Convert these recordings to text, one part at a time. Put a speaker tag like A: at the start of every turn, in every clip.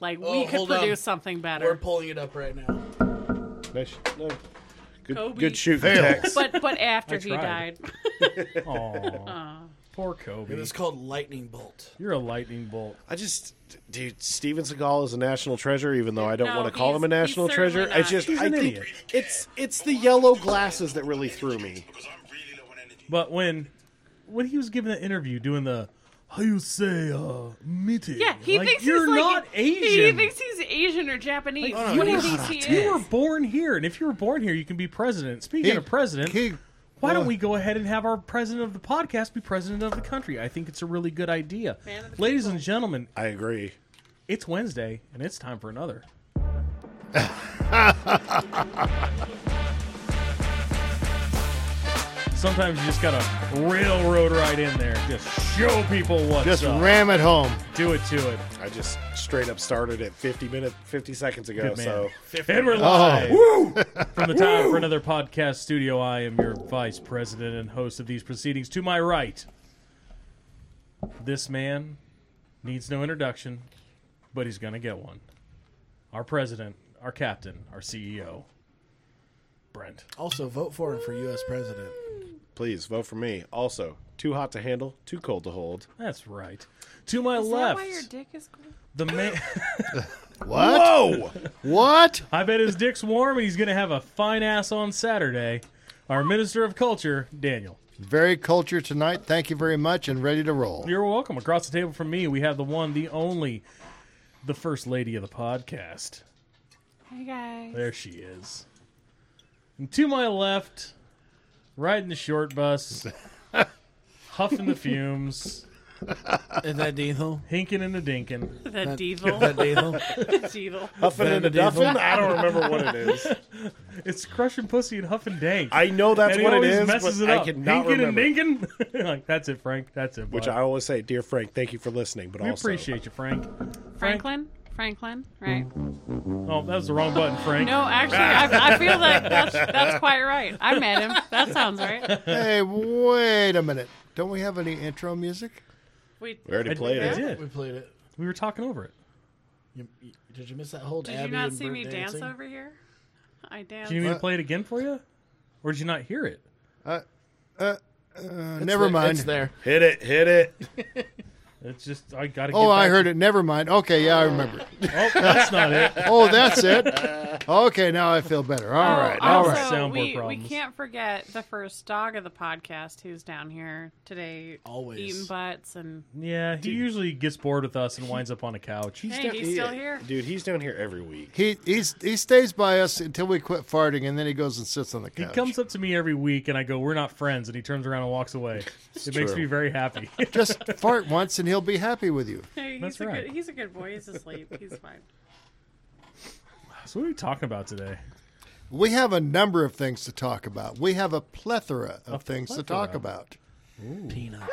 A: Like
B: Oh,
A: we could
B: hold on.
A: produce something
B: We're
A: better.
B: pulling it up right now.
C: Nice. No. Good,
A: Kobe.
C: good shoot,
D: Fail.
C: Tex.
A: But but after
E: I
A: he
E: tried.
A: died,
E: Aw, poor
B: It
E: Kobe.
B: was called Lightning Bolt.
E: You're a lightning bolt.
C: I just, dude, Steven Seagal is a national treasure, even though I don't
A: No,
C: want to call him a
A: he's- he's
C: national
A: certainly
C: treasure. I
A: not.
C: just,
E: He's
C: I
E: an
C: think
E: idiot.
C: it's it's the yellow glasses that really threw me.
E: But when when he was giving the interview, doing the how you say uh meeting,
A: yeah, he
E: like,
A: thinks
E: you're
A: he's
E: not
A: like,
E: Asian. oh,
A: He, he thinks he's Asian or Japanese.
B: Like,
A: what
B: you
A: do you
B: were-
A: think he
E: you were
A: is?
E: born here, and if you were born here, you can be president. Speaking of president, why
B: uh,
E: don't we go ahead and have our president of the podcast be president of the country? I think it's a really good idea.
A: Man of the
E: Ladies and gentlemen,
C: I agree.
E: it's Wednesday, and it's time for another. Sometimes you just gotta railroad right in there. Just show people what's
D: Just
E: up.
D: ram it home.
E: Do it to it.
C: I just straight up started at 50 minutes, 50 seconds ago.
E: Good man.
C: So
E: And we're live from the Time for Another podcast studio. I am your vice president and host of these proceedings. To my right, this man needs no introduction, but he's going to get one. Our president, our captain, our CEO, Brent.
B: Also, vote for him for U.S. president.
C: please vote for me. Also, too hot to handle, too cold to hold.
E: That's right. To my
A: Is that
E: left,
A: why your dick is cold?
E: the man.
D: What? Whoa! what?
E: I bet his dick's warm and he's going to have a fine ass on Saturday. Our minister of culture, Daniel.
D: Very culture tonight. Thank you very much, and ready to roll.
E: You're welcome. Across the table from me, we have the one, the only, the first lady of the podcast.
A: Hey guys.
E: There she is. And to my left, riding the short bus, huffing the fumes,
B: Is that Diesel?
E: hinking and a dinking.
A: That devil.
B: That Diesel?
A: That devil.
C: Huffing and a
B: Vanity
C: duffin? I don't remember what it is.
E: It's crushing pussy and huffing dank.
C: I know that's
E: and he
C: what it
E: always
C: is,
E: messes
C: but
E: it
C: I
E: up.
C: cannot
E: hinking
C: remember.
E: and dinking. like that's it, Frank. That's it.
C: Which
E: bud.
C: I always say, dear Frank, thank you for listening. But
E: we
C: also,
E: appreciate you, Frank.
A: Franklin. Franklin. Right.
E: Oh, that was the wrong button, Frank.
A: No, actually, I, I feel like that's that's quite right. I met him. That sounds right.
D: Hey, wait a minute. Don't we have any intro music?
A: We,
C: we already
E: I,
C: played
E: I
C: it.
B: We
E: did.
B: played it.
E: We were talking over it.
B: You, you- did you miss that whole?
A: did
B: Abby
A: you not
B: and
A: see
B: Bert
A: me
B: dancing?
A: dance over here? I danced.
E: Do you need me to play it again for you, or did you not hear it?
D: Uh,
B: It's
D: never
B: there-
D: mind.
B: It's there.
C: Hit it, hit it.
E: It's just I gotta.
D: Oh,
E: get
D: I
E: back
D: heard it. Never mind. Okay, yeah, I remember.
E: to- Oh, that's not it.
D: Oh, that's it. Okay, now I feel better. All
A: Oh,
D: right. All
A: also,
D: right.
E: Soundboard
A: we, we
E: problems.
A: can't forget the first dog of the podcast who's down here today.
B: Always.
A: Eating butts and
E: Yeah, he usually gets bored with us and winds up on a couch.
C: He's
A: Hey, he's still here.
C: dude. He's down here every week.
D: He he's, he stays by us until we quit farting, and then he goes and sits on the
E: He
D: couch.
E: comes up to me every week, and I go, "We're not friends," and he turns around and walks away. it makes
C: true.
E: me very happy.
D: Just fart once, and he'll be happy with you.
A: Hey, he's
E: That's
A: a
E: right.
A: good he's a good boy. He's asleep. He's fine.
E: so, what are we talking about today?
D: We have a number of things to talk about. We have a plethora of things to talk
E: plethora.
D: about.
B: Peanuts.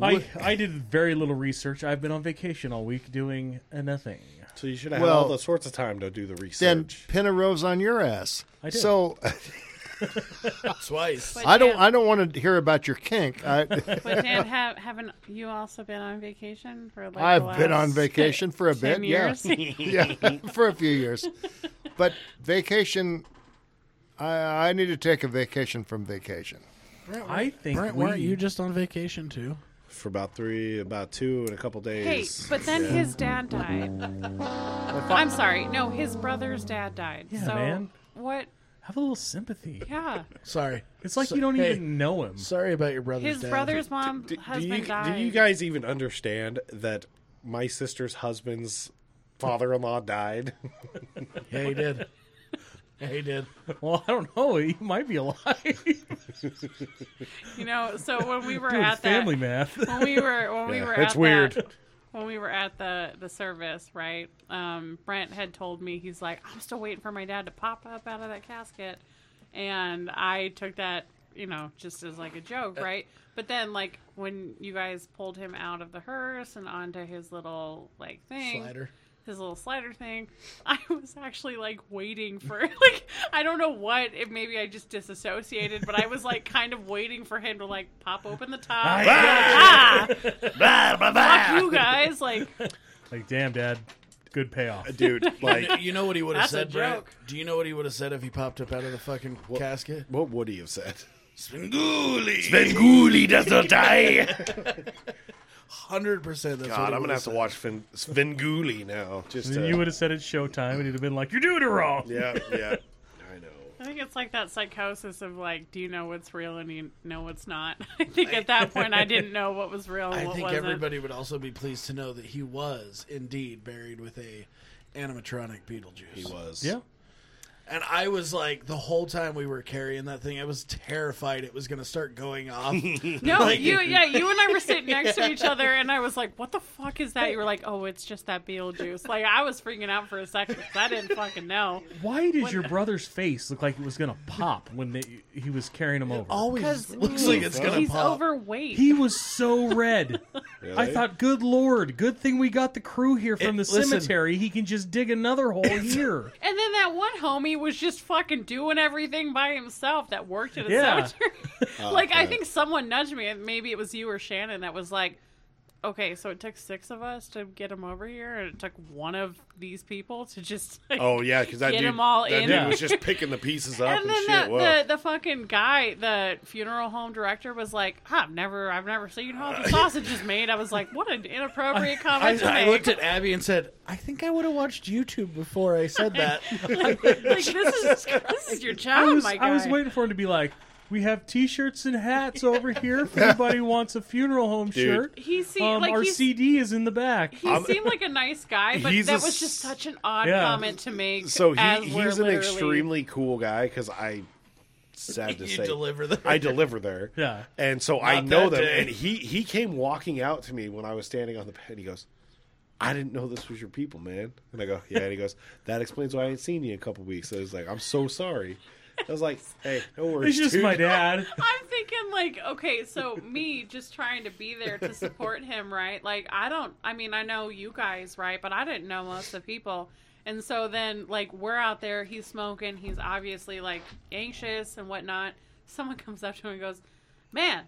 E: I I did very little research. I've been on vacation all week doing a nothing.
C: So you should have
D: Well,
C: had all the sorts of time to do the
D: Then
C: research.
D: pin a rose on your ass.
E: I did.
D: So
B: Twice.
D: I don't
A: Dan-
D: I don't want to hear about your kink. I
A: But Dan, have, haven't you also been on vacation for like? the
D: I've been
A: last
D: on vacation for a bit.
A: Ten years.
D: Yeah. yeah, for a few years. But vacation I I need to take a vacation from vacation.
E: I think
B: Brent,
E: we,
B: weren't you just on vacation too?
C: for about three, about two, and a couple
A: Hey,
C: days.
A: but then his dad died. I'm sorry. No, his brother's dad died.
E: Yeah,
A: so
E: man.
A: what?
E: have a little sympathy.
A: Yeah,
B: Sorry.
E: It's like
B: So-
E: you don't
B: hey,
E: even know him.
B: Sorry about your brother's.
A: his
B: dad.
A: brother's mom,
C: D- do,
A: husband
C: you,
A: died.
C: do you guys even understand that my sister's husband's father-in-law died?
B: Yeah, he did. Yeah, he did.
E: Well, I don't know. He might be alive.
A: You know, so when we were
E: Doing
A: at that,
E: family math.
A: when we were when we
C: Yeah,
A: were
C: that's
A: at
C: weird.
A: That, when we were at the the service, right? Um, Brent had told me he's like, I'm still waiting for my dad to pop up out of that casket, and I took that, you know, just as like a
C: Uh,
A: joke, right? But then, like when you guys pulled him out of the hearse and onto his little like thing,
B: Slider.
A: his little slider thing, I was actually like waiting for like I don't know what it maybe I just disassociated, but I was like kind of waiting for him to like pop open the top.
E: I
A: Ah! Fuck you guys! Like
E: Like, damn, Dad, good payoff.
C: dude. Like,
B: You know what he would have
A: That's a
B: said, Brett?
A: joke.
B: Do you know what he would have said if he popped up out of the fucking casket?
C: what would he have said?
B: Spenguli!
C: Svengoolie does not die.
B: 100% that's what he would
C: God, I'm gonna
B: have
C: have to
B: said.
C: watch Fin- Svengoolie now. Just uh, to,
E: you would have said it's showtime, and he'd have been like, "You're doing it wrong."
C: yeah, yeah. I know.
A: I think it's like that psychosis of like, do you know what's real and you know what's not? I think at that point I didn't know what was real and
B: I
A: what
B: think
A: wasn't.
B: everybody would also be pleased to know that he was indeed buried with a animatronic Beetlejuice.
C: He was.
E: Yeah.
B: And I was like, the whole time we were carrying that thing, I was terrified it was going to start going off.
A: No, you yeah, you and I were sitting next to each other, and I was like, "What the fuck is that?" You were like, "Oh, it's just that Beetlejuice." Like I was freaking out for a second 'cause I didn't fucking know.
E: Why did your brother's face look like it was gonna pop when they, he was carrying him over?
B: Always
A: Because
B: looks like it's going
A: he's
B: to pop.
A: overweight.
E: He was so red.
C: Really?
E: I thought, good lord, good thing we got the crew here from
B: It-
E: the
B: listen.
E: cemetery. He can just dig another hole here.
A: and then that one homie was just fucking doing everything by himself that worked at a
E: Yeah.
A: cemetery. like I
C: okay.
A: think someone nudged me, and maybe it was you or Shannon that was like, "Okay, so it took six of us to get him over here, and it took one of these people to just." like,
C: Oh yeah, because that
A: Get
C: dude,
A: 'em all
C: that
A: in
C: dude
A: there.
C: was just picking the pieces up and,
A: and then
C: shit.
A: the,
C: Whoa.
A: the the fucking guy, the funeral home director, was like, "Huh, "I've never, I've never seen how the sausage is made." I was like, "What an inappropriate
B: I,
A: comment to
B: I
A: make!"
B: looked at Abby and said, I think I would have watched YouTube before I said that.
A: like, this is this is your
E: I
A: job,
E: was,
A: Oh my
E: I
A: guy.
E: was waiting for him to be like, "We have T-shirts and hats over here. If anybody wants a funeral home shirt,
A: He seemed
E: um,
A: like
E: our
A: he's-
E: CD is in the back."
A: he seemed like a nice guy, but
C: He's
A: that
C: a
A: was just
C: s-
A: such an odd
E: Yeah.
A: comment to make.
C: so
A: as
C: he
A: we're
C: he's an
A: literally-
C: extremely cool guy because I sad to
B: you
C: say
B: deliver that.
C: I deliver there.
E: Yeah.
C: And so I know
B: that
C: them.
B: day.
C: And he he came walking out to me when I was standing on the bed. He goes, I didn't know this was your people, man. And I go, Yeah. And he goes, That explains why I ain't seen you in a couple weeks. So he's like, I'm so sorry. I was like, Hey, no worries.
E: It's just
C: dude."
E: my dad.
A: I'm thinking like, okay, so me just trying to be there to support him, right? Like I don't I mean, I know you guys, right? But I didn't know most of the people. And so then like we're out there, he's smoking, he's obviously like anxious and whatnot. Someone comes up to him and goes, Man,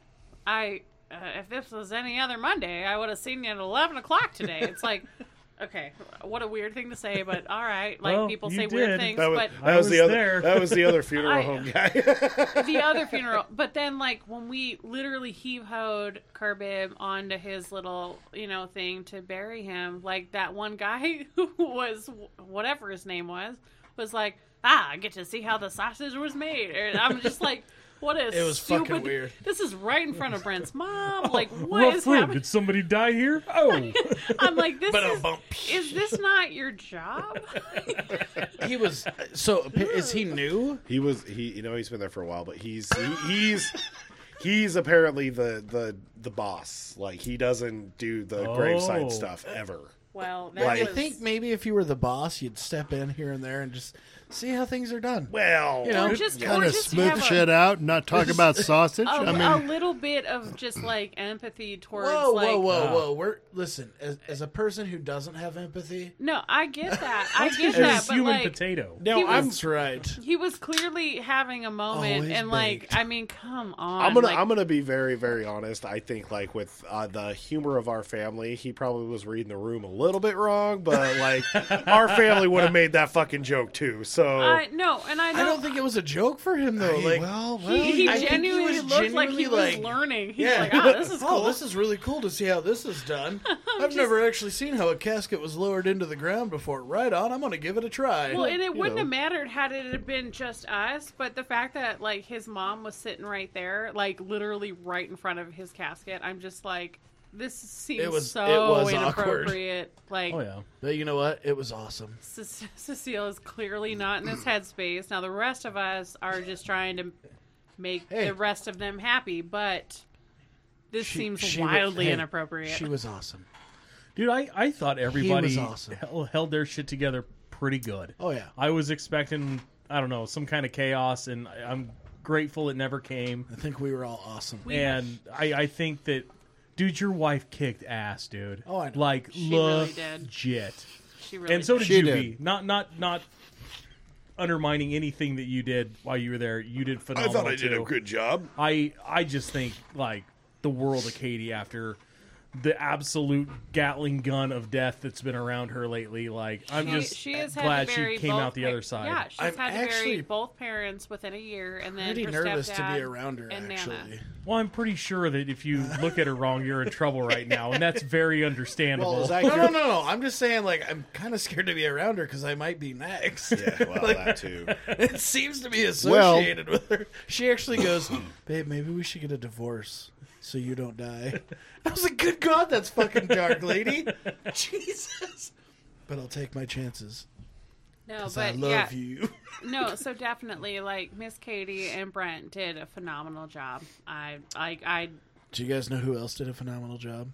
A: I uh, if this was any other Monday, I would have seen you at eleven o'clock today. It's like Okay, what a weird thing to say, but all right. Like
E: Well,
A: people
E: you
A: say weird
E: did.
A: things,
C: That was,
A: but
C: that
E: I
C: was, the
E: was
C: other
E: there.
C: that was the other funeral
A: I-
C: home guy.
A: the other funeral. But then, like, when we literally heave hoed Kerbib onto his little, you know, thing to bury him, like, that one guy who was, whatever his name was, was like, ah, I get to see how the sausage was made. And I'm just like, what is
B: It was fucking
A: stupid,
B: weird. Oh,
A: This is right in front of Brent's mom. Like, what
E: Rough
A: is
E: room.
A: happening?
E: Did somebody die here? Oh,
A: I'm like, this
B: But a
A: is,
B: bump.
A: is this not your job?
B: He was so. Is he new?
C: he was he you know he's been there for a while, but he's he, he's he's apparently the the the boss. Like he doesn't do the
E: Oh.
C: graveside stuff ever.
A: well, that
C: Like-
B: I
A: was,
B: think maybe if you were the boss, you'd step in here and there and just see how things are done.
C: Well,
B: You know,
A: or just,
D: Kind
A: or
D: of
A: just have
D: smooth
A: a- Oh.
D: shit out and not talk about sausage.
A: a,
D: I
A: a
D: mean,
A: little bit of just like empathy towards
B: Whoa,
A: like
B: whoa, whoa,
C: Ah.
B: whoa! We're listen as, as a person who doesn't have empathy.
A: no i get that i get that
E: it's
A: but
E: human
A: like
E: potato.
A: He was-
B: That's right.
A: he was clearly having
B: Oh,
A: a moment
B: Always
A: and
B: baked.
A: like i mean come on
C: I'm gonna
A: like,
C: I'm gonna be very very honest. I think like with uh, the humor of our family, he probably was reading the room a little bit wrong, but like our family would have made that fucking joke too. So
A: I- no and i,
B: I don't think it was a joke for him though. Like,
C: well, well,
A: he, he
B: I think he
A: genuinely
B: was
A: looked like he
B: genuinely,
A: was
B: like-
A: learning he's like oh this is cool
B: Oh, this is really cool to see how this is done. I've never actually seen how a casket was lowered into the ground before. Right on. I'm gonna give it a try.
A: well, and it
B: You
A: wouldn't
B: know.
A: have mattered had it had been just us, but the fact that like his mom was sitting right there, like literally right in front of his casket, I'm just like, this seems
B: It was-
A: so
B: it was awkward.
A: inappropriate. Like,
E: Oh yeah.
B: But you know what? It was awesome.
A: Ce- Cecile is clearly not in this headspace. Now the rest of us are just trying to make
B: Hey.
A: the rest of them happy, but this
B: She-
A: seems
B: she wa-
A: wildly
B: hey,
A: inappropriate.
B: She was awesome.
E: Dude, I, I thought everybody
B: awesome.
E: hel- held their shit together pretty good.
B: Oh, yeah.
E: I was expecting, I don't know, some kind of chaos, and I- I'm grateful it never came.
B: I think we were all awesome.
E: And I, I think that, dude, your wife kicked ass, dude.
B: Oh, I know.
E: Like,
A: She really
E: legit.
A: did. She really
E: And so
A: did.
E: did
D: She
E: you,
D: did.
E: B. Not, not, not undermining anything that you did while you were there. You did
C: I
E: phenomenal.
C: thought I did a
E: too.
C: good job.
E: I I just think like the world of Katie after the absolute Gatling gun of death that's been around her lately. Like I'm
A: She,
E: just
A: she has had
E: glad
A: to bury
E: she came
A: both
E: out the
A: pa-
E: other side.
A: Yeah, she's
B: I'm
A: had to bury
B: actually
A: both parents within a year, and then
B: Pretty
A: her
B: nervous to
A: stepdad
B: be around her.
A: and
B: Actually,
A: Nana.
E: Well, I'm pretty sure that if you look at her wrong, you're in trouble right now, and that's very understandable.
C: Well, is that
B: no, no,
C: your...
B: no, no. I'm just saying, like, I'm kind of scared to be around her because I might be next.
C: Yeah, well, that too.
B: it seems to be
D: Well-
B: associated with her. She actually goes, "Babe, maybe we should get a divorce so you don't die." I was like, "Good God, that's fucking dark, lady." Jesus. But I'll take my chances.
A: No,
B: 'cause I
A: but
B: love
A: yeah,
B: you.
A: no. So definitely, like Miss Katie and Brent did a phenomenal job. I, I, I.
B: Do you guys know who else did a phenomenal job?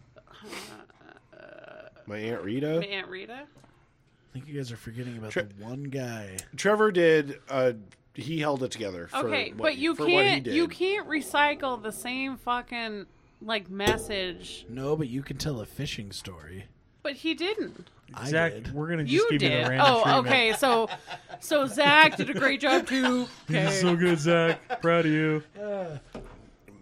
C: My aunt Rita.
A: Aunt Rita.
B: I think you guys are forgetting about
C: Tre-
B: the one guy.
C: Trevor did. Uh, he held it together. For
A: Okay,
C: what,
A: but you
C: for what he
A: can't
C: did.
A: you can't recycle the same fucking like message.
B: No, but you can tell a fishing story.
A: But he didn't.
B: I
E: Zach,
B: did.
E: we're gonna just
A: You
E: give you
A: did.
E: the random
A: Oh,
E: treatment.
A: okay. So, so Zach did a great job too.
E: You're
A: Okay.
E: so good, Zach. Proud of you.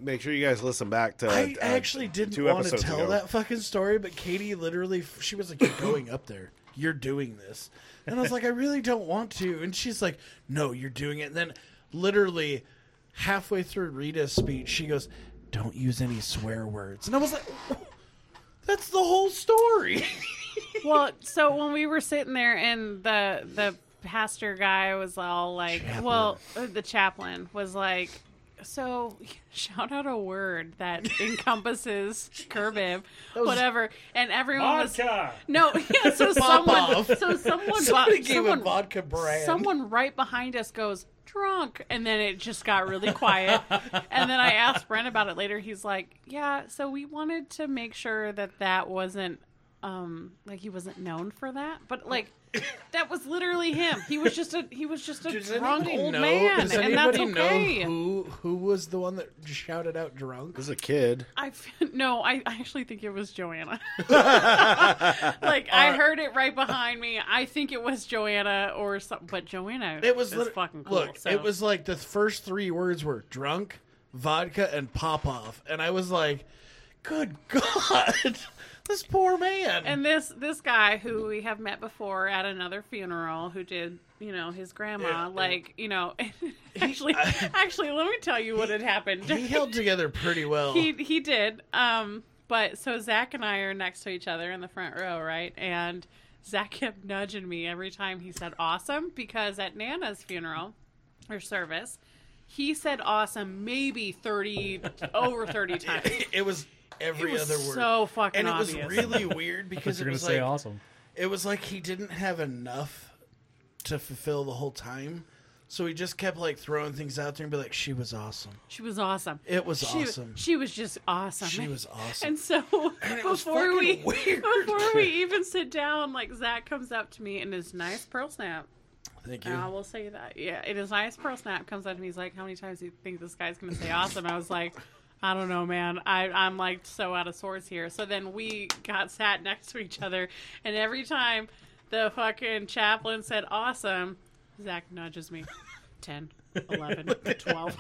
C: Make sure you guys listen back to.
B: I
C: uh,
B: actually didn't
C: two
B: want to
C: episodes
B: tell
C: ago.
B: that fucking story, but Katie literally, she was like, "You're going up there. You're doing this," and I was like, "I really don't want to." And she's like, "No, you're doing it." And then, literally, halfway through Rita's speech, she goes, "Don't use any swear words," and I was like. That's the whole story.
A: Well, so when we were sitting there and the the pastor guy was all like,
B: Chaplain.
A: well, uh, the chaplain was like, so shout out a word that encompasses curvib, whatever, and everyone was no, yeah, so someone,
B: off.
A: so someone,
B: Somebody
A: bo-
B: gave
A: someone,
B: a vodka brand.
A: someone right behind us goes drunk and then it just got really quiet and then i asked brent about it later he's like yeah so we wanted to make sure that that wasn't um like he wasn't known for that but like that was literally him he was just a he was just a
B: Does
A: drunk
B: anybody
A: old
B: know-
A: man
B: does
A: and that's
B: anybody
A: okay
B: know who who was the one that shouted out drunk?
C: This is a kid.
A: I f- no, I, I actually think it was Joanna. like I
B: Uh,
A: heard it right behind me. I think it was Joanna or something, but Joanna.
B: It was
A: is
B: lit-
A: fucking cool.
B: Look,
A: so.
B: it was like the first three words were drunk, vodka, and pop off, and I was like, "Good God, this poor man!"
A: And this this guy who we have met before at another funeral who did you know his grandma
B: Yeah, yeah.
A: like you know actually actually let me tell you what had happened.
B: he held together pretty well.
A: he he did. Um, but so Zach and I are next to each other in the front row, right? And Zach kept nudging me every time he said "awesome" because at Nana's funeral or service, he said "awesome" maybe thirty over thirty times.
B: it was every
A: It was
B: other word,
A: so fucking
B: and it was
A: obvious.
B: really weird because
E: You're
B: it
E: gonna
B: was
E: say
B: like
E: awesome.
B: it was like he didn't have enough to fulfill the whole time. So he just kept like throwing things out there and be like, "She was awesome.
A: She was awesome.
B: It was
A: She,
B: awesome.
A: she was just awesome.
B: She was awesome."
A: And so
B: it was
A: before we
B: fucking weird.
A: before we even sit down, like Zach comes up to me in his nice pearl snap.
B: Thank you.
A: And I will say that. Yeah, it is nice. Pearl Snap comes up to me. He's like, "How many times do you think this guy's going to say awesome?" I was like, "I don't know, man. I, I'm like so out of sorts here." So then we got sat next to each other, and every time the fucking chaplain said awesome, Zach nudges me. 10, 11, 12.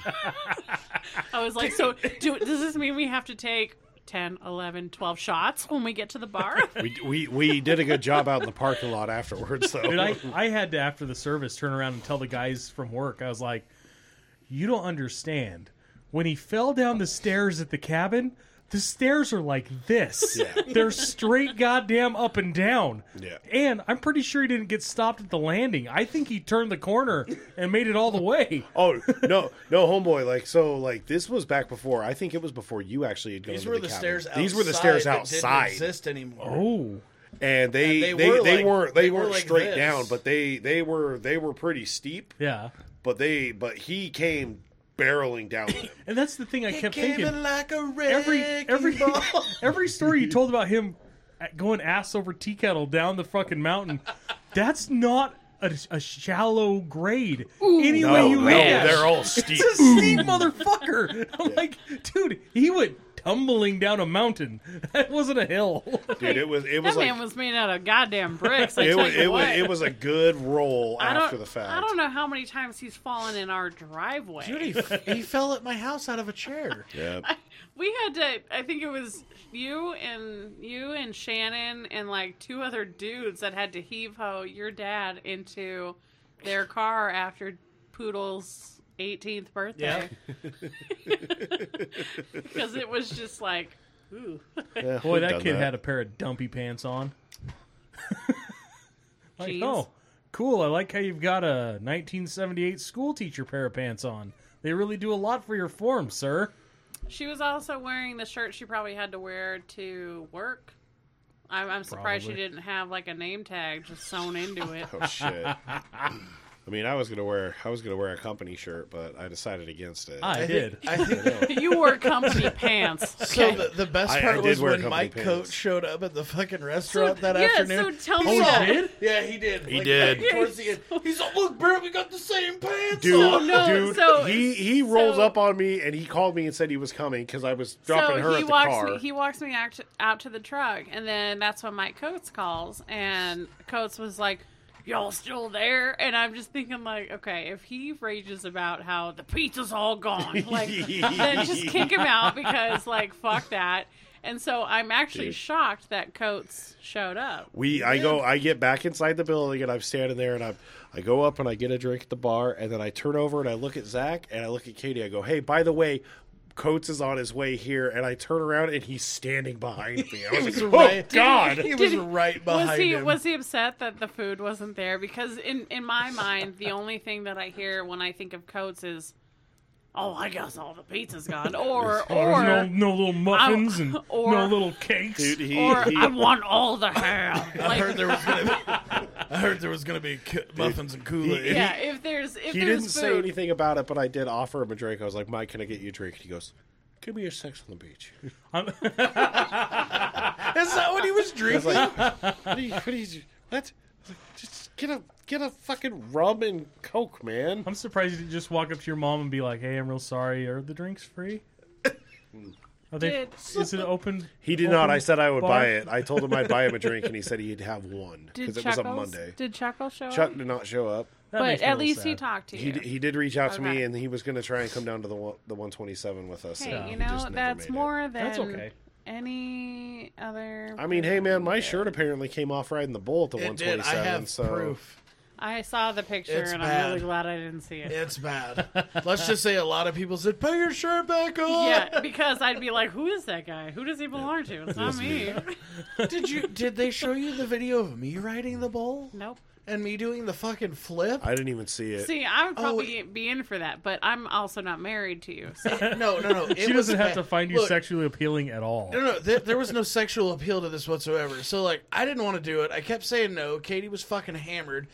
A: I was like, so do, does this mean we have to take 10, 11, 12 shots when we get to the bar?
C: We, we we did a good job out in the parking lot afterwards, though.
E: Dude, I, I had to after the service turn around and tell the guys from work. I was like, "You don't understand. When he fell down the stairs at the cabin, the stairs are like this. They're straight, goddamn up and down.
C: Yeah.
E: And I'm pretty sure he didn't get stopped at the landing. I think he turned the corner and made it all the way.
C: Oh no, no, homeboy! Like so, like this was back before. I think it was before you actually had gone.
B: These
C: to
B: were
C: the
B: the
C: cabin.
B: stairs. Outside
C: These were the stairs
B: that didn't
C: outside,
B: exist anymore.
E: Oh,
C: and they
B: And
C: they, they, were
B: like-
C: not they,
B: they were
C: weren't
B: like
C: straight
B: this.
C: down, but they they were they were pretty steep.
E: yeah.
C: But they but he came barreling down with him.
E: And that's the thing I
B: It
E: kept
B: came
E: thinking.
B: in like a
E: every
B: wrecking
E: every
B: ball.
E: every story you told about him at- going ass over tea kettle down the fucking mountain, that's not a, a shallow grade. Any way you
C: no,
E: look at it.
C: they're all steep.
E: It's a steep motherfucker. I'm like, dude, he would tumbling down a mountain. That wasn't a hill.
C: dude. It was it was
A: That
C: like
A: man was made out of goddamn bricks. I
C: it,
A: tell
C: was,
A: you
C: it, was,
A: what.
C: it was a good roll
A: I don't,
C: after the fact.
A: I don't know how many times he's fallen in our driveway.
B: Dude, he, f- he fell at my house out of a chair.
C: Yeah.
A: We had to. I think it was you and you and Shannon and like two other dudes that had to heave ho your dad into their car after Poodle's 18th birthday. Because it was just like, ooh,
C: Yeah,
E: Boy,
C: we've
E: that
C: done
E: kid had a pair of dumpy pants on. like,
A: Jeans.
E: oh, cool. I like how you've got a 1978 school teacher pair of pants on. They really do a lot for your form, sir.
A: She was also wearing the shirt she probably had to wear to work. I'm, I'm surprised she
E: Probably.
A: didn't have like a name tag just sewn into it.
C: Oh shit. I mean, I was gonna wear I was gonna wear a company shirt, but I decided against it.
E: I, did.
B: I think
A: you wore company pants.
B: So
A: okay?
B: the, the best
C: I- I
B: part
C: did
B: was
C: wear
B: when
C: company
B: Mike
C: pants.
B: Coates showed up at the fucking
A: So-
B: restaurant that
A: yeah,
B: afternoon.
A: so tell me
B: He's
A: that.
B: all-
E: he did?
B: Yeah, he did. He
C: did.
B: Towards the end, he's all, look, bro, we got the same pants
C: Dude,
A: So,
B: on.
A: no,
C: dude,
A: so-
C: he he rolls
A: so-
C: up on me and he called me and said he was coming because I was dropping
A: so
C: her
A: he
C: at the
A: walks
C: car.
A: me he walks me out to, out to the truck and then that's when Mike Coates calls and Coates was like y'all still there and I'm just thinking like okay if he rages about how the pizza's all gone like then just kick him out because like fuck that and so I'm actually
C: Dude.
A: shocked that Coates showed up
C: we I go I get back inside the building and I'm standing there and I'm I go up and I get a drink at the bar and then I turn over and I look at Zach and I look at Katie. I go, hey, by the way. Coates is on his way here, and I turn around and he's standing behind me. I was,
B: was
C: like, "Oh
B: right-
C: God!"
B: He was
A: Did-
B: right behind
A: was he
B: him.
A: was he upset that the food wasn't there? Because in in my mind, the only thing that I hear when I think of Coates is, "Oh, I guess all the pizza's gone," or
E: Oh,
A: or
E: no, no little muffins
A: I'm-
E: and
A: or-
E: no little cakes.
C: Dude, he,
A: or
C: he-
A: I want all the ham.
B: I
A: Like,
B: heard there was gonna be. I heard there was gonna be cu- muffins and Kool Aid.
A: yeah, if there's if
C: he
A: there's
C: didn't
A: food,
C: say anything about it, but I did offer him a drink. I was like, Mike, can I get you a drink? And he goes, Give me your sex on the beach.
E: I'm-
B: Is that what he was
C: I was
B: drinking?
C: like, What? Are you, what, are you, what? I was like, Just get a get a fucking rum and coke, man.
E: I'm surprised you didn't just walk up to your mom and be like, "Hey, I'm real sorry. Are the drinks free? Are they?
A: Did-
E: is it open?
C: He did
E: open
C: not. I said I would
E: bar?
C: buy it. I told him I'd buy him a drink, and he said he'd have one
A: did
C: because it was
A: Chuckles
C: a Monday.
A: did Chuckles show
C: Chuck
A: up?
C: did not show up.
E: That
A: But
E: makes me a
A: at
E: little
A: least he
E: sad.
A: talked to
C: He,
A: you.
C: d- he did reach out to me,
A: Okay.
C: and he was going to try and come down to the one, the 127 with us.
A: hey,
C: and he
A: you
C: just
A: know
C: never made
A: that's
C: it.
A: more than
E: That's okay.
A: any other.
C: I mean, hey man, my shirt apparently came off riding the bull at the
B: It did.
C: 127.
B: I have
C: so
B: proof.
A: I saw the picture
B: It's
A: and
B: bad.
A: I'm really glad I didn't see it.
B: It's bad. Let's just say a lot of people said, "Put your shirt back on."
A: Yeah, because I'd be like, who is that guy? Who does he belong to? It's not me.
B: Did you? Did they show you the video of me riding the bowl
A: nope.
B: and me doing the fucking flip?
C: I didn't even see it.
A: See, I would
B: Oh,
A: probably be in for that, but I'm also not married to you. So
B: No, no, no. It
E: She
B: was
E: doesn't have
B: bad.
E: to find you
B: Look,
E: sexually appealing at all.
B: No, no, th- there was no sexual appeal to this whatsoever. So, like, I didn't want to do it. I kept saying no. Katie was fucking hammered.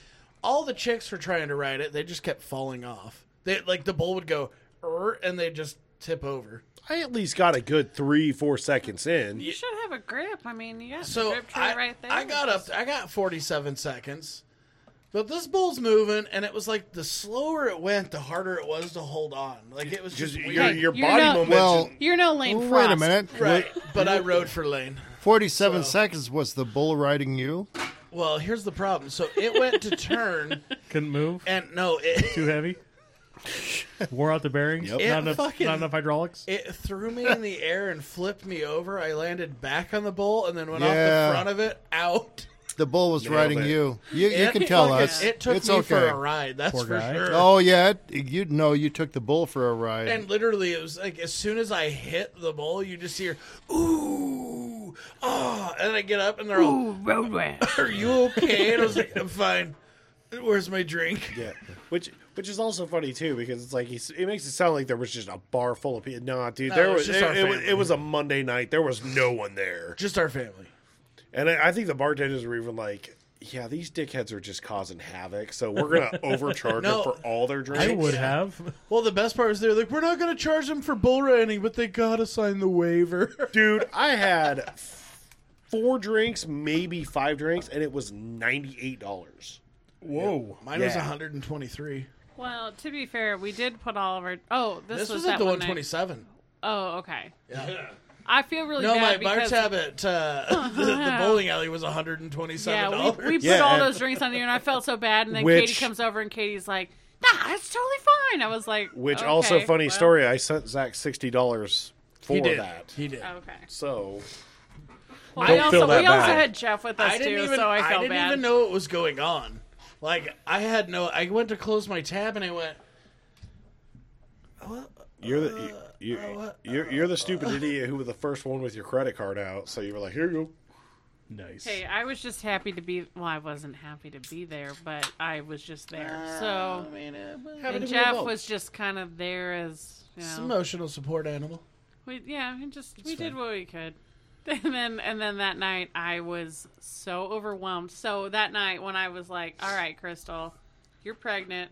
B: All the chicks were trying to ride it. They just kept falling off. They like the bull would go, "Er," and they just tip over.
C: I at least got a good three, four seconds in.
A: you should have a grip. I mean, you got the
B: So
A: grip tree
B: I,
A: right there.
B: I got up. I got forty-seven seconds. But this bull's moving, and it was like the slower it went, the harder it was to hold on. Like it was just,
C: Just
B: weird.
C: your, your
A: You're
C: body
A: not-
C: momentum.
D: Well,
A: You're no Lane Frost.
D: Wait a minute.
B: right. But I rode for Lane.
D: 47 seconds was the bull riding you.
B: Well, here's the problem. So it went to turn,
E: Couldn't move.
B: and no, it
E: Too heavy. Wore out the bearings.
C: Yep.
E: Not,
B: It
E: enough,
B: fucking-
E: not enough hydraulics.
B: It threw me in the air and flipped me over. I landed back on the bowl and then went
D: Yeah.
B: off the front of it out.
D: The bull was
C: Nailed
D: riding
C: it.
D: you. You, you
B: It
D: can tell
B: fucking-
D: us.
B: It took
D: it's
B: me
D: okay.
B: for a ride. That's
E: Poor
B: for
E: guy.
B: sure.
D: Oh yeah, it, you'd know you took the bull for a ride.
B: And literally, it was like as soon as I hit the bowl, you just hear ooh, ah, and I get up and they're all,
A: Ooh, road rash.
B: "Are you okay?" And I was like, "I'm fine." Where's my drink?
C: Yeah, which which is also funny too because it's like he's, it makes it sound like there was just a bar full of people. Nah, dude,
B: No,
C: there
B: it was
C: was,
B: just
C: it,
B: our
C: it was
B: family.
C: it was a Monday night. There was no one there,
B: Just our family.
C: and I, I think the bartenders were even like. Yeah, these dickheads are just causing havoc. So we're gonna overcharge
B: No.
C: them for all their drinks.
E: I would have.
B: Well, the best part was they're like, "We're not going to charge them for bull riding, but they gotta sign the waiver."
C: dude. I had four drinks, maybe five drinks, and it was ninety eight dollars.
E: Whoa.
B: Mine was
C: Yeah.
B: 123.
A: Well, to be fair, we did put all of our. Oh, this,
B: This
A: was
B: was
A: that
B: at the
A: one night.
B: 127.
A: Oh, okay.
B: Yeah.
A: I feel really
B: No, my
A: bad
B: bar
A: because
B: tab at uh, the, the bowling alley was one hundred and twenty-seven
A: yeah,
B: dollars.
A: we, we put
C: Yeah,
A: all
C: and-
A: those drinks on you, and I felt so bad. And then
C: Which-
A: Katie comes over, and Katie's like, "Nah, it's totally fine." I was like,
C: Which
A: okay,
C: also funny
A: well,
C: story. I sent Zach sixty dollars for
B: he did.
C: that.
B: He did.
A: Okay.
C: So
A: Well, I
C: Don't
A: also,
C: feel that
A: we also
C: bad.
A: had Jeff with us
B: I didn't
A: too,
B: even.
A: so I felt
B: didn't
A: bad.
B: even know what was going on. Like I had no. I went to close my tab and I went.
C: you're the you, you, you're, you're the stupid idiot who was the first one with your credit card out. So you were like, here you go.
E: Nice.
A: Hey, I was just happy to be. Well, I wasn't happy to be there, but I was just there. So,
B: I mean, uh,
A: and Jeff was just kind of there as you
B: It's
A: know,
B: an emotional support animal.
A: we, yeah, and just we did what we could. And then and then that night I was so overwhelmed. So that night when I was like, "All right, Crystal, you're pregnant.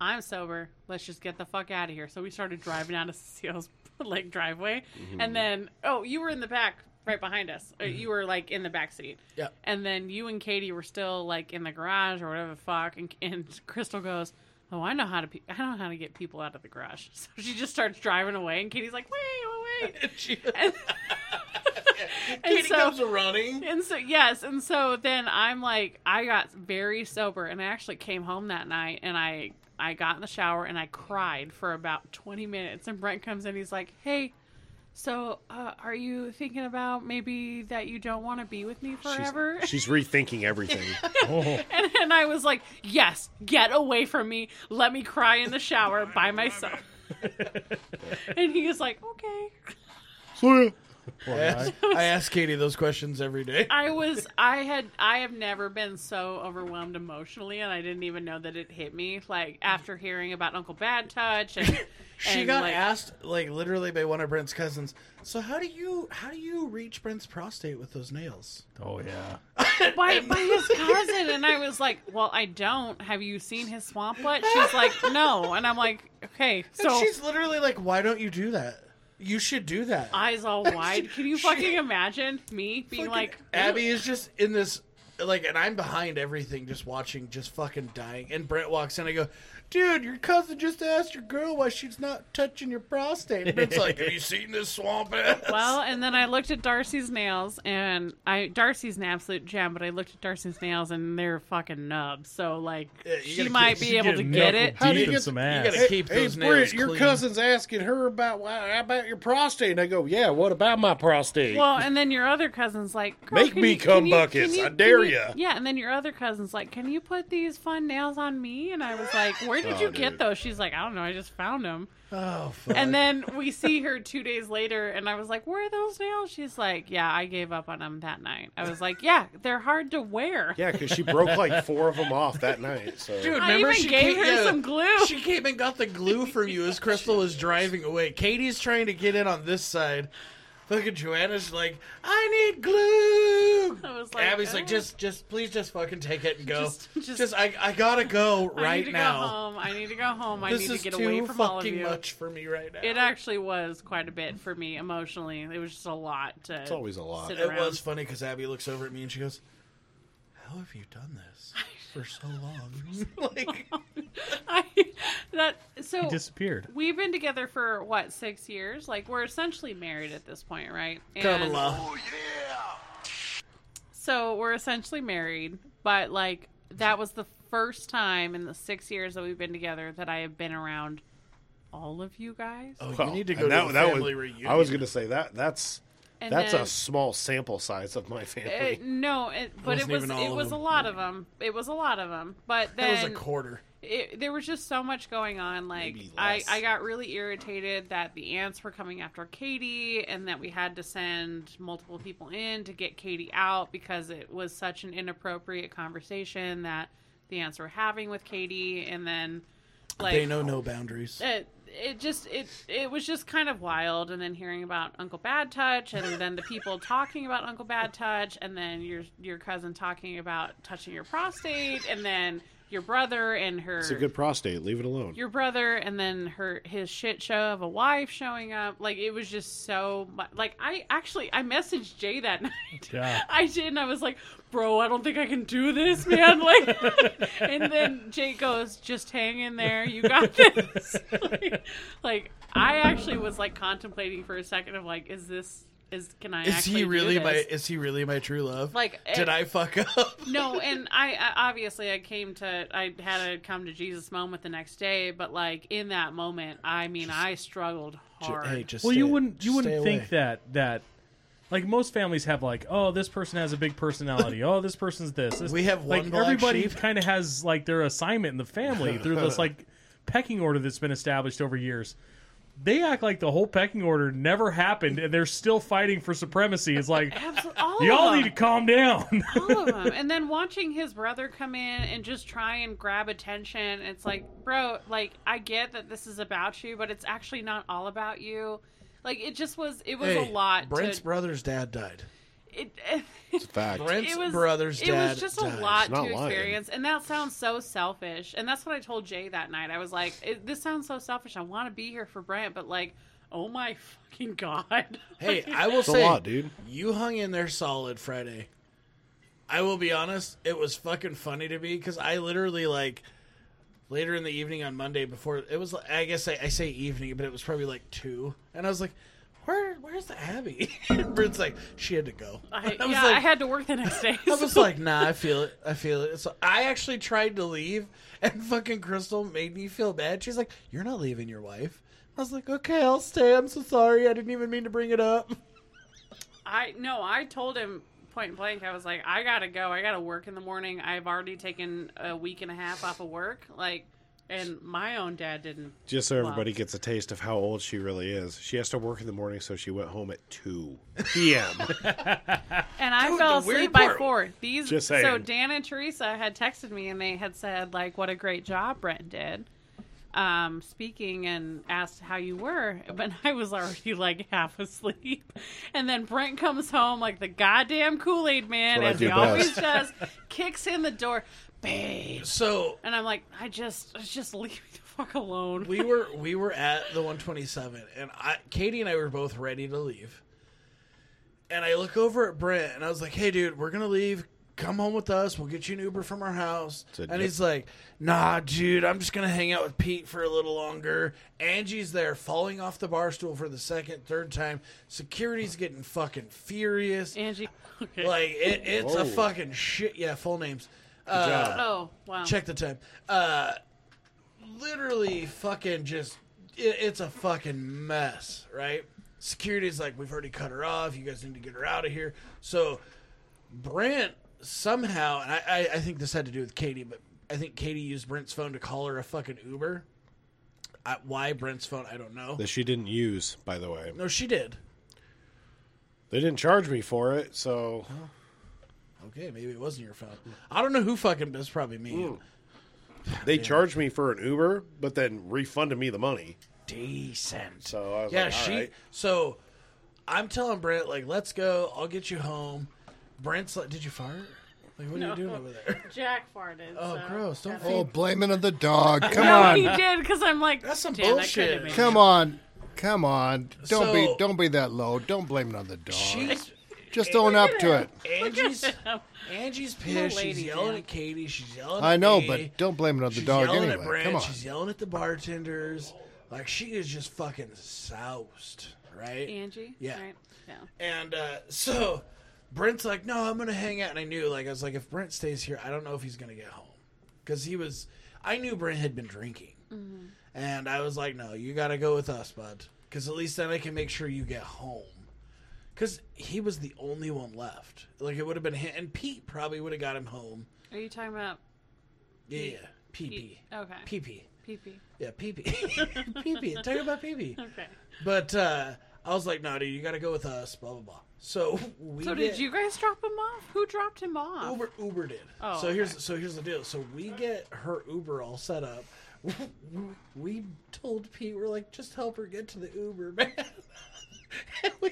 A: I'm sober. Let's just get the fuck out of here." So we started driving down to Cecile's like driveway, and then oh, you were in the back, right behind us. Uh You were like in the back seat.
B: Yeah.
A: And then you and Katie were still like in the garage or whatever the fuck, and, and Crystal goes, "Oh, I know how to pe- I know how to get people out of the garage." So she just starts driving away, and Katie's like, "Wait, wait, wait!"
B: She,
A: And, and
B: Katie
A: so,
B: comes running.
A: and so yes, and so then I'm like, I got very sober, and I actually came home that night, and I I got in the shower and I cried for about 20 minutes, and Brent comes in, he's like, "Hey." So, uh, are you thinking about maybe that you don't want to be with me forever?
C: She's rethinking everything.
A: And, and I was like, yes, get away from me. Let me cry in the shower by myself. and he was like, okay.
C: so yeah.
B: I ask, I ask Katie those questions every day.
A: I was, I had, I have never been so overwhelmed emotionally, and I didn't even know that it hit me. Like, after hearing about Uncle Bad Touch, and
B: She
A: and,
B: got
A: like,
B: asked, like literally, by one of Brent's cousins. So how do you how do you reach Brent's prostate with those nails?
E: Oh yeah.
A: by, by his cousin, and I was like, well, I don't. Have you seen his swamp butt? She's like, no. And I'm like, okay,
B: and
A: so.
B: she's literally like, "Why don't you do that? You should do that."
A: Eyes all wide. Can you
B: She-
A: fucking imagine me being
B: Fucking
A: like
B: Abby is just in this like, and I'm behind everything, just watching, just fucking dying. And Brent walks in. I go, "Dude, your cousin just asked your girl why she's not touching your prostate." And Brent's like, "Have you seen this swamp ass?"
A: Well, and then I looked at Darcy's nails, and I Darcy's an absolute gem, but I looked at Darcy's nails, and they're fucking nubs. So like,
B: Yeah, you
A: she
B: gotta
A: might
B: keep-
A: be able to
E: Getting
A: get
E: knuckle
A: it.
E: Deep
C: do you
E: in
C: get-
E: some
C: you
E: ass.
B: gotta keep those nails
C: your
B: clean.
C: cousin's asking her about why about your prostate, and I go, "Yeah, what about my prostate?"
A: Well, and then your other cousin's like, "Girl,
C: Make
A: can
C: me
A: you- can
C: cum
A: you- can
C: buckets,
A: you-
C: I
A: can you-
C: dare ya.
A: Yeah, and then your other cousin's like, "Can you put these fun nails on me?" And I was like, "Where did
C: Oh,
A: you get
C: dude.
A: those?" She's like, "I don't know, I just found them."
B: oh fuck.
A: And then we see her two days later, and I was like, "Where are those nails?" She's like, "Yeah, I gave up on them that night." I was like, "Yeah, they're hard to wear."
C: yeah, because she broke like four of them off that night. So
B: Dude,
A: I
B: remember
A: even
B: she
A: gave her
B: came- yeah,
A: some glue.
B: She came and got the glue from you as Crystal was driving away. Katie's trying to get in on this side. Fucking Joanna's like, I need glue.
A: I was like,
B: Abby's like,
A: "Oh."
B: just, just, please, just fucking take it and go. Just,
A: Just- just-
B: I, I gotta go
A: I
B: right
A: need to go
B: now.
A: home. I need to go home. I
B: This
A: need to
B: is
A: get
B: too
A: away from all of
B: fucking
A: you.
B: much for me right now.
A: It actually was quite a bit for me emotionally. It was just a lot. To
C: it's always a lot.
A: sit
B: It
A: around.
B: was funny because Abby looks over at me and she goes, "How have you done this for so long?" like,
A: I, that so
E: He disappeared.
A: we've been together for what six years? Like we're essentially married at this point, right? And
B: Kamala.
A: So we're essentially married, but like that was the first time in the six years that we've been together that I have been around all of you guys.
B: Oh,
C: Well,
B: you need to go
C: and
B: to a
C: that
B: family
C: was,
B: reunion.
C: I was going to say that that's
A: And
C: that's
A: then-
C: a small sample size of my family.
A: Uh, no, it, but it
B: wasn't
A: was
B: even all
A: it
B: of
A: was a
B: them.
A: lot of them. It was a lot of them. But then
B: that was a quarter.
A: it, there was just so much going on. Like
C: Maybe
A: I,
C: less.
A: I got really irritated that the ants were coming after Katie, and that we had to send multiple people in to get Katie out because it was such an inappropriate conversation that the ants were having with Katie, and then like
B: they know no boundaries.
A: it, it just it it was just kind of wild and then hearing about Uncle Bad Touch and then the people talking about Uncle Bad Touch and then your your cousin talking about touching your prostate and then your brother and her
C: It's a good prostate. Leave it alone.
A: your brother and then her his shit show of a wife showing up like it was just so mu- like I actually I messaged Jay that night
E: Yeah.
A: I did, and I was like, "Bro, I don't think I can do this, man." Like, and then Jake goes, "Just hang in there, you got this." like, like, I actually was like contemplating for a second of like, "Is this is can I?
B: Is
A: actually
B: he
A: do
B: really
A: this?
B: my? Is he really my true love?
A: Like,
B: did
A: it-
B: I fuck up?
A: no, and I, I obviously I came to I had a come to Jesus moment the next day, but like in that moment, I mean, I struggled
B: Ju-
A: hard.
B: Hey, just
E: well,
B: stay-
E: you wouldn't you
B: just
E: wouldn't
B: stay
E: think
B: away.
E: that that like most families have like oh this person has a big personality oh this person's this, this.
B: We have
E: like
B: one black
E: everybody
B: sheep.
E: kind of has like their assignment in the family through this like pecking order that's been established over years. They act like the whole pecking order never happened and they're still fighting for supremacy. It's like
A: Absolutely, all
E: y'all
A: of
E: need
A: them.
E: to calm down.
A: all of them. And then watching his brother come in and just try and grab attention. It's like, bro, like I get that this is about you, but it's actually not all about you. Like it just was. It was
B: Hey,
A: a lot.
B: Brent's
A: to,
B: brother's dad died.
A: it,
C: Fact.
B: Brent's
A: it was
B: brother's
A: It
B: dad
A: was just
B: died.
A: a lot
C: not
A: to
C: lying.
A: experience, and that sounds so selfish. And that's what I told Jay that night. I was like, it, "This sounds so selfish. I want to be here for Brent, but like, oh my fucking god."
B: Hey, I will
C: a
B: say,
C: lot, dude.
B: you hung in there solid Friday. I will be honest, it was fucking funny to me because I literally like later in the evening on Monday before it was. I guess I, I say evening, but it was probably like two, and I was like, "Where, where's the Abby?" And Brent's like, "She had to go."
A: I,
B: was
A: yeah,
B: like,
A: I had to work the next day.
B: I was like, nah, I feel it. I feel it. So I actually tried to leave, and fucking Crystal made me feel bad. She's like, you're not leaving your wife. I was like, okay, I'll stay. I'm so sorry. I didn't even mean to bring it up.
A: I no, I told him point blank. I was like, I gotta go. I gotta work in the morning. I've already taken a week and a half off of work. Like, and my own dad didn't.
C: Just so everybody gets a taste of how old she really is. She has to work in the morning, so she went home at 2 p.m.
A: And I fell
B: the weird
A: asleep by
B: part-
A: four. These
C: Just saying.
A: so Dan and Teresa had texted me and they had said like, what a great job Brent did. Um, speaking and asked how you were, but I was already like half asleep. And then Brent comes home like the goddamn Kool Aid man,
C: What I
A: as
C: do
A: he always
C: best.
A: does, kicks in the door, babe.
B: So
A: And I'm like, I just, just leave me the fuck alone.
B: we were we were at the 127, and I, Katie and I were both ready to leave. And I look over at Brent, and I was like, hey, dude, we're gonna leave. Come home with us. We'll get you an Uber from our house.
C: Said,
B: and
C: "Yep."
B: he's like, nah, dude, I'm just going to hang out with Pete for a little longer. Angie's there falling off the bar stool for the second, third time. Security's getting fucking furious.
A: Angie. Okay.
B: Like, it, it's a
C: Whoa.
B: fucking shit. Yeah, full names. Uh,
C: job.
A: oh wow.
B: Check the time. Uh, literally, fucking just. It, it's a fucking mess, right? Security's like, we've already cut her off. You guys need to get her out of here. So, Brent somehow, and I, I, I think this had to do with Katie, but I think Katie used Brent's phone to call her a fucking Uber. I, why Brent's phone? I don't know.
C: that she didn't use, by the way.
B: No, she did.
C: They didn't charge me for it, so
B: Okay, maybe it wasn't your phone. I don't know who fucking. That's probably me.
C: they charged me for an Uber, but then refunded me the money.
B: decent.
C: So I was
B: yeah,
C: like, all
B: she.
C: right.
B: So I'm telling Brent like, let's go. I'll get you home. Brent's like, did you fart? Like, what are you doing over there?
A: Jack farted.
B: Oh,
A: so-
B: gross! Don't feed.
D: Oh, blaming on the dog. Come
A: No,
D: on.
A: he did because I'm like
B: That's some
A: "Damn, that
B: bullshit."
A: could've been
D: Come on. Come on. Don't be
B: So-
D: don't be that low. Don't blame it on the dog.
B: She's
D: Just own up to it.
B: Angie's. Angie's pissed.
A: lady,
B: She's yelling
A: man.
B: at Katie. She's yelling.
D: I
B: at
D: know,
B: me.
D: but don't blame it on the
B: she's
D: dog
B: yelling
D: anyway.
B: at Brent.
D: Come on.
B: She's yelling at the bartenders. Like she is just fucking soused, right?
A: Angie.
B: Yeah.
A: Right? Yeah.
B: And uh, so Brent's like, no, I'm going to hang out. And I knew, like, I was like, if Brent stays here, I don't know if he's going to get home. Because he was, I knew Brent had been drinking.
A: Mm-hmm.
B: And I was like, no, you got to go with us, bud. Because at least then I can make sure you get home. Because he was the only one left. Like, it would have been him. And Pete probably would have got him home.
A: Are you talking about
B: Yeah. yeah. PP.
A: Oh, okay
B: PP.
A: PP?
B: Yeah, PP. PP. Talk about PP.
A: Okay.
B: But uh, I was like, no, dude, you got to go with us, blah, blah, blah. So we
A: So did you guys drop him off? Who dropped him off?
B: Uber Uber did.
A: Oh,
B: so here's so here's the deal. So we get her Uber all set up. We told Pete we're like, just help her get to the Uber, man. and, we,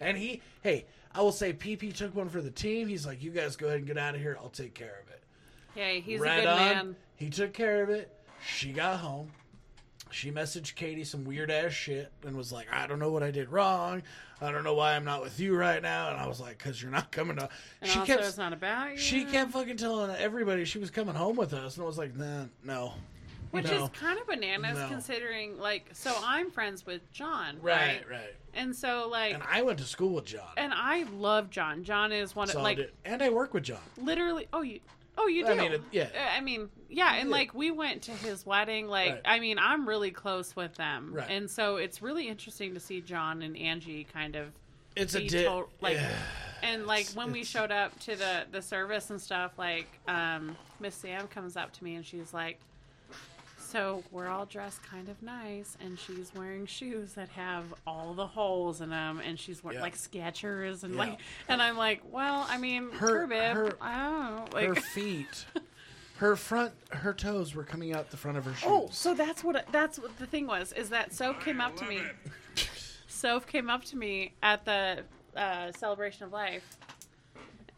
B: and he, hey, I will say, PP took one for the team. He's like, you guys go ahead and get out of here. I'll take care of it.
A: Hey, he's
B: right
A: a good
B: on.
A: man.
B: He took care of it. She got home. She messaged Katie some weird ass shit and was like, I don't know what I did wrong. I don't know why I'm not with you right now. And I was like, because you're not coming to.
A: And
B: she
A: also,
B: kept
A: it's not about you.
B: she kept fucking telling everybody she was coming home with us, and I was like, nah, no.
A: Which
B: No.
A: is kind of bananas
B: No.
A: considering, like, so I'm friends with John, right?
B: Right, right.
A: And so, like,
B: And I went to school with John.
A: and I love John. John is one of
B: so I
A: like
B: did- and I work with John.
A: literally. Oh, you. Oh, you do.
B: I mean, it- yeah.
A: Uh, I mean, yeah, and
B: Yeah.
A: like we went to his wedding. Like,
B: Right.
A: I mean, I'm really close with them,
B: Right.
A: and so it's really interesting to see John and Angie kind of
B: It's
A: be
B: a di-
A: to- like,
B: yeah.
A: and like when we
B: it's-
A: showed up to the the service and stuff, like um Miss Sam comes up to me and she's like, "So we're all dressed kind of nice, and she's wearing shoes that have all the holes in them, and she's wearing
B: Yeah.
A: like Skechers and
B: Yeah.
A: like." And I'm like, "Well, I mean,
B: Her-
A: her, bib,
B: her-
A: I don't know,
B: her
A: like."
B: feet, her front, her toes were coming out the front of her shoes.
A: Oh, so that's what that's what the thing was. Is that Soph came up to me. Soph came up to me at the uh, celebration of life,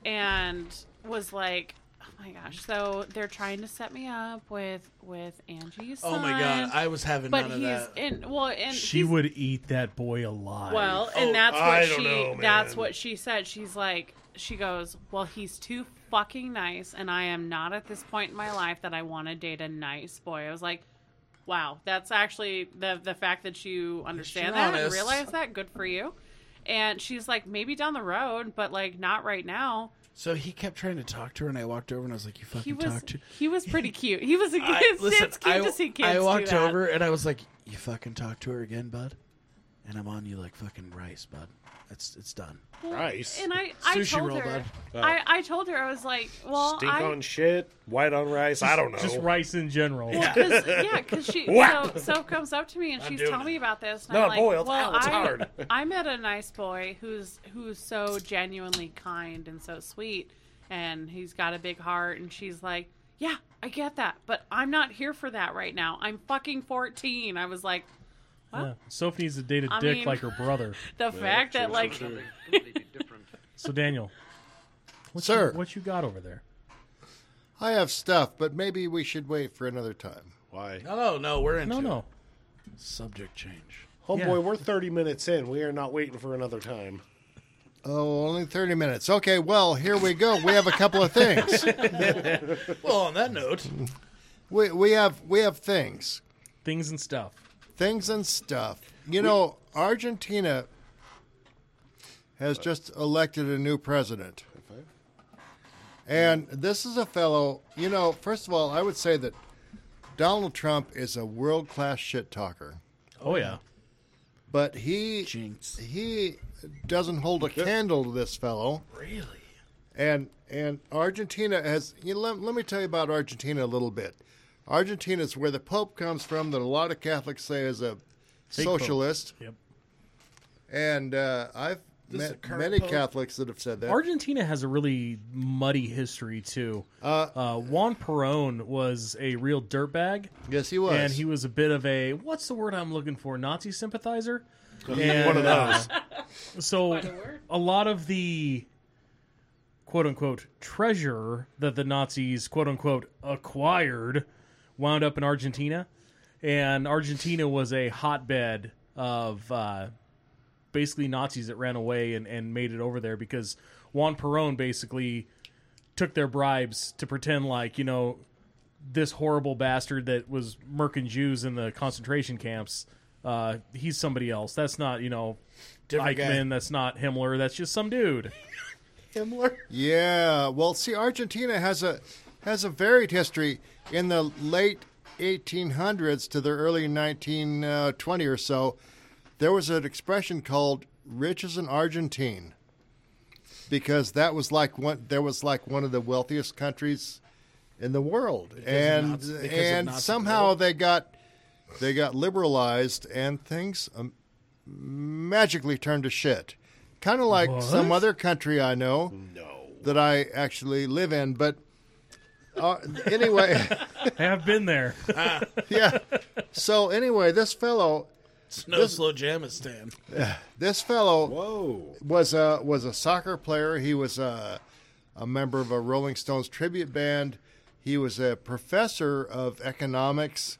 A: and was like, "Oh my gosh!" So they're trying to set me up with with Angie's
B: Oh my
A: son,
B: god, I was having
A: but
B: none of
A: he's
B: that.
A: in well, and
E: She
A: he's-
E: would eat that boy alive.
A: well, and
B: oh,
A: that's
C: I
A: what
C: don't
A: she
C: know,
A: that's
C: man.
A: what she said. She's like, she goes, "Well, he's too fucking nice, and I am not at this point in my life that I want to date a nice boy." I was like, "Wow, that's actually the the fact that you understand that and
B: honest.
A: realize that. Good for you." And she's like, "Maybe down the road, but like not right now."
B: so he kept trying to talk to her, and I walked over and I was like, "You
A: He
B: fucking
A: was
B: talk to."
A: he was pretty cute. He was a
B: I,
A: it's,
B: listen,
A: it's cute
B: I,
A: to see kids.
B: I
A: do
B: walked
A: that.
B: over and I was like, "You fucking talk to her again, bud," and I'm on you like fucking rice, bud. It's it's done.
C: Rice.
A: and I I
B: Sushi
A: told
B: roll,
A: her
B: bud.
A: I, I told her I was like, well,
C: Stink
A: I,
C: on shit, white on rice. I don't know.
E: Just rice in general.
A: Well, 'cause- yeah, because she so,
C: Whap!
A: so comes up to me and she's
B: doing
A: telling
B: it.
A: me about this. And
C: No,
A: I'm like,
C: boy, it's-
A: well,
C: ow, it's
A: I,
C: hard."
A: I met a nice boy who's who's so genuinely kind and so sweet, and he's got a big heart. And she's like, yeah, I get that, but I'm not here for that right now. I'm fucking 14. I was like,
E: Yeah. Soph needs to date a
A: I
E: dick
A: mean-
E: like her brother.
A: the fact that like
F: completely different.
E: So Daniel, what
D: Sir.
E: you, what you got over there?
D: I have stuff, but maybe we should wait for another time.
C: Why?
B: No,
A: Oh,
B: no, no. We're into
E: No,
B: it.
E: no.
B: subject change.
C: Oh
E: Yeah.
C: boy, we're 30 minutes in. We are not waiting for another time.
D: Oh, only 30 minutes. Okay, well, here we go. We have a couple of things.
B: Well, on that note,
D: We, we have we have things.
E: Things and stuff.
D: Things and stuff. You know, Argentina has just elected a new president. And this is a fellow, you know, first of all, I would say that Donald Trump is a world-class shit talker.
E: Oh yeah.
D: But he
B: jinx.
D: he doesn't hold a candle to this fellow.
B: Really?
D: And and Argentina has you know, let, let me tell you about Argentina a little bit. Argentina is where the Pope comes from that a lot of Catholics say is a
E: Pope.
D: socialist.
E: Yep.
D: And uh, I've
B: This is the
D: met
B: current
D: many
B: Pope?
D: Catholics that have said that.
E: Argentina has a really muddy history too. Uh, Juan Perón was a real dirtbag,
D: yes, he was.
E: and he was a bit of a what's the word I'm looking for? Nazi sympathizer.
C: One of
E: And, uh,
C: those.
E: so
A: Quite a word.
E: a lot of the quote unquote treasure that the Nazis quote unquote acquired wound up in Argentina, and Argentina was a hotbed of uh, basically Nazis that ran away and, and made it over there because Juan Perón basically took their bribes to pretend like you know this horrible bastard that was murking Jews in the concentration camps. Uh, he's somebody else. That's not you know
B: Different guy.
E: Eichmann. That's not Himmler. That's just some dude.
B: Himmler.
D: yeah. Well, see, Argentina has a has a varied history. In the late 1800s to the early 1920 or so, there was an expression called "rich as an Argentine," because that was like one. There was like one of the wealthiest countries in the world, and
B: Nazi- because of
D: and
B: Nazi
D: somehow
B: rule.
D: they got they got liberalized, and things um, magically turned to shit. Kind of like some other country I know
C: No.
D: that I actually live in, but uh, anyway,
E: I have been there.
D: yeah. So anyway, this fellow,
B: No slow jamistan.
D: this fellow
C: Whoa.
D: was a was a soccer player. He was a a member of a Rolling Stones tribute band. He was a professor of economics,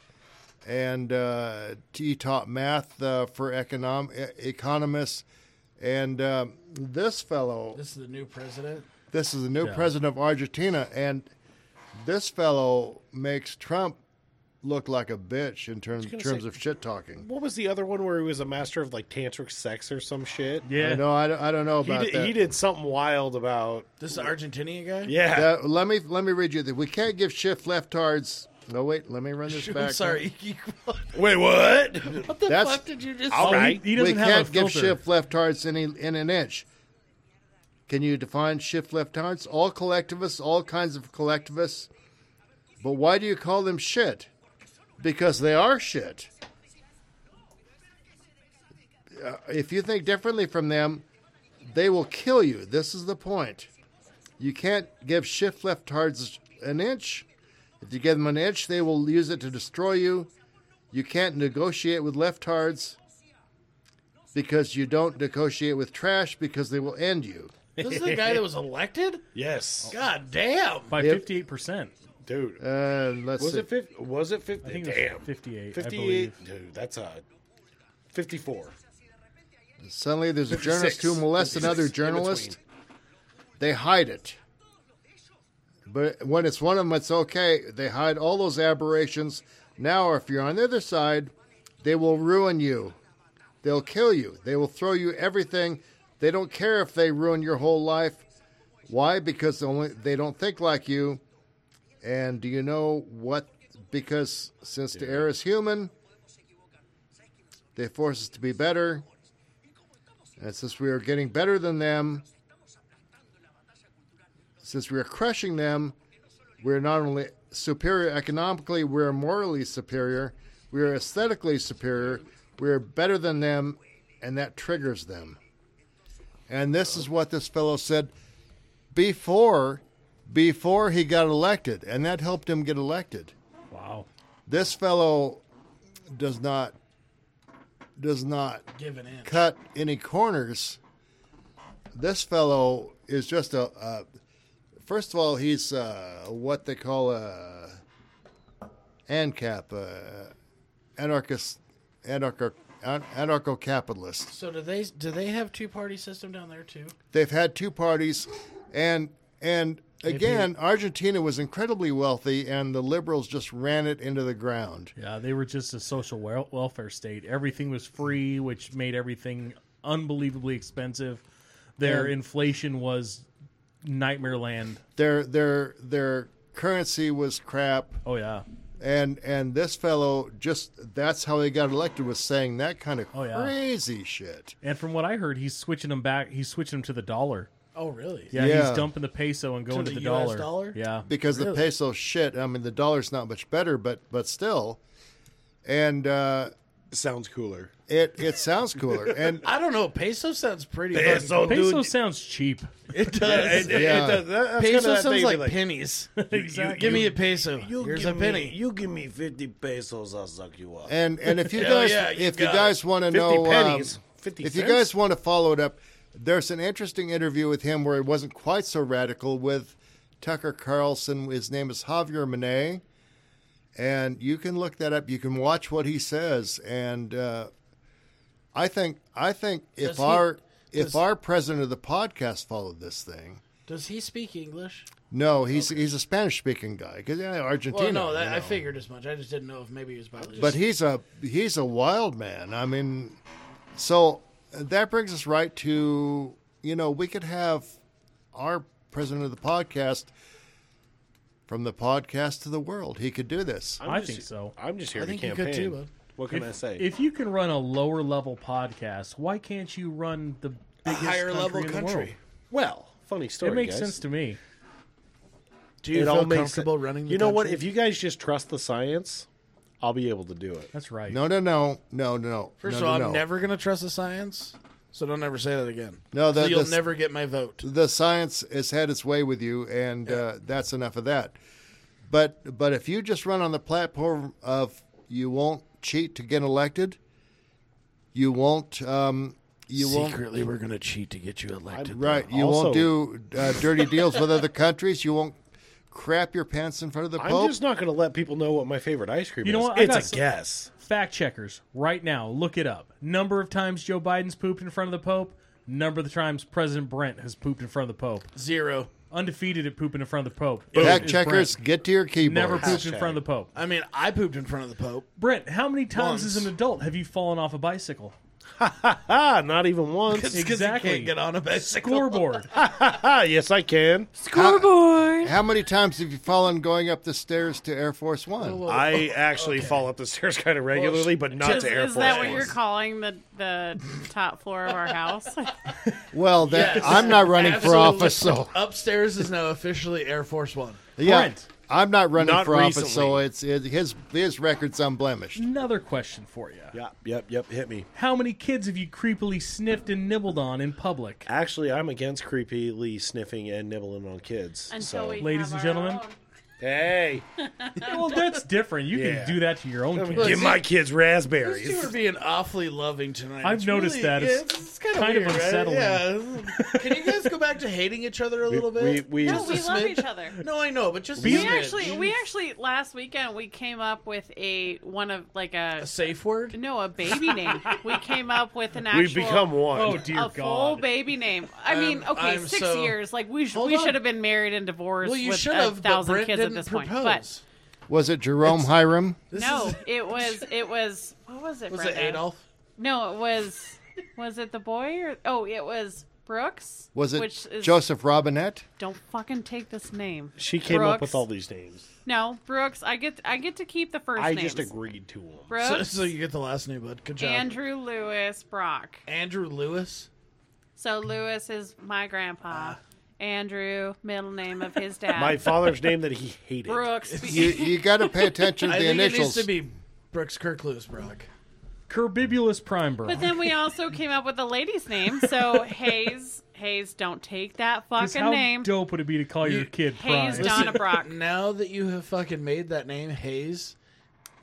D: and uh, he taught math uh, for econom- e- economists. And um, this fellow,
B: This is the new president.
D: this is the new president of Argentina, and this fellow makes Trump look like a bitch in term,
C: gonna
D: terms
C: say-
D: of shit talking.
C: What was the other one where he was a master of like tantric sex or some shit?
D: I
E: Yeah.
D: know. I don't, I don't know
C: He
D: about
C: did,
D: that.
C: he did something wild about
B: This is the Argentinian guy.
C: yeah.
D: That- let me let me read you. The, we can't give shift leftards. No wait. Let me run this
B: I'm
D: back.
B: sorry.
C: Wait, what?
B: what the
D: That's-
B: fuck did you just?
E: Oh,
C: I'll-
E: he-
C: Right.
E: He,
D: we
E: doesn't have
D: can't
E: a
D: give
E: filter.
D: shift leftards any in an inch. Can you define shift leftards? All collectivists, all kinds of collectivists. But why do you call them shit? Because they are shit. Uh, if you think differently from them, they will kill you. This is the point. You can't give shift leftards an inch. If you give them an inch, they will use it to destroy you. You can't negotiate with leftards because you don't negotiate with trash because they will end you.
B: This is the guy that was elected.
C: Yes,
B: God damn.
E: by
D: Yep.
E: fifty-eight percent.
C: dude.
D: Uh, let's
C: was
D: see.
C: it 50, was it 50?
E: I think it
C: Damn.
E: was fifty-eight. I
C: 58.
E: believe.
C: Dude, that's a 54.
D: Suddenly there's a
C: 56,
D: journalist who molests
C: 56,
D: another
C: in
D: journalist.
C: between.
D: They hide it. But when it's one of them, it's okay. They hide all those aberrations. Now, if you're on the other side, they will ruin you. They'll kill you. They will throw you everything. They don't care if they ruin your whole life. Why? Because they only they don't think like you. And do you know what? Because since the air is human, they force us to be better. And since we are getting better than them, since we are crushing them, we're not only superior economically, we're morally superior, we are aesthetically superior, we're better than them, and that triggers them. And this is what this fellow said before before he got elected, and that helped him get elected.
E: Wow.
D: This fellow does not does not
B: Give an inch.
D: cut any corners. This fellow is just a. Uh, first of all, he's uh, what they call a ANCAP, uh, anarchist, anarcho, anarcho capitalist
B: So do they? Do they have two party system down there too?
D: they've had two parties and and again argentina was incredibly wealthy and the liberals just ran it into the ground
E: Yeah, they were just a social wel- welfare state. Everything was free, which made everything unbelievably expensive. Their inflation was nightmare land.
D: their their their currency was crap
E: Oh yeah,
D: and and this fellow just that's how he got elected was saying that kind of
E: yeah.
D: crazy shit
E: and from what I heard, he's switching them back. He's switching them to the dollar.
B: Oh really?
E: Yeah,
D: Yeah.
E: he's dumping the peso and going to,
B: the
E: the
B: US
E: dollar.
B: dollar?
E: Yeah,
D: because the
B: Really?
D: peso shit i mean the dollar's not much better but but still and uh
C: Sounds cooler.
D: it it sounds cooler and
B: I don't know. Peso sounds pretty.
C: Peso,
E: peso
C: dude.
E: sounds cheap.
B: It does.
D: Yeah.
B: Peso sounds like, pennies.
E: Exactly.
B: Give me a peso. Here's a penny.
C: you give me 50 pesos, I'll suck you up.
D: And and if you
B: Hell
D: guys
B: yeah, you
D: if you
B: got
D: guys want to
C: 50
D: know um,
C: pennies, 50
D: if you
C: cents?
D: guys want to follow it up, there's an interesting interview with him where he wasn't quite so radical with Tucker Carlson. His name is Javier Monet, and you can look that up. You can watch what he says, and uh, I think I think if
B: Does he-
D: our if
B: does-
D: our president of the podcast followed this thing.
B: Does he speak English?
D: No, he's he's a Spanish speaking guy because yeah, Argentina.
B: Well, no, that,
D: you know.
B: I figured as much. I just didn't know if maybe he was bilingual.
D: But he's a he's a wild man. I mean, so that brings us right to you know we could have our president of the podcast from the podcast to the world. He could do this.
E: I think so.
C: I'm just here
B: I
C: to
B: think you
C: campaign.
B: could too, bud.
C: what can I say?
E: If you can run a lower level podcast, why can't you run the biggest
B: higher
E: country
B: level
E: in the
B: country.
E: world?
C: well, funny story.
E: It makes
C: guys.
E: sense to me.
B: do you
C: it all
B: feel
C: makes
B: comfortable
C: sense.
B: running? The
C: You know what?
B: country?
C: If you guys just trust the science, I'll be able to do it.
E: That's right.
D: No, no, no, no, no, no.
B: First
D: no,
B: of all,
D: no,
B: I'm
D: no.
B: never going to trust the science, so don't ever say that again.
D: No, that-
B: so you'll
D: that's-
B: never get my vote.
D: the science has had its way with you, and uh, that's enough of that. But but if you just run on the platform of you won't cheat to get elected, you won't um, you won't
B: Secretly, we're going to cheat to get you elected.
D: Right. You won't do uh, dirty deals with other countries. You won't crap your pants in front of the
C: I'm
D: Pope.
C: just not going to let people know what my favorite ice cream
E: You
C: is.
E: know what? I
C: It's
E: got
C: a
E: some-
C: guess.
E: Fact checkers, right now, look it up. Number of times Joe Biden's pooped in front of the Pope. Number of the times President Brent has pooped in front of the Pope.
B: Zero.
E: undefeated at pooping in front of the Pope.
D: Fact
E: Is
D: checkers,
E: Brent.
D: get to your keyboards.
E: never pooped in
C: Hashtag.
E: front of the Pope.
B: I mean, I pooped in front of the Pope.
E: Brent, how many times
B: Once.
E: as an adult have you fallen off a bicycle?
C: Ah, not even once.
B: It's 'cause you
E: Exactly.
B: can't get on a bicycle.
E: Scoreboard.
C: ah, yes, I can.
A: Scoreboard.
D: How many times have you fallen going up the stairs to Air Force One?
C: I actually fall up the stairs kind of regularly, but not
A: Is,
C: to Air
A: is
C: Force
A: that what
C: One.
A: you're calling the the top floor of our house?
D: Well, that, I'm not running for
B: Absolutely.
D: office, so
B: Upstairs is now officially Air Force One.
D: yeah,
E: Brent.
D: I'm not running
C: Not
D: for
C: recently.
D: office, so it's it, his his record's unblemished.
E: Another question for you.
C: Yep, yep, yep. Hit me.
E: How many kids have you creepily sniffed and nibbled on in public?
C: Actually, I'm against creepily sniffing and nibbling on kids. so.
E: Ladies and gentlemen.
C: hey,
E: Well, that's different. You
C: Yeah.
E: can do that to your own kids.
C: give my
B: These
C: kids
B: two are
C: raspberries.
B: being awfully loving tonight.
E: I've
B: It's
E: noticed
B: really-
E: that.
B: yeah,
E: It's
B: kinda
E: kind of
B: weird, right?
E: unsettling.
B: Yeah. Can you guys go back to hating each other a little
C: We,
B: bit?
C: we,
B: No,
A: No, we
B: Just a
A: love
B: smidge.
A: each other.
B: no, I know, but just a
E: We
A: We
B: smidge.
A: actually, we actually last weekend we came up with a one of like a
B: a safe word.
A: no a baby name. we came up with an actual
C: we've become one.
E: Oh dear
A: a full
E: God!
A: baby name. I mean,
B: I'm-
A: okay,
B: I'm
A: six
B: so-
A: years. Like we sh-
B: Hold
A: we
B: on.
A: should have been married and divorced.
B: Well, you
A: with
B: should
A: a
B: have. but
A: thousand
B: Brent
A: kids at
B: didn't
A: this
B: propose.
A: point. But
D: Was it Jerome Hiram?
B: This
A: no,
B: is-
A: it was it was what was it?
B: was it
A: Brenda?
B: Adolf?
A: No, it was was it the boy or oh it was Brooks.
D: Was it
A: which is,
D: Joseph Robinette?
A: Don't fucking take this name.
C: She came up with
A: Brooks.
C: all these names.
A: No, Brooks. I get I get to keep the first
C: I
A: names.
C: just agreed to them.
A: Brooks.
B: So, so you get the last name, bud. Good job,
A: Andrew Lewis Brock.
B: Andrew Lewis.
A: So Lewis is my grandpa.
B: Ah.
A: Andrew, middle name of his dad.
C: My father's name that he hated.
A: Brooks.
D: You you got to pay attention to
B: I
D: the
B: think
D: initials.
B: it needs to be Brooks Kirk Lewis Brock.
E: Curbibulus primborough.
A: But then we also came up with a lady's name. So Hayes, Hayes, don't take that
E: 'Cause
A: fucking
E: how
A: name.
E: dope would it be to call your kid Prime?
A: Hayes Donna Brock.
B: Now that you have fucking made that name Hayes,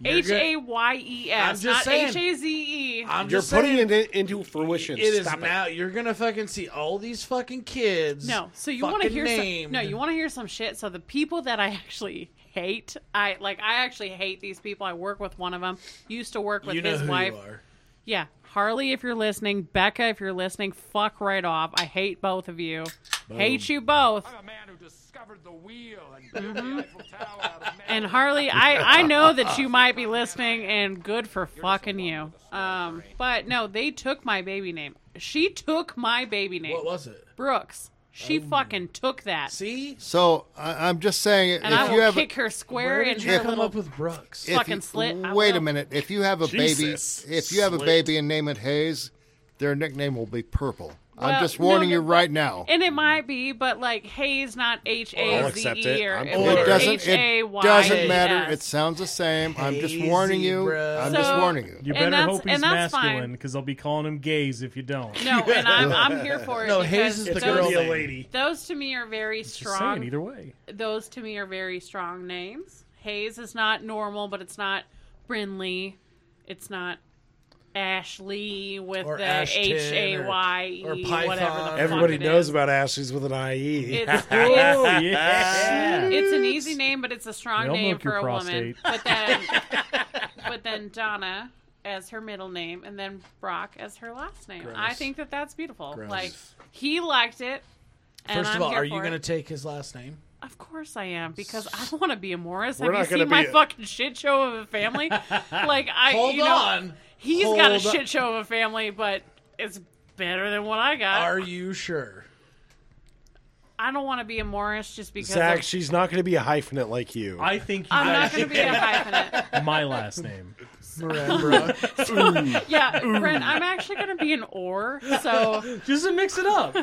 B: you're
A: H
B: good-
A: A Y E
B: I'm
A: S,
B: just
A: not
B: saying.
A: H A Z E.
B: I'm
C: You're
B: just
C: putting
B: saying,
C: it in- into fruition.
B: It is
C: Stop it.
B: now. You're gonna fucking see all these fucking kids.
A: No, so you want to
B: fucking
A: hear
B: named.
A: some? No, you want to hear some shit. So the people that I actually hate, I like. I actually hate these people. I work with one of them. Used to work with
B: You know
A: his
B: who
A: wife.
B: you are.
A: Yeah, Harley, if you're listening, Becca, if you're listening, fuck right off. I hate both of you. Hate you both.
F: I'm a man who discovered the wheel and built the Eiffel Tower out of
A: And Harley, I, I know that you might be listening, and good for fucking you. Um, but no, they took my baby name. She took my baby name,
B: What was it?
A: Brooks. She fucking took that,
B: See,
D: so I, I'm just saying,
A: and
D: if
A: I will
D: you have
A: kick her square
B: where
A: in
B: did you
A: her
B: come
A: little.
B: up with Brooks?
D: if
A: fucking
D: you-
A: slit, I
D: Wait a
A: will.
D: minute. If you have a
C: Jesus.
D: baby, if you have a
C: Slit.
D: baby and name it Hayes, their nickname will be Purple.
A: Well,
D: I'm just
A: no,
D: warning
A: no,
D: you right now.
A: and it might be, but like Hayes, not H
C: I'll
A: A
C: accept
A: Z
C: it.
A: E or
C: I'm
A: it
C: cool.
A: was
D: It doesn't. It
A: H-A-Y-E-S.
D: doesn't matter. It sounds the same. I'm just warning
B: Hazy,
D: you.
B: bruh.
D: I'm just
A: So-
D: warning you.
A: And
E: You better
A: that's-
E: hope he's
A: and that's fine.
E: masculine because they'll be calling him gays if you don't.
A: No, and I'm, I'm here for it.
B: No,
A: because
B: Oh, Hayes is the
A: those,
B: girl name.
C: lady.
A: Those to me are very
E: Just
A: strong.
E: saying, either way.
A: those to me are very strong names. Hayes is not normal, but it's not Brinley. It's not Ashley with
B: Or
A: the
B: Ashton or-
A: H A Y E
B: or Python.
A: whatever. The fuck
C: Everybody
A: it
C: knows
A: is.
C: about Ashley's with an E. IE.
A: It's,
E: Oh
A: it's,
E: yeah.
A: it's an easy name, but it's a strong
E: They'll
A: name
E: milk your
A: for a woman.
E: prostate.
A: But then, but then Donna as her middle name, and then Brock as her last name. I
B: Gross.
A: think that that's beautiful.
B: Gross.
A: Like he liked it. And
B: First
A: I'm
B: of all,
A: here
B: are you
A: for it.
B: gonna take his last name?
A: Of course I am because I want to be a Morris.
C: We're
A: Have
C: not
A: you
C: gonna
A: seen my
C: be a-
A: fucking shit show of a family? like I,
B: Hold
A: you know,
B: on.
A: he's got a
B: Hold on.
A: shit show of a family, but it's better than what I got.
B: Are you sure?
A: I don't want to be a Morris just because
C: Zach,
A: of-
C: she's not going to be a hyphenate like you.
E: I think you
A: I'm not
E: guys
A: going to be a hyphenate.
E: get my last name.
B: Moran Brock.
A: Yeah, Brent, I'm actually going to be an or, so
E: Just to mix it up.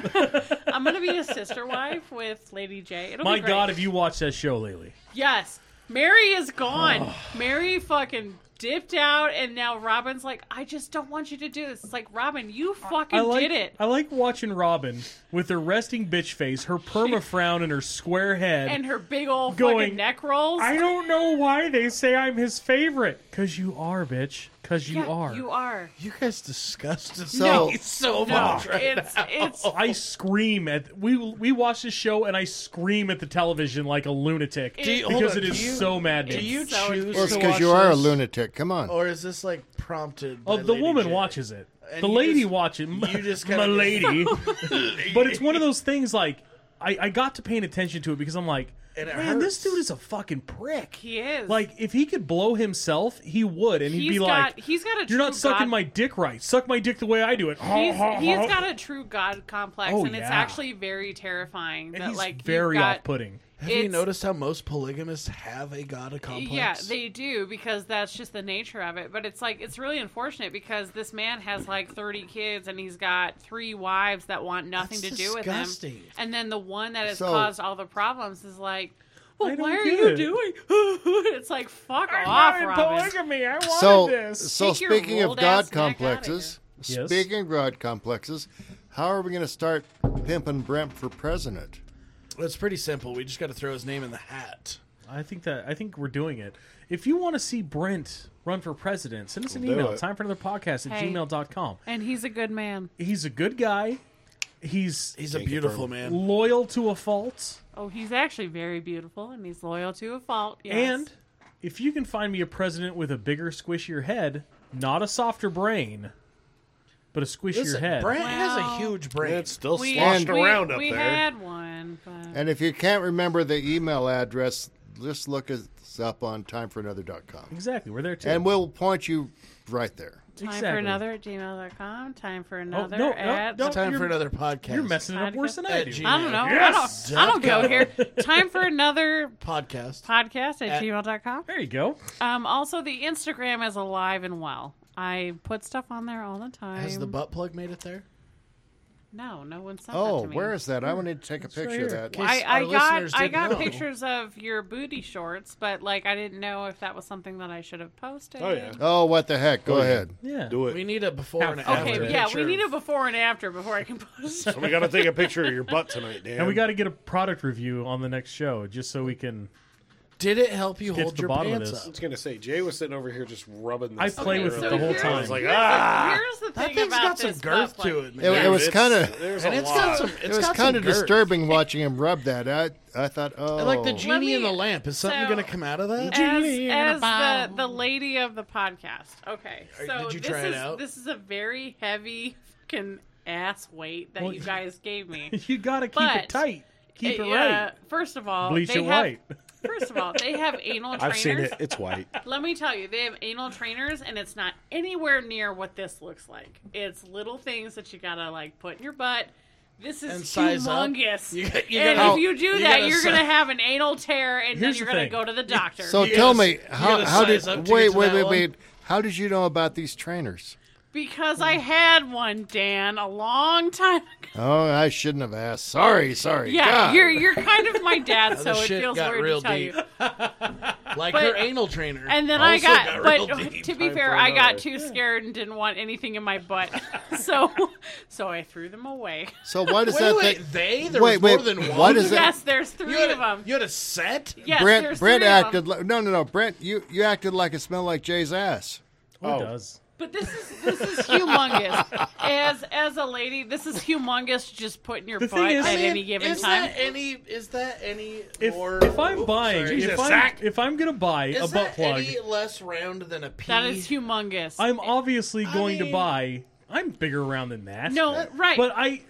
A: I'm going to be a sister wife with Lady J. It'll
E: My
A: be great.
E: God, have you watched that show lately?
A: Yes. Mary is gone. Mary fucking dipped out, and now Robin's like, I just don't want you to do this. It's like, Robin, you fucking
E: I like
A: did it.
E: I like watching Robin with her resting bitch face, her perma frown, and her square head.
A: and her big old
E: Going,
A: fucking neck rolls.
E: I don't know why they say I'm his favorite. Cause you are, bitch. Cause you
A: Yeah,
E: are.
A: You are.
B: You guys disgusted
D: So-
B: me so
A: No,
B: much right
A: it's it's
E: I scream at we we watch this show and I scream at the television like a lunatic
A: Do you-
E: because
B: hold on,
E: it is
B: do you-
E: so maddening.
B: Do you
A: So
B: choose
D: Well, it's
B: to
D: because
B: watch
D: you are a
B: this,
D: lunatic. Come on.
C: Oh,
B: or is this like prompted?
E: Oh,
B: by
E: the
B: Lady
E: woman
B: J?
E: watches it.
B: And
E: the
B: you
E: lady
B: just-
E: watches.
B: you just
E: my
B: kinda-
E: lady. but it's one of those things like I, I got to paying attention to it because I'm like,
B: And it
E: man, this
B: hurts.
E: dude is a fucking prick.
A: He is.
E: Like, if he could blow himself, he would, and he'd
A: He's
E: be
A: got-
E: like,
A: he's got a
E: You're not
A: true
E: sucking
A: God-
E: my dick right. Suck my dick the way I do it.
A: He's, he's got a true god complex,
E: Oh,
A: and it's
E: yeah.
A: actually very terrifying.
E: and
A: that
E: he's
A: like you've
E: very
A: got,
E: off-putting.
B: Have you
A: It's-
B: noticed how most polygamists have a god complex?
A: Yeah, they do because that's just the nature of it. But it's like it's really unfortunate because this man has like 30 kids and he's got three wives that want nothing
B: That's
A: to do with
B: disgusting.
A: him. And then the one that has
D: So-
A: caused all the problems is like, "Well,
E: I don't
A: why are
E: get
A: you
E: it."
A: doing?" it's like, "Fuck off, Robin."
E: I wanted
D: So, so
A: Take your
D: speaking of
A: old
D: god
A: ass neck outta
D: complexes,
E: here. Yes.
D: speaking of god complexes, how are we going to start pimping Brent for president?
B: Well, it's pretty simple. We just got to throw his name in the hat.
E: I think that I think we're doing it. If you want to see Brent run for president, send us an
C: We'll do
E: email.
C: it.
E: Time for another podcast at
A: Hey.
E: gmail.com.
A: And he's a good man.
E: He's a good guy. He's
B: He's a
C: Can't
B: beautiful
C: confirm.
B: man.
E: loyal to a fault.
A: Oh, he's actually very beautiful and he's loyal to a fault. Yes.
E: And if you can find me a president with a bigger, squishier head, not a softer brain, but a squishier
B: Listen,
E: head.
B: Brent has a
A: Wow.
B: huge brain.
C: It's still
A: we,
C: sloshed
A: we-
C: around up
A: we
C: there.
A: had one. But...
D: And if you can't remember the email address, just look us up on timeforanother.com.
E: exactly. We're there too.
D: And we'll point you right there.
A: Time for
E: Exactly.
A: another at gmail.com. Time for another
E: no,
A: at.
E: no,
B: It's time
E: You're-
B: for another podcast.
E: You're messing it up worse than I
B: At
E: do.
B: Gmail.
A: I don't know.
E: Yes.
A: I don't, I don't go here. Time for another
B: podcast.
A: podcast at, gmail.com.
E: There you go.
A: Um, also, the Instagram is alive and well. I put stuff on there all the time.
B: Has the butt plug made it there?
A: no, no one sent that
D: Oh,
A: to me.
D: where is that? I want to take a
E: right
D: picture of
E: here.
D: that.
A: I,
B: Our
A: I
B: listeners
A: got I
B: didn't
A: got
B: know.
A: pictures of your booty shorts, but like I didn't know if that was something that I should have posted.
C: Oh yeah,
D: Oh, what the heck? Go ahead.
E: Yeah.
C: do
B: We
C: it.
B: need a before and
E: Okay,
B: after.
A: Okay, yeah, we
B: picture.
A: need a before and after before I can post.
C: We got to take a picture of your butt tonight, Dan.
E: And we got to get a product review on the next show just so we can.
B: Did it help you
E: Get to
B: hold
E: the
B: your
E: bottom of
B: pants
E: this.
C: I
B: up?
C: was gonna say Jay was sitting over here just rubbing. This
E: I
C: thing
E: play with
C: around.
E: it the whole
A: here's-
E: time.
C: I was like,
A: here's the-
C: ah,
A: here's the
B: That
A: thing
B: thing's
A: about
B: got some
A: this
B: girth
A: butt
B: to
A: plug.
B: it.
D: It,
B: man.
D: it was
C: It's-
D: kind of
C: There's
B: and
C: a
B: it's
C: lot.
B: got some.
D: it was kind of disturbing watching him rub that. I I thought, oh,
B: Like the genie
A: me-
B: in the lamp. Is something
A: so-
B: going to come out of that?
A: as,
E: Genie in a
A: as the,
E: bottle.
A: the lady of the podcast. Okay,
B: Are-
A: so
B: did you
A: this
B: try it
A: is
B: out?
A: this is a very heavy fucking ass weight that
E: Well,
A: you guys gave me.
E: You got to keep it
A: But-
E: tight. Keep it,
A: Uh,
E: right.
A: First of all,
E: Bleach
A: they
E: it
A: have,
E: white.
A: First of all, they have anal trainers.
C: I've seen it. It's white.
A: Let me tell you, they have anal trainers, and it's not anywhere near what this looks like. It's little things that you gotta like put in your butt. This is
B: And size up.
A: humongous.
B: You got- you
A: and
B: gotta-
A: if you do
B: you
A: that,
B: gotta
A: you're
B: si-
A: gonna have an anal tear, and
E: Here's
A: then you're
E: the
A: gonna
E: thing.
A: go to the doctor.
D: So
B: You
D: tell
B: gotta-
D: me,
B: you
D: how,
B: gotta
D: how did
B: size up to
D: wait
B: get to
D: wait
B: that
D: wait
B: one.
D: wait? How did you know about these trainers?
A: Because I had one, Dan, a long time. ago.
D: Oh, I shouldn't have asked. Sorry, sorry.
A: Yeah,
D: God.
A: you're you're kind of my dad, so
B: the
A: it
B: shit
A: feels
B: got
A: weird
B: real
A: to tell
B: deep.
A: you.
B: like
A: But-
B: her anal trainer.
A: And then I
B: also
A: got,
B: real
A: but
B: deep.
A: to be
C: Time
A: fair,
C: for
A: I got
C: another.
A: too scared and didn't want anything in my butt, so so I threw them away.
D: so why does
B: Wait,
D: that
B: wait,
D: thing?
B: they? There
D: Wait,
B: was more
D: wait,
B: than one.
D: what is that-
A: yes, there's three
B: You had,
A: of
B: a,
A: them.
B: you had a set?
A: Yes,
D: Brent
A: there's
D: Brent
A: three
D: acted
A: Of them.
D: like no no no Brent you you acted like it smelled like Jay's ass.
E: Oh,
C: Oh.
E: it does.
A: But this is this is humongous. as as a lady, this is humongous. Just putting your
E: The thing
A: butt
E: is-
A: at
E: I mean,
A: any given
B: is
A: time.
B: that any? Is that any
E: If,
B: more?
E: if I'm
B: Oops,
E: buying,
B: sorry.
E: if
C: Jesus,
E: I'm,
C: Zach.
E: if I'm going to buy a
B: is
E: butt
B: that
E: plug,
B: any less round than a pea?
A: that is humongous.
E: I'm obviously going to
B: mean-
E: buy. I'm bigger around than that.
A: no right.
E: But I,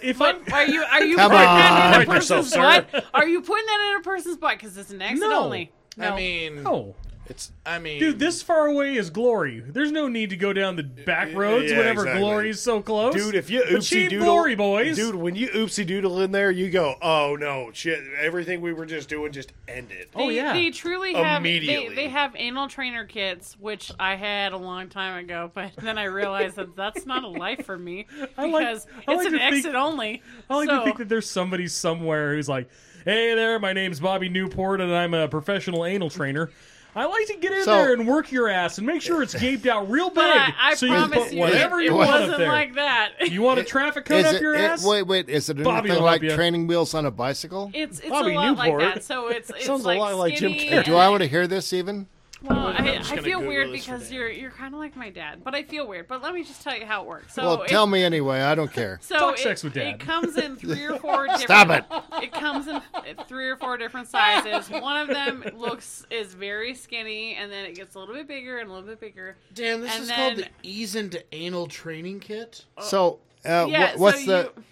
E: if I'm,
A: But are you are you
D: Come
A: putting that in a
C: on. Correct yourself,
A: person's
C: sir.
A: butt? Are you putting that in a person's butt? Because it's an exit
E: No.
A: only.
B: I mean,
E: no,
C: It's
B: I mean,
E: dude, this far away is glory. There's no need to go down the back roads
C: yeah,
E: whenever
C: exactly.
E: glory is so close,
C: dude. If you
E: But she
C: oopsie doodle,
E: glory boys,
C: dude, when you oopsie doodle in there, you go, oh no, shit, everything we were just doing just ended.
E: Oh,
A: they,
E: yeah.
A: they truly have they,
C: Immediately.
A: they have anal trainer kits which i had a long time ago but then i realized that that's not a life for me because
E: I like- I
A: it's
E: like
A: an
E: to think-
A: exit only
E: I like
A: so,
E: to think that there's somebody somewhere who's like, "Hey there, my name's Bobby Newport, and I'm a professional anal trainer. I like to get in
D: So-
E: there and work your ass and make sure it's gaped out real big,
A: but i, I
E: so you can
A: promise
E: put
A: you,
E: whatever
A: it,
E: you
A: it
E: want
A: wasn't
E: up there.
A: like that
E: you want a traffic cone
D: Is
E: up
D: it,
E: your
D: it-
E: ass?
D: wait wait is it
E: Bobby
D: anything
E: will help
D: like
E: you.
D: training wheels on a bicycle?
A: it's it's
C: Bobby
A: a lot like
C: Newport.
A: that so it's it's
C: Sounds a
A: like
C: lot like Jim
A: skinny
C: Carrey.
A: and
D: Do I want to hear this even?
A: Well, I, I
B: just gonna
A: feel
B: Google
A: weird
B: this for
A: because
B: Dan.
A: you're you're kind of like my dad, but I feel weird. But let me just tell you how it works. So
D: well,
A: Oh, it-
D: tell me anyway. I don't care.
A: So
E: Talk
A: it,
E: sex with
A: It
E: Dad.
A: comes in three or four. different,
D: Stop it.
A: It comes in three or four different sizes. One of them looks is very skinny, and then it gets a little bit bigger and a little bit bigger.
B: damn, this
A: and
B: is
A: then-
B: called the ease into anal training kit.
D: So uh,
A: Oh. Yeah,
D: wh- what's
A: so
D: the
A: you,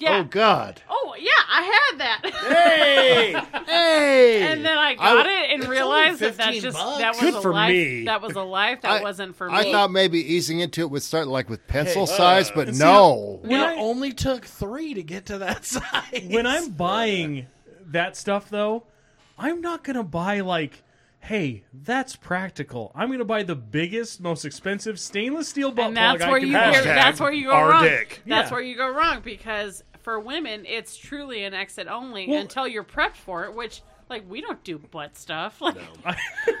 A: Yeah.
D: Oh God.
A: Oh yeah, I had that,
D: Hey. hey.
A: and then I got
D: I-
A: it and realized that that
B: 15
A: just
B: bucks.
A: that was
E: Good
A: a
E: for
A: life.
E: me.
A: That was a life that
D: I-
A: wasn't for
D: I
A: me.
D: thought maybe easing into it would start like with pencil size, but no.
B: It
E: I-
B: only took three to get to that size.
E: when I'm buying that stuff though, I'm not gonna buy like, hey, that's practical. I'm gonna buy the biggest, most expensive stainless steel butt
A: and that's
E: plug
A: where
E: I can
A: you
E: buy.
A: you're- that's where you go wrong. That's
E: Yeah.
A: where you go wrong because for women, it's truly an exit only
E: Well-
A: until you're prepped for it. Which like we don't do butt stuff. Like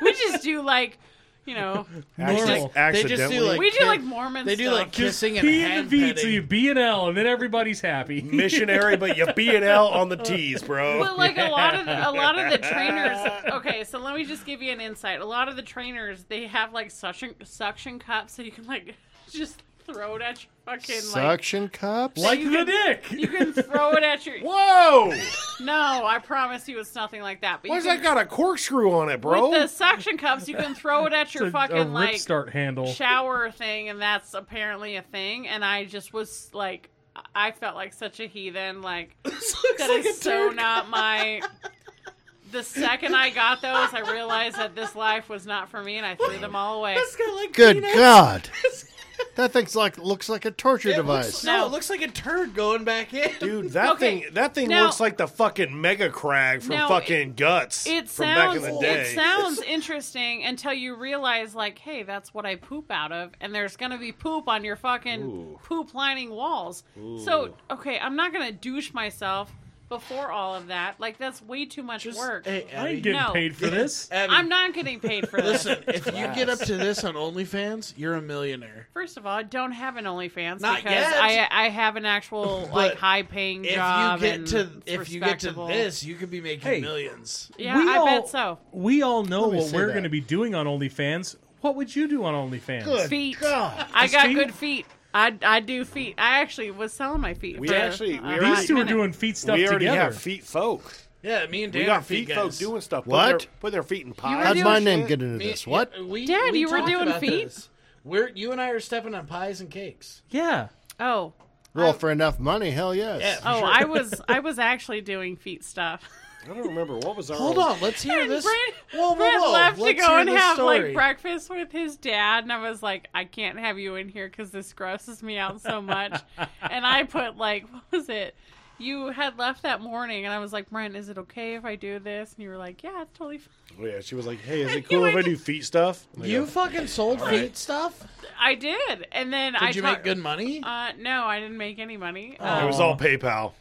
A: we just do like you know
E: Normal.
B: they just do like
A: we do
B: kiss-
A: like Mormon.
B: they do
A: stuff.
B: like kissing and
E: P and
B: hand
E: the V so
B: petting.
E: you B and L, and then everybody's happy.
C: missionary, but you B and L on the T's, bro.
A: But like a lot of a lot of the trainers. Okay, so let me just give you an insight. A lot of the trainers they have like suction suction cups, so you can like just throw it at your fucking like.
D: Suction cups.
E: Like
A: you
E: the
A: can- You
E: dick.
A: can throw it at your.
C: Whoa!
A: No, I promise you, it's nothing like that. But you
C: Why's
A: can
C: that got a corkscrew on it, bro?
A: With the suction cups, you can throw it at your
E: It's a,
A: fucking
E: a rip
A: like
E: start handle.
A: shower thing, and that's apparently a thing. And I just was like, I felt like such a heathen. Like that is so not my. The second I got those, I realized that this life was not for me, and I threw them all away.
B: It's got like
D: Good
B: peanuts.
D: God. that thing's like looks like a torture
B: It
D: device.
B: Looks, no,
A: No.
B: it looks like a turd going back in.
C: Dude, that
A: Okay,
C: thing that thing
A: now-
C: looks like the fucking mega crag from
A: Now,
C: fucking guts
A: It
C: from
A: sounds
C: back in the
A: it
C: day.
A: sounds interesting until you realize like, hey, that's what I poop out of, and there's gonna be poop on your fucking poop lining walls. So okay, I'm not gonna douche myself before all of that. Like that's way too much work.
B: Hey,
E: I
B: Abby,
E: ain't getting
A: No.
E: paid for this.
B: Abby,
A: I'm not getting paid for this.
B: Listen, if you get up to this on OnlyFans, you're a millionaire.
A: First of all, I don't have an OnlyFans
B: Not
A: because
B: yet.
A: I I have an actual like high paying
B: If
A: job.
B: you get
A: and
B: to if you get to
A: respectable-
B: this, you could be making
E: Hey.
B: millions.
A: yeah,
E: We
A: I
E: all-
A: bet so.
E: We all know
D: Let me
E: what
D: say
E: we're
D: that.
E: going to be doing on OnlyFans. What would you do on OnlyFans?
A: Feet.
D: God.
A: I got
E: feet?
A: good feet. I, I do feet. I actually was selling my feet.
C: We
A: for
C: actually-
A: a
C: we already-
E: These
A: hot
E: two are
A: minute.
E: doing feet stuff
C: we already
E: together.
C: have feet folk.
B: Yeah, me and Dan
C: We
B: are
C: got feet
B: guys.
C: folk doing stuff.
D: What?
C: Put their, put their feet in
A: were
C: pies.
D: How'd
A: doing
D: my
A: shit.
D: name get into
B: Me-
D: this? What?
B: yeah, we,
A: Dad,
B: we
A: you were
B: talked
A: doing
B: about
A: feet?
B: this. We're you and I are stepping on pies and cakes.
E: Yeah.
A: Oh,
D: Well, for enough money, hell yes.
B: Yeah.
A: oh, I was I was actually doing feet stuff.
C: I don't remember what was our.
B: Hold on, let's hear this.
A: Brent,
B: whoa, whoa,
A: Brent
B: whoa.
A: left
B: let's
A: to go
B: hear
A: and
B: this
A: have
B: story.
A: like breakfast with his dad, and I was like, I can't have you in here because this grosses me out so much. and I put like, what was it? You had left that morning, and I was like, Brent, is it okay if I do this? And you were like, Yeah, it's totally. Fine.
C: Oh, yeah, she was like, "Hey, is it
A: You
C: cool if I
A: went-
C: do feet stuff?" And I
B: You
C: go,
B: fucking sold feet stuff? Did
A: I did, and then I
B: you
A: talk-
B: make good Oh. money?
A: Uh, no, I didn't make any money.
C: It
A: Um,
C: was all PayPal.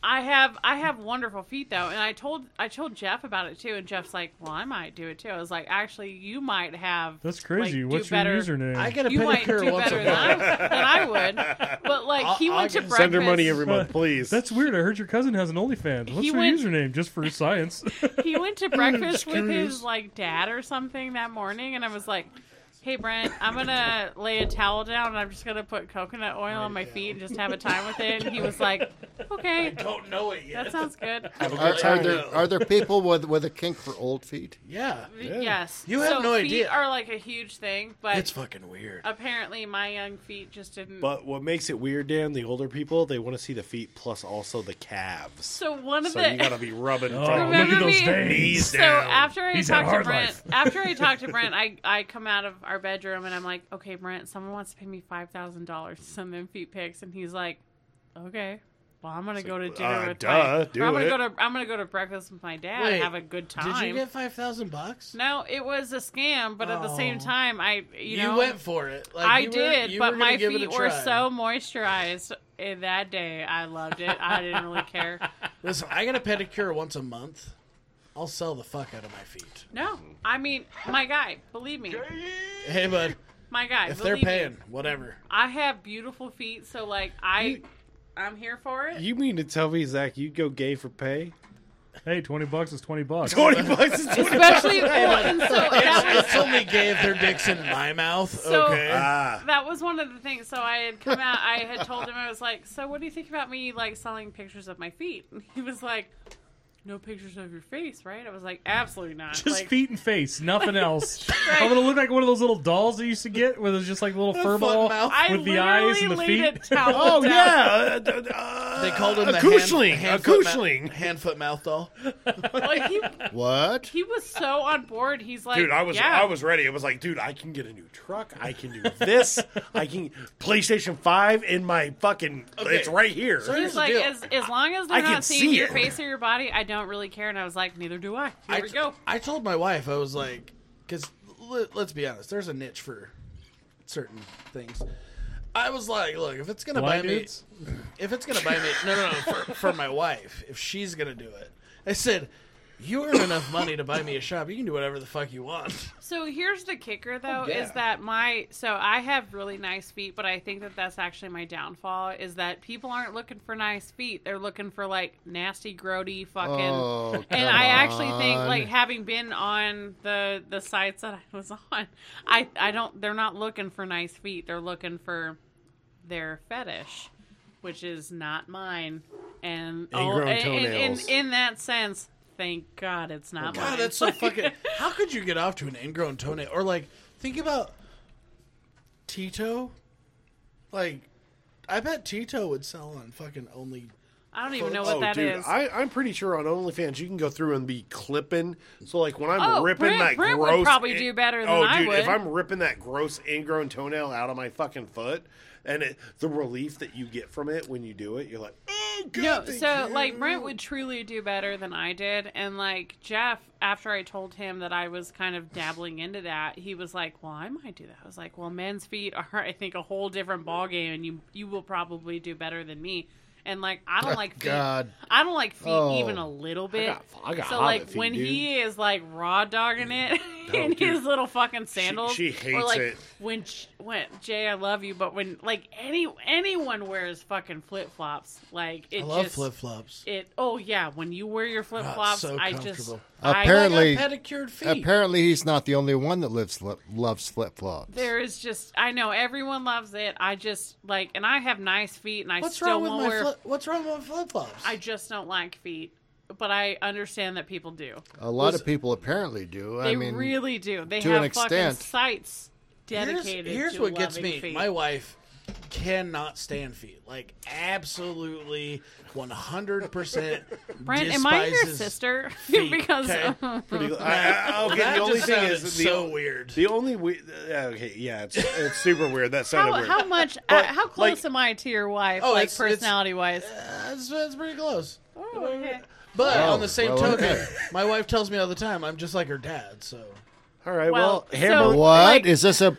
A: I have I have wonderful feet though, and I told I told Jeff about it too, and Jeff's like, "Well, I might do it too." I was like, "Actually, you might have
E: That's
A: like,
E: crazy.
A: do
E: What's your
A: better.
E: username?
B: I get a
A: You might do
B: pedicure once
A: better
B: a
A: than I,
B: month.
A: than I would." But like he went to breakfast.
C: Send her money every month, please.
E: That's weird. I heard your cousin has an OnlyFans. What's
A: He
E: your
A: went-
E: username? Just for science.
A: he went to breakfast with his like dad or something that morning, and I was like, "Hey Brent, I'm gonna lay a towel down, and I'm just gonna put coconut oil on my feet and just have a time with it." And he was like, "Okay,
B: Don't know it yet.
A: that sounds good."
D: Are, are there are there people with with a kink for old feet?
B: Yeah.
A: Yes,
B: You have
A: so
B: no
A: feet
B: idea.
A: Are like a huge thing, but
B: It's fucking weird.
A: apparently my young feet just didn't.
C: But what makes it weird, Dan, the older people, they want to see the feet plus also the calves.
A: so one of
C: So
A: the
C: you got to be rubbing from
E: Oh, look at
A: Remember
E: those
A: me?
E: veins.
A: so
C: down.
A: after I
E: He's had
A: talked to
E: hard
A: Brent,
E: life.
A: after I talked to Brent, I I come out of our bedroom and I'm like, okay, Brent, someone wants to pay me five thousand dollars to send them feet pics, and he's like, okay. Well, I'm gonna go to dinner
C: uh,
A: with
C: duh,
A: my.
C: do
A: or I'm gonna
C: it.
A: go to I'm gonna go to breakfast with my dad
B: Wait,
A: and have a good time.
B: Did you get 5,000 bucks?
A: no, it was a scam, but at the same
B: Oh.
A: time, I you,
B: You,
A: know
B: went for it. Like,
A: I
B: you were-
A: did,
B: you were
A: but
B: gonna
A: my
B: give it a
A: feet were
B: try.
A: so moisturized eh, that day. I loved it. I didn't really care.
B: Listen, I get a pedicure once a month. I'll sell the fuck out of my feet.
A: No, I mean, my guy, believe me,
B: Hey, bud,
A: my guy.
B: if they're
A: believe me.
B: paying, whatever.
A: I have beautiful feet, so like I, I'm here for it.
C: You mean to tell me, Zach, you'd go gay for pay?
E: hey, twenty bucks is twenty bucks.
C: 20 bucks is 20
A: Especially well, and so that was
B: It's only gay if their dick's in my mouth. Oh,
A: So-
B: okay.
C: Ah,
A: that was one of the things. So I had come out. I had told him I was like, so what do you think about me like selling pictures of my feet? And he was like, no pictures of your face, right? I was like, absolutely not.
E: Just
A: like,
E: feet and face, nothing else. I'm gonna look like one of those little dolls I used to get, where there's just like little fur ball
B: mouth.
A: I
E: with the eyes
A: literally
E: and the
A: laid
E: feet.
A: it towel
C: Oh
A: down.
C: yeah, uh, uh,
B: They called him the
C: a Kuchling,
B: hand, hand
C: a
B: foot mou-
C: Kuchling.
B: hand foot mouth doll.
A: Like, he,
D: What?
A: he was so on board. He's like,
C: dude, I was
A: yeah.
C: I was ready. I was like, dude, I can get a new truck. I can do this. I can PlayStation Five in my fucking. It's right here.
B: here's
A: He's
B: the
A: like,
B: deal.
A: as, as long as they're
C: I can
A: not seeing
C: see
A: your
C: it.
A: face or your body, I don't really care. And I was like, neither do I. Here
B: I
A: we
B: t-
A: go.
B: I told my wife I was like, because let, let's be honest, there's a niche for certain things. I was like, look, if it's gonna
E: Blind
B: buy me,
E: dudes?
B: if it's gonna buy me, no, no, no, for, for my wife, if she's gonna do it, I said, you earn enough money to buy me a shop, you can do whatever the fuck you want.
A: So here's the kicker, though,
B: yeah.
A: is that my so I have really nice feet, but I think that that's actually my downfall is that people aren't looking for nice feet; they're looking for like nasty, grody, fucking.
D: Oh, come
A: and I actually think,
D: on.
A: like, having been on the the sites that I was on, I I don't they're not looking for nice feet; they're looking for their fetish, which is not mine. And
C: Ingrown
A: and- and-
C: toenails.
A: in, in that sense, thank God it's not mine.
B: Oh, God, that's so fucking. How could you get off to an ingrown toenail? Or like, think about Tito. Like, I bet Tito would sell on fucking only.
A: I don't even know
C: Oh,
A: what that is.
C: dude, I, I'm pretty sure on OnlyFans you can go through and be clipping. So like when I'm
A: Oh,
C: ripping
A: Brent-
C: that
A: Brent would
C: gross,
A: probably do better than
C: oh,
A: I
C: dude,
A: would.
C: if I'm ripping that gross ingrown toenail out of my fucking foot, and it, the relief that you get from it when you do it, you're like, oh god.
A: No,
C: thank
A: so
C: you."
A: like Brent would truly do better than I did, and like Jeff, after I told him that I was kind of dabbling into that, he was like, "Well, I might do that." I was like, "Well, men's feet are, I think, a whole different ball game, and you you will probably do better than me." And like, I don't like feet.
D: God.
A: I don't like feet
D: Oh.
A: even a little bit.
C: got- I got
A: so
C: hobbit
A: like
C: feet,
A: when
C: dude.
A: he is like raw dogging it in
C: dude.
A: his little fucking sandals,
C: she
A: or
C: hates
A: like
C: it.
A: when J- when Jay, I love you, but when like any anyone wears fucking flip flops, like it
B: I love
A: just
B: flip flops.
A: it. Oh yeah, when you wear your flip flops,
B: so
A: I just
B: comfortable.
A: I-
D: Apparently-
B: Pedicured feet.
D: Apparently, he's not the only one that lives li- loves flip flops.
A: there is just I know everyone loves it. I just like, and I have nice feet, and I
B: What's
A: still
B: wrong with
A: won't
B: my
A: wear.
B: flip? What's wrong with flip flops?
A: I just don't like feet, but I understand that people do.
D: A lot of people apparently do.
A: They
D: I mean,
A: really do. They
D: to
A: have
D: an
A: fucking
D: extent.
A: sites
B: here's,
A: dedicated.
B: here's
A: to
B: what gets
A: loving
B: me.
A: Feet.
B: My wife cannot stand feet. Like absolutely, one hundred percent.
A: Brent, am I your sister? because uh,
B: okay?
C: Pretty- I- I- okay,
B: That
C: the only
B: just
C: thing
B: sounded
C: is the,
B: so weird.
C: The only we, uh, okay, yeah, it's, it's super weird. That sounded
A: how,
C: weird.
A: how much? uh,
C: But,
A: how
C: like-
A: close am I to your wife?
B: Oh,
A: like
B: it's- it's-
A: personality wise?
B: That's, that's pretty close.
A: oh, okay.
B: But
C: Oh,
D: Wow.
B: on the same
D: Well,
B: token,
D: okay.
B: my wife tells me all the time I'm just like her dad. So
C: All right,
A: Well,
C: well,
A: so-
C: hamburger.
D: What is
A: Like-
D: this a?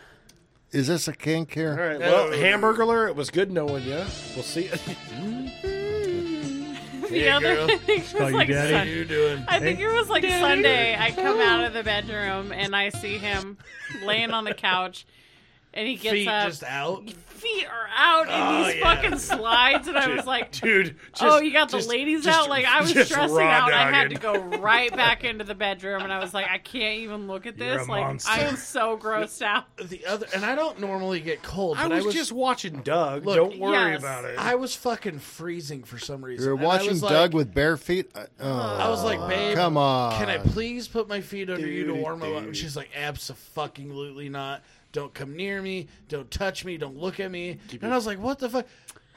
D: Is this a kink here?
C: All right, well, hamburger. It was good knowing you. We'll see.
A: The other thing was
E: you
A: like
E: daddy.
A: Sun-
B: you doing?
A: I think it was like Sunday. I come out of the bedroom and I see him laying on the couch, and he gets
B: Feet
A: up.
B: just out.
A: Feet are out, and
C: Oh,
A: he's
C: yeah.
A: fucking slides. And I was like,
C: dude. Just,
A: "Oh, you got the
C: just-
A: ladies
C: just-
A: out!" Like I was
C: just
A: stressing
C: raw
A: out. I had to
C: dogging.
A: go right back into the bedroom, and I was like, "I can't even look at
E: You're
A: this.
E: a
A: Like
E: monster.
A: I am so grossed out."
B: The other, and I don't normally get cold.
C: I
B: but
C: was,
B: I was
C: just watching Doug.
B: Look,
C: Don't worry
A: yes.
C: about it.
B: I was fucking freezing for some reason.
D: You're
B: and I
D: watching
B: was like-
D: Doug with bare feet. I- Oh,
B: I was like, babe,
D: come on.
B: Can I please put my feet under you to
C: Dude,
B: warm them up? And
C: dude.
B: she's like, absolutely not. Don't come near me. Don't touch me. Don't look at me. and I was like, what the fuck?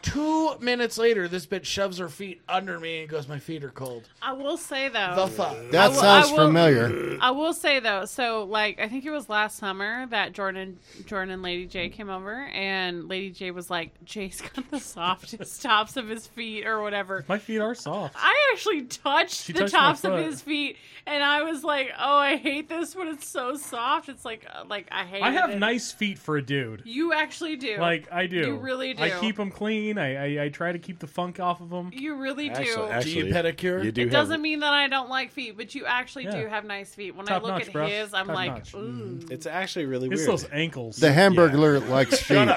B: Two minutes later, this bitch shoves her feet under me and goes, my feet are cold.
A: I will say though,
B: The fuck?
D: that
A: will- I
D: sounds
A: will-
D: familiar.
A: I will say though, so like I think it was last summer that Jordan, Jordan, and Lady
E: Mm-hmm.
A: J came over, and Lady J was like, "Jay's got the softest tops of his feet, or whatever."
E: My feet are soft.
A: I actually touched
E: She
A: the
E: touched my
A: tops of
E: foot.
A: his feet, and I was like, "Oh, I hate this when it's so soft." It's like, uh, like I hate.
E: I have
A: it.
E: nice feet for a dude.
A: You actually do.
E: Like I do.
A: You really do.
E: I keep them clean. I, I I try to keep the funk off of them.
A: You really do.
B: Do you pedicure?
C: do
A: it doesn't mean that I don't like feet, but you actually
E: Yeah.
A: do have nice feet. When
E: Top
A: I look
E: notch,
A: at
E: bruh.
A: his, I'm
E: Top
A: like,
E: notch.
A: ooh.
C: It's actually really
E: It's
C: weird.
E: those ankles.
D: The Hamburglar likes feet.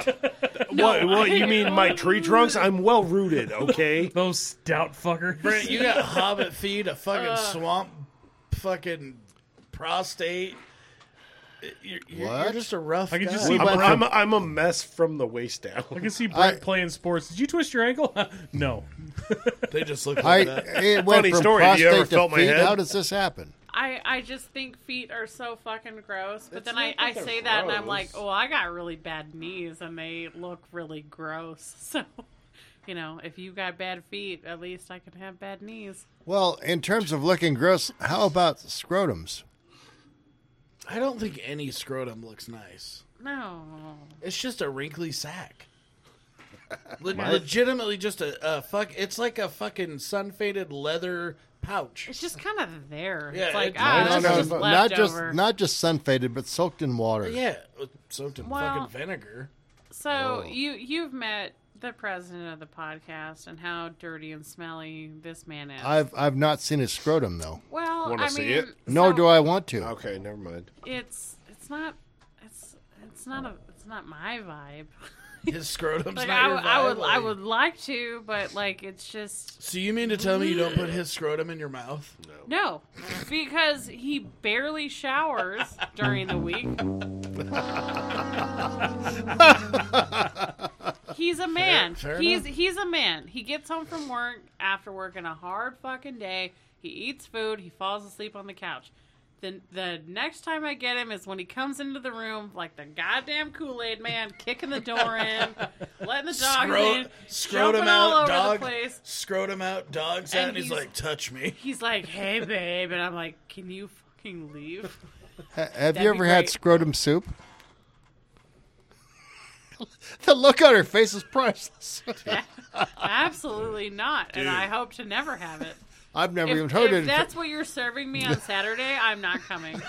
C: what, what, you mean my tree trunks? I'm well rooted, okay?
E: those stout fuckers.
B: Brent, you got hobbit
E: Uh.
B: feet, a fucking swamp, fucking prostate. You're, you're-
D: What?
B: you're just a rough.
E: I can just
B: guy.
E: see-
C: I'm,
E: went
C: I'm, I'm a mess from the waist
E: I
C: down.
E: can see Brett
D: I-
E: playing sports. Did you twist your ankle? no.
B: They just look
D: I
B: like that.
D: it went
C: Funny
D: from
C: story. Have you
D: prostate
C: ever
D: to
C: felt my
D: feet.
C: head?
D: How does this happen?
A: I, I just think feet are so fucking gross. But
C: It's
A: then
C: not
A: I,
C: that
A: I
C: they're
A: say that and I'm
C: gross.
A: like, oh, I got really bad knees and they look really gross. So, you know, if you got bad feet, at least I can have bad knees.
D: Well, in terms of looking gross, how about scrotums?
B: I don't think any scrotum looks nice.
A: No.
B: It's just a wrinkly sack. Le- legitimately, just a, a fuck. It's like a fucking sun faded leather pouch.
A: It's just kind of there.
B: Yeah,
A: it's like,
B: it's-
A: ah,
B: No,
A: that's
B: no,
A: just
D: but
A: left
D: not just
A: over.
D: not just sun faded, but soaked in water.
B: Yeah, soaked in
A: Well-
B: fucking vinegar.
A: So
D: Oh.
A: you you've met the president of the podcast and how dirty and smelly this man is.
D: I've I've not seen a scrotum though.
A: well,
C: Wanna
A: I
C: see
A: mean,
C: it?
D: Nor
A: so
D: do I want to.
C: Okay, never mind.
A: It's it's not it's it's not a it's not my vibe.
B: His scrotum's
A: Like
B: not
A: I,
B: your
A: would- I would I
B: vibe, like-
A: would like to, but like it's just
B: So you mean to tell me you don't put his scrotum in your mouth?
A: no because he barely showers during the week. He's a man.
B: fair
A: he's
B: enough.
A: he's a man. He gets home from work after working a hard fucking day. He eats food. He falls asleep on the couch. Then the next time I get him is when he comes into the room like the goddamn Kool Aid man, kicking the door in, letting the dog
B: Scro-
A: in,
B: scrotum
A: jumping all
B: out,
A: over
B: dog.
A: the place.
B: Scrotum out, dogs out,
A: And
B: and he's
A: he's-
B: like, touch me.
A: He's like, "Hey, babe," and I'm like, "Can you fucking leave?"
D: Ha- have
A: That'd
D: you
A: be
D: ever had
A: great.
D: scrotum soup? the look on her face is priceless.
A: Absolutely not. And I hope to never have it.
D: I've never even
A: If,
D: heard
A: if
D: it.
A: that's what you're serving me on Saturday, I'm not coming.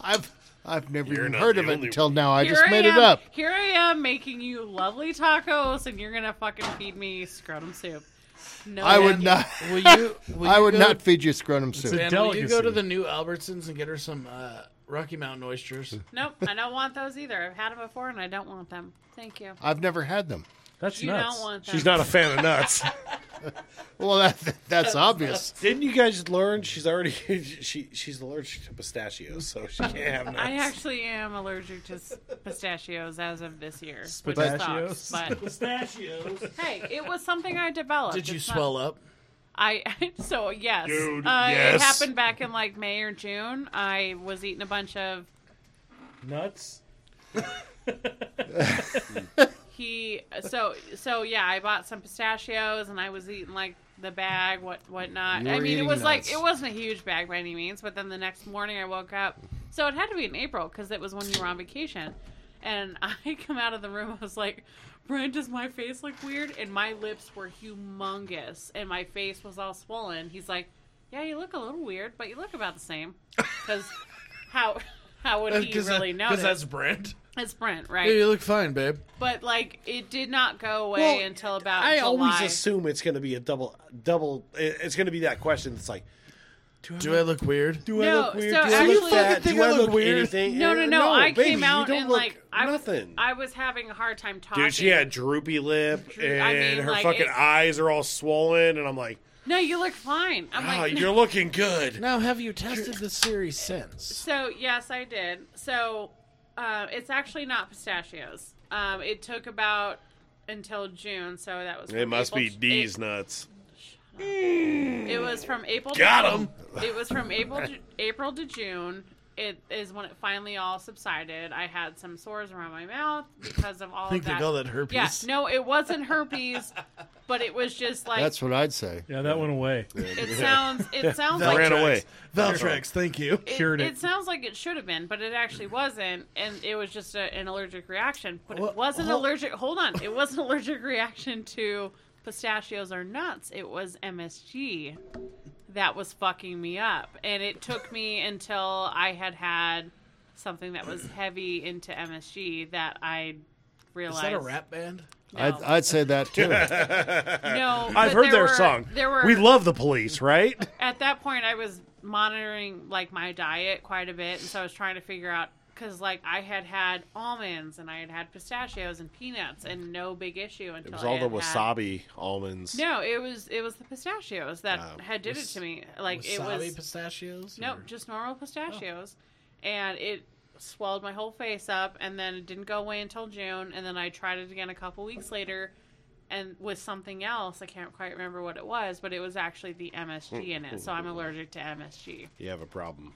D: I've I've never even
C: not
D: heard
C: the
D: of it
C: only
D: until now. I
A: Here
D: just made
A: am,
D: it up.
A: Here I am making you lovely tacos, and you're gonna fucking feed me scrotum soup. No,
D: I
A: thank
D: would not.
B: Will you? Will
D: I
B: you
D: would
B: go-
D: not feed you scrotum soup.
E: a-
B: Dan, will you go to
E: Delicacy.
B: the new Albertsons and get her some uh, Rocky Mountain oysters?
A: you. Nope, I don't want those either. I've had them before, and I don't want them. Thank you.
D: I've never had them.
E: That's
A: You
E: nuts.
A: don't want them.
C: She's not a fan of nuts.
D: Well, that, that's obvious.
C: Didn't you guys learn she's already she she's allergic to pistachios, so she can't have nuts.
A: I actually am allergic to s- pistachios as of this year. which
E: Pistachios?
A: sucks, But
B: Pistachios.
A: hey, it was something I developed.
B: Did you
A: It's not-
B: swell up?
A: I so yes,
C: Dude,
A: uh, it
C: yes.
A: happened back in like May or June. I was eating a bunch of
E: Nuts.
A: he so so yeah. I bought some pistachios and I was eating like the bag what whatnot.
D: You were
A: I mean, it
D: eating
A: was
D: nuts.
A: like it wasn't a huge bag by any means, but then the next morning I woke up. So it had to be in April because it was when you were on vacation, and I come out of the room. I was like. Brent, does my face look weird? And my lips were humongous, and my face was all swollen. He's like, "Yeah, you look a little weird, but you look about the same." Because how how
D: Uh,
A: would he really notice?
B: that's Brent.
A: It's Brent, right?
B: Yeah, you look fine, babe.
A: But like, it did not go away
C: Well,
A: until about
C: I
A: July.
C: always assume it's going to be a double double. it- It's going to be that question. That's like,
B: Do I look weird?
C: do I
A: No,
C: look weird?
A: Oh, so
C: do I look
A: actually-
B: Fucking
C: fat? Do I
B: think I
C: look,
B: look weird.
C: anything?
A: No, no, no. I
C: baby,
A: came out
C: you don't
A: and
C: look
A: like I was,
C: nothing.
A: I was having a hard time talking.
C: Dude, she had droopy lip,
A: Droop-
C: and
A: I mean,
C: her
A: like,
C: fucking
A: it's-
C: eyes are all swollen. And I'm like,
A: No, you look fine. I'm
C: ah,
A: like,
C: you're looking good.
B: Now, have you tested the series since?
A: So yes, I did. So uh, it's actually not pistachios. Um, it took about until June, so that was.
C: It
A: from
C: must be
A: April-
C: D's
A: It,
C: nuts.
A: it was from April.
C: Got
A: to-
C: 'em.
A: It was from April to, April to June. It is when it finally all subsided. I had some sores around my mouth because of all
B: I think
A: of
B: they
A: that.
B: call that herpes.
A: Yeah, no, it wasn't herpes, but it was just like
D: That's what I'd say.
E: Yeah, that went away.
A: it sounds. It sounds
C: That
A: like
C: ran away.
B: Valtrex, thank you.
A: it,
E: cured it.
A: sounds like it should have been, but it actually wasn't, and it was just a, an allergic reaction. But
B: Well,
A: it wasn't
B: hol-
A: allergic. Hold on, it was an allergic reaction to pistachios or nuts. It was MSG that was fucking me up, and it took me until I had had something that was heavy into MSG that I realized.
B: Is that a rap band?
D: I'd, I'd say that too.
A: No,
C: I've
A: but
C: heard
A: there
C: their
A: were-
C: song.
A: There were
C: we love the police, right?
A: at that point i was monitoring like my diet quite a bit and so i was trying to figure out because like i had had almonds and i had had pistachios and peanuts and no big issue until
C: It was
A: I
C: all the
A: had had-
C: wasabi almonds.
A: no it was it was the pistachios that
C: Uh,
A: had did it to me like it
B: Wasabi
A: was
B: pistachios?
A: no
B: Or-
A: just normal pistachios
B: Oh.
A: and it swelled my whole face up and then it didn't go away until June and then I tried it again a couple weeks later and with something else I can't quite remember what it was but it was actually the MSG in it so I'm allergic to MSG
C: You have a problem.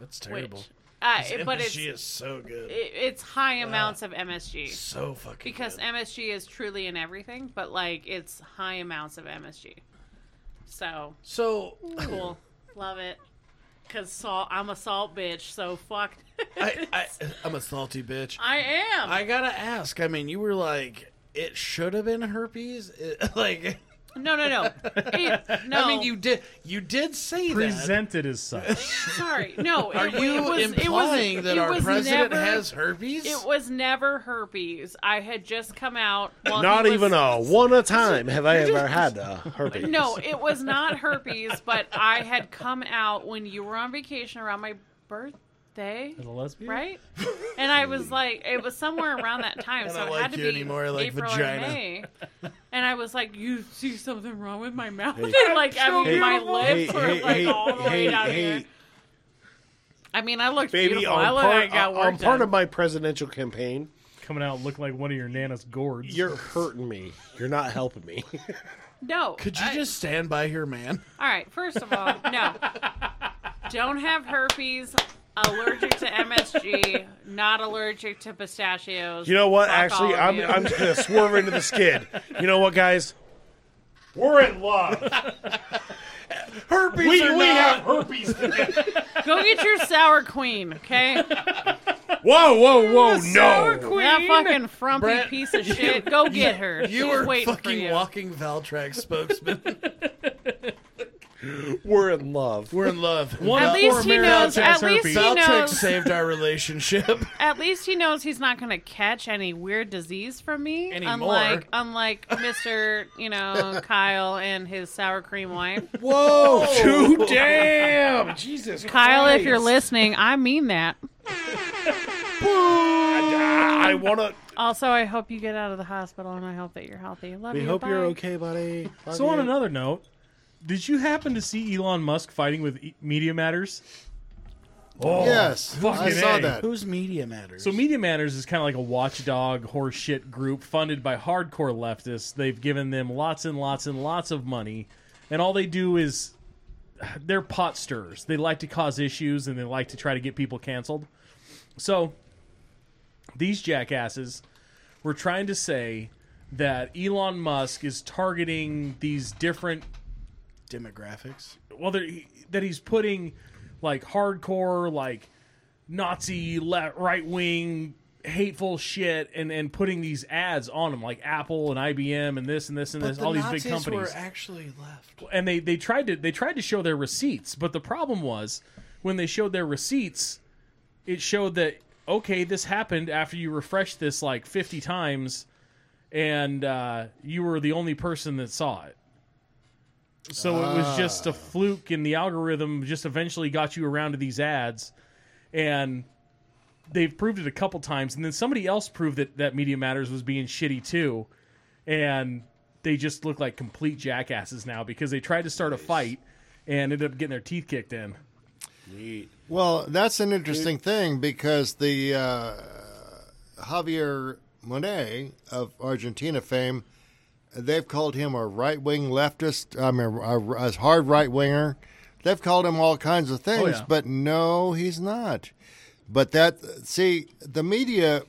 B: That's terrible.
A: which uh,
B: This
A: but it's
B: MSG is so good.
A: it, it's high amounts of MSG
B: so fucking
A: because
B: good.
A: MSG is truly in everything but like it's high amounts of MSG so
B: so
A: cool love it cuz salt I'm a salt bitch so fuck
B: I, I I'm a salty bitch.
A: I am
B: I gotta ask. I mean, you were like, it should have been herpes. It- like,
A: No, no, no. It- no.
B: I mean, you did you did say that.
E: Presented as such.
A: sorry. No,
B: Are
A: it,
B: you
A: it was,
B: implying
A: it was,
B: that
A: it
B: our
A: was
B: president
A: never,
B: has herpes?
A: It was never herpes. I had just come out. while
C: Not
A: he was-
C: even a one a time have I ever had a herpes.
A: No, it was not herpes. But I had come out when you were on vacation around my birthday.
E: As a lesbian?
A: Right, and I was like, it was somewhere around that time,
B: I
A: so
B: don't
A: it
B: like
A: had to
B: you
A: be
B: anymore, I like
A: April
B: vagina.
A: or May. And I was like, "You see something wrong with my mouth?
C: Hey.
A: And, like, I mean,
C: Hey,
A: my
C: Hey,
A: lips are
C: hey,
A: like
C: hey,
A: all the way
C: hey,
A: down
C: hey,
A: here." I mean, I looked
C: baby,
A: beautiful.
C: on,
A: I looked
C: part,
A: like I got
C: on
A: work
C: part
A: done.
C: of my presidential campaign,
E: Coming out looking like one of your nana's gourds.
C: you're hurting me. You're not helping me.
A: No.
B: Could you
A: I-
B: just stand by here, man?
A: All right. First of all, no. Don't have herpes. Allergic to MSG. Not allergic to pistachios.
C: You know what?
A: Fuck all
C: Actually,
A: of
C: I'm,
A: you.
C: I'm just going to swerve into the skid. You know what, guys? We're in love.
B: Herpes.
C: We,
B: or
C: we
B: not?
C: have herpes.
A: Go get your sour queen, okay?
C: Whoa, whoa, whoa, no.
A: That fucking frumpy
B: Brett,
A: piece of shit. Go get her.
B: You
A: She's
B: were
A: waiting for
B: fucking
A: you.
B: walking Valtrax spokesman.
C: We're in love.
B: We're in love.
E: One
A: At
E: of
A: least
E: four
A: he knows.
E: Americans
A: At
E: has
A: least he
E: herpes.
B: Valtrax
A: knows.
B: saved our relationship.
A: At least he knows he's not going to catch any weird disease from me.
B: Anymore.
A: Unlike, unlike Mister, you know, Kyle and his sour cream wife.
B: Whoa!
C: Too damn. Jesus
A: Kyle,
C: Christ.
A: if you're listening, I mean that.
C: I, I want to.
A: Also, I hope you get out of the hospital, and I hope that you're healthy. Love
C: We
A: you.
C: hope
A: bye.
C: you're okay, buddy. Love
E: So on
C: you.
E: another note, did you happen to see Elon Musk fighting with e- Media Matters?
D: yes, I
E: fucking
D: saw
E: A.
D: that.
B: Who's media matters?
E: So Media Matters is kind of like a watchdog horseshit group funded by hardcore leftists. They've given them lots and lots and lots of money, and all they do is they're pot stirrers. They like to cause issues and they like to try to get people canceled. So these jackasses were trying to say that Elon Musk is targeting these different
B: demographics.
E: well that he- that he's putting like hardcore like nazi le right wing hateful shit and and putting these ads on them like apple and ibm and this and this and this all these big companies
B: actually left.
E: and they they tried to they tried to show their receipts but the problem was when they showed their receipts it showed that okay this happened after you refreshed this like 50 times and uh, you were the only person that saw it so it was just a fluke and the algorithm just eventually got you around to these ads and they've proved it a couple times and then somebody else proved that that media matters was being shitty too and they just look like complete jackasses now because they tried to start a fight and ended up getting their teeth kicked in
D: Well, that's an interesting thing because the uh, Javier Monet of Argentina fame, they've called him a right wing leftist. I mean, a, a hard right winger. They've called him all kinds of things,
E: yeah.
D: but no, he's not. But that see, the media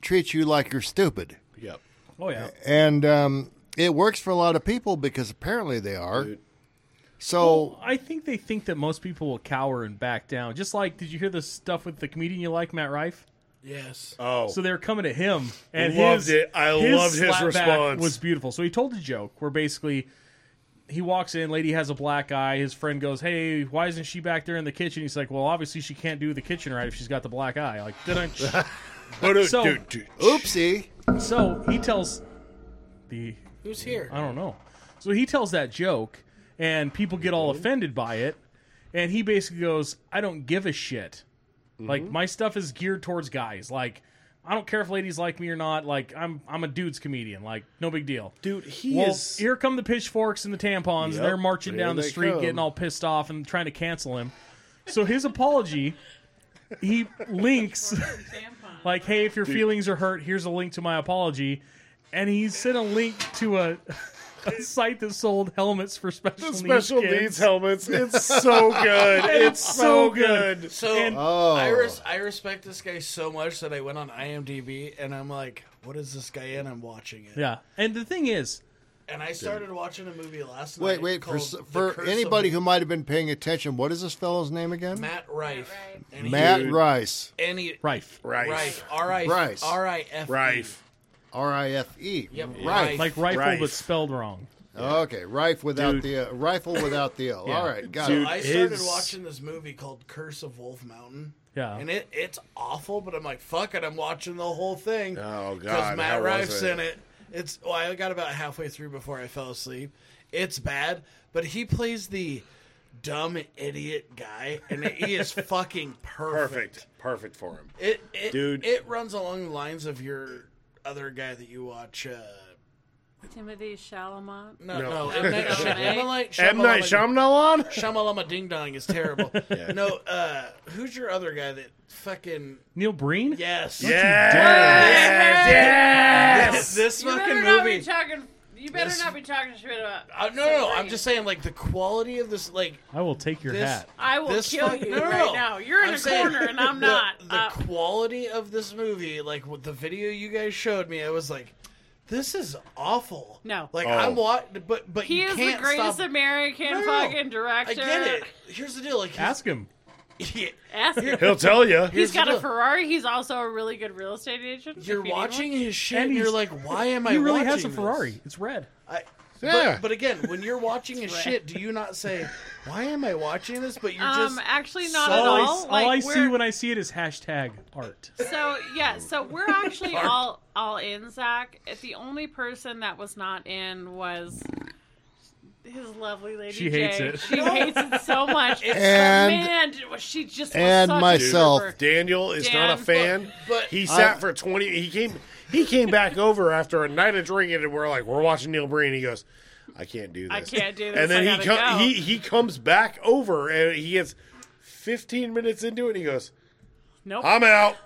D: treats you like you're stupid,
C: Yep.
E: oh yeah
D: and um, it works for a lot of people because apparently they are. So.
E: i think they think that most people will cower and back down just like did you hear the stuff with the comedian you like matt rife
B: Yes.
C: Oh.
E: So they were coming at him, and
C: Loved
E: his,
C: it. I loved his
E: slapback
C: response.
E: Was beautiful. So he told a joke where basically he walks in, lady has a black eye. His friend goes, "Hey, why isn't she back there in the kitchen?" He's like, "Well, obviously she can't do the kitchen right if she's got the black eye." Like, didn't. so-
C: uh, dude, dude.
D: Oopsie.
E: so he tells the
B: Who's here?
E: I don't know. So he tells that joke, and people get all offended by it, and he basically goes, "I don't give a shit. Like my stuff is geared towards guys. Like I don't care if ladies like me or not. Like I'm I'm a dude's comedian. Like no big deal."
C: Dude, he
E: well,
C: is.
E: here come the pitchforks and the tampons.
C: Yep,
E: and they're marching
C: here
E: down the
C: they
E: street,
C: come.
E: getting all pissed off and trying to cancel him. So his apology he links like, "Hey, if your feelings are hurt, here's a link to my apology," and he sent a link to a, a site that sold helmets for special needs
C: Special
E: kids.
C: needs helmets. It's so good. It's so good.
B: So
E: And-
D: Oh.
B: I, res- I respect this guy so much that I went on IMDb and I'm like, what is this guy in? I'm watching it.
E: Yeah, and the thing is,
B: And I started watching a movie last night.
D: Wait, wait. For,
B: called
D: s-
B: The
D: for
B: Curse of
D: anybody who might have been paying attention, what is this fellow's name again?
B: Matt Rife.
A: Rife.
B: And he-
D: Matt
C: Dude.
D: Rice.
B: And he,
E: Rife,
C: Rice.
B: Rife. R-I-
D: Rice.
B: R-I-F-E.
C: Rife.
D: R I F E.
B: E. Yep.
D: Rife.
E: like rifle,
C: Rife.
E: but spelled wrong.
D: Okay, rife without
E: Dude.
D: the uh, rifle without the L.
E: Yeah.
D: All right, got
B: So
C: Dude,
D: it.
B: Oh, I started
C: his-
B: watching this movie called Curse of Wolf Mountain.
E: Yeah.
B: And it, it's awful, but I'm like, fuck it, I'm watching the whole thing.
C: Oh, God,
B: Matt
C: how was
B: Rife's
C: it?
B: in it. It's well, I got about halfway through before I fell asleep. It's bad, but he plays the dumb idiot guy and he is fucking perfect.
C: Perfect. Perfect for him.
B: It, it
C: Dude.
B: it runs along the lines of your other guy that you watch uh
A: Timothy Chalamet.
B: no,
C: No.
B: no, M. Night, Shy-
A: M.
B: M. Night
C: M. Night
B: Shyamalan-
C: Shyamalan?
B: Shamalama Ding Dong is terrible. No, uh, who's your other guy that fucking
E: Neil Breen.
B: yes,
C: Yes.
B: This, this
A: You
B: fucking
A: better not
B: movie.
A: be talking. You better
B: This-
A: not be talking shit about.
B: Uh, no, no, no, I'm just saying, like the quality of this, like
E: I will take your
B: this.
E: hat.
A: I will
B: this
A: kill
B: fuck-
A: you
B: no, no,
A: right
B: no.
A: now. You're in
B: I'm
A: a
B: saying
A: corner and I'm
B: the-
A: not.
B: The
A: Uh,
B: quality of this movie, like with the video you guys showed me, I was like, this is awful.
A: No.
B: like
C: Oh.
B: I'm watching, but but
A: he
B: you
A: is the
B: can't
A: greatest
B: stop.
A: American
B: No, no, no.
A: fucking director.
B: I get it. Here's the deal, like he's,
E: Ask him.
A: Ask him.
C: He'll tell you.
A: He's
B: Here's
A: got
B: the
A: a
B: deal.
A: Ferrari. He's also a really good real estate agent. if
B: You're
A: you need
B: watching
A: one.
B: his shit,
E: And
B: and, you're
E: he's-
B: like, why am I?
E: He really
B: watching
E: has a
B: this?
E: Ferrari. It's red.
B: I,
C: Yeah.
B: But, but again, when you're watching his
A: Right.
B: shit, do you not say, "Why am I watching this?" But you're
A: Um,
B: just
A: actually, not
B: so-
A: at
E: all Oh, I,
A: all.
E: all
A: like,
E: I see
A: we're-
E: when I see it is hashtag art.
A: So yeah, so we're actually all all in Zach. If The only person that was not in was his lovely lady.
E: She
A: J.
E: hates it.
A: She hates it so much.
D: And-
A: man, was she just was
D: and
A: such a
D: myself.
A: trooper.
C: Daniel is not
A: Dan,
C: a fan.
B: but- but-
C: he sat
D: I-
C: for twenty. He came. He came back over after a night of drinking, and we're like, we're watching Neil Breen. He goes, I can't do this.
A: I can't do this.
C: And then
A: I
C: he
A: gotta go.
C: he he comes back over, and he gets fifteen minutes into it, and he goes,
A: Nope.
C: I'm out.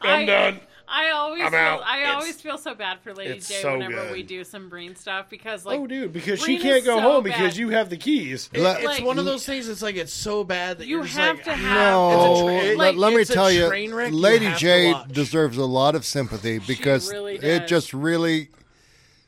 C: I'm
A: I-
C: done.
A: I always
C: I'm
A: feel,
C: out.
A: I
C: It's-
A: always feel so bad for Lady
C: it's
A: J
C: so
A: whenever
C: good.
A: we do some Breen stuff because like
C: oh, dude, because
A: Breen
C: she
A: is
C: can't go
A: so
C: home
A: bad.
C: because you have the keys.
D: Let-
B: it's one of those things. It's like it's so bad that
A: you
B: are just
A: have
B: like,
A: to have
D: No,
B: It's a tra-
D: let,
B: like,
D: let me
B: it's a
D: tell you,
B: train wreck you
D: Lady
B: have to
D: J
B: watch.
D: deserves a lot of sympathy because
A: really
D: it
A: does.
D: just really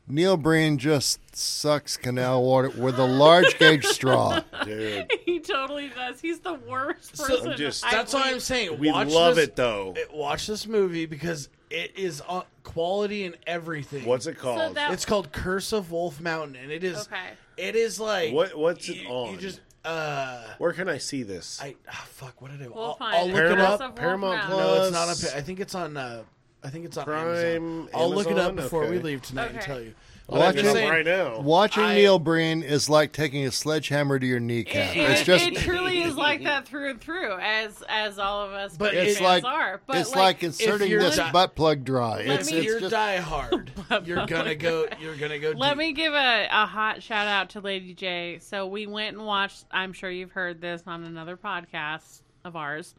D: Neil Breen just sucks canal water with a large gauge straw.
C: Dude,
A: he totally does. He's the worst
B: So-
A: person.
C: just-
A: I
B: That's why
A: would-
B: I'm saying.
C: we
B: watch
C: love
B: this-
C: it though.
B: it- Watch this movie because it is on quality in everything.
C: What's it called?
A: that-
B: It's called Curse of Wolf Mountain, and it is.
A: Okay.
B: It is like
C: What- what's it
B: you-
C: on?
B: You just uh,
C: Where can I see this?
B: I ah, fuck. What did I?
A: We'll
B: I'll,
A: find
B: I'll
A: it.
B: look it
A: Curse of Wolf
B: up.
C: Paramount- Paramount
A: Mountain.
C: Plus.
B: No, it's not on. Pa- I think it's on. Uh, I think it's on
C: Prime,
B: Amazon. I'll look it up
C: Amazon?
B: before we
C: Okay.
B: leave tonight and
A: Okay.
B: tell you. But
C: I'll
B: I'm
D: Watch
B: just
C: look it up
B: saying,
C: right now.
D: Watching
B: I-
D: Neil Breen is like taking a sledgehammer to your kneecap.
A: It,
D: it's just
A: it truly is like that through and through, as as all of us
B: But
A: fans
B: it's
D: like-
A: are. But
D: it's like,
A: like
D: inserting
B: you're
D: this
B: di-
D: butt plug dry.
A: Let
D: It's,
B: if
A: me-
D: it's
B: you're
D: just
B: die hard, you're gonna go. You're gonna go.
A: Let
B: deep.
A: me give a, a hot shout out to Lady J. So we went and watched. I'm sure you've heard this on another podcast of ours.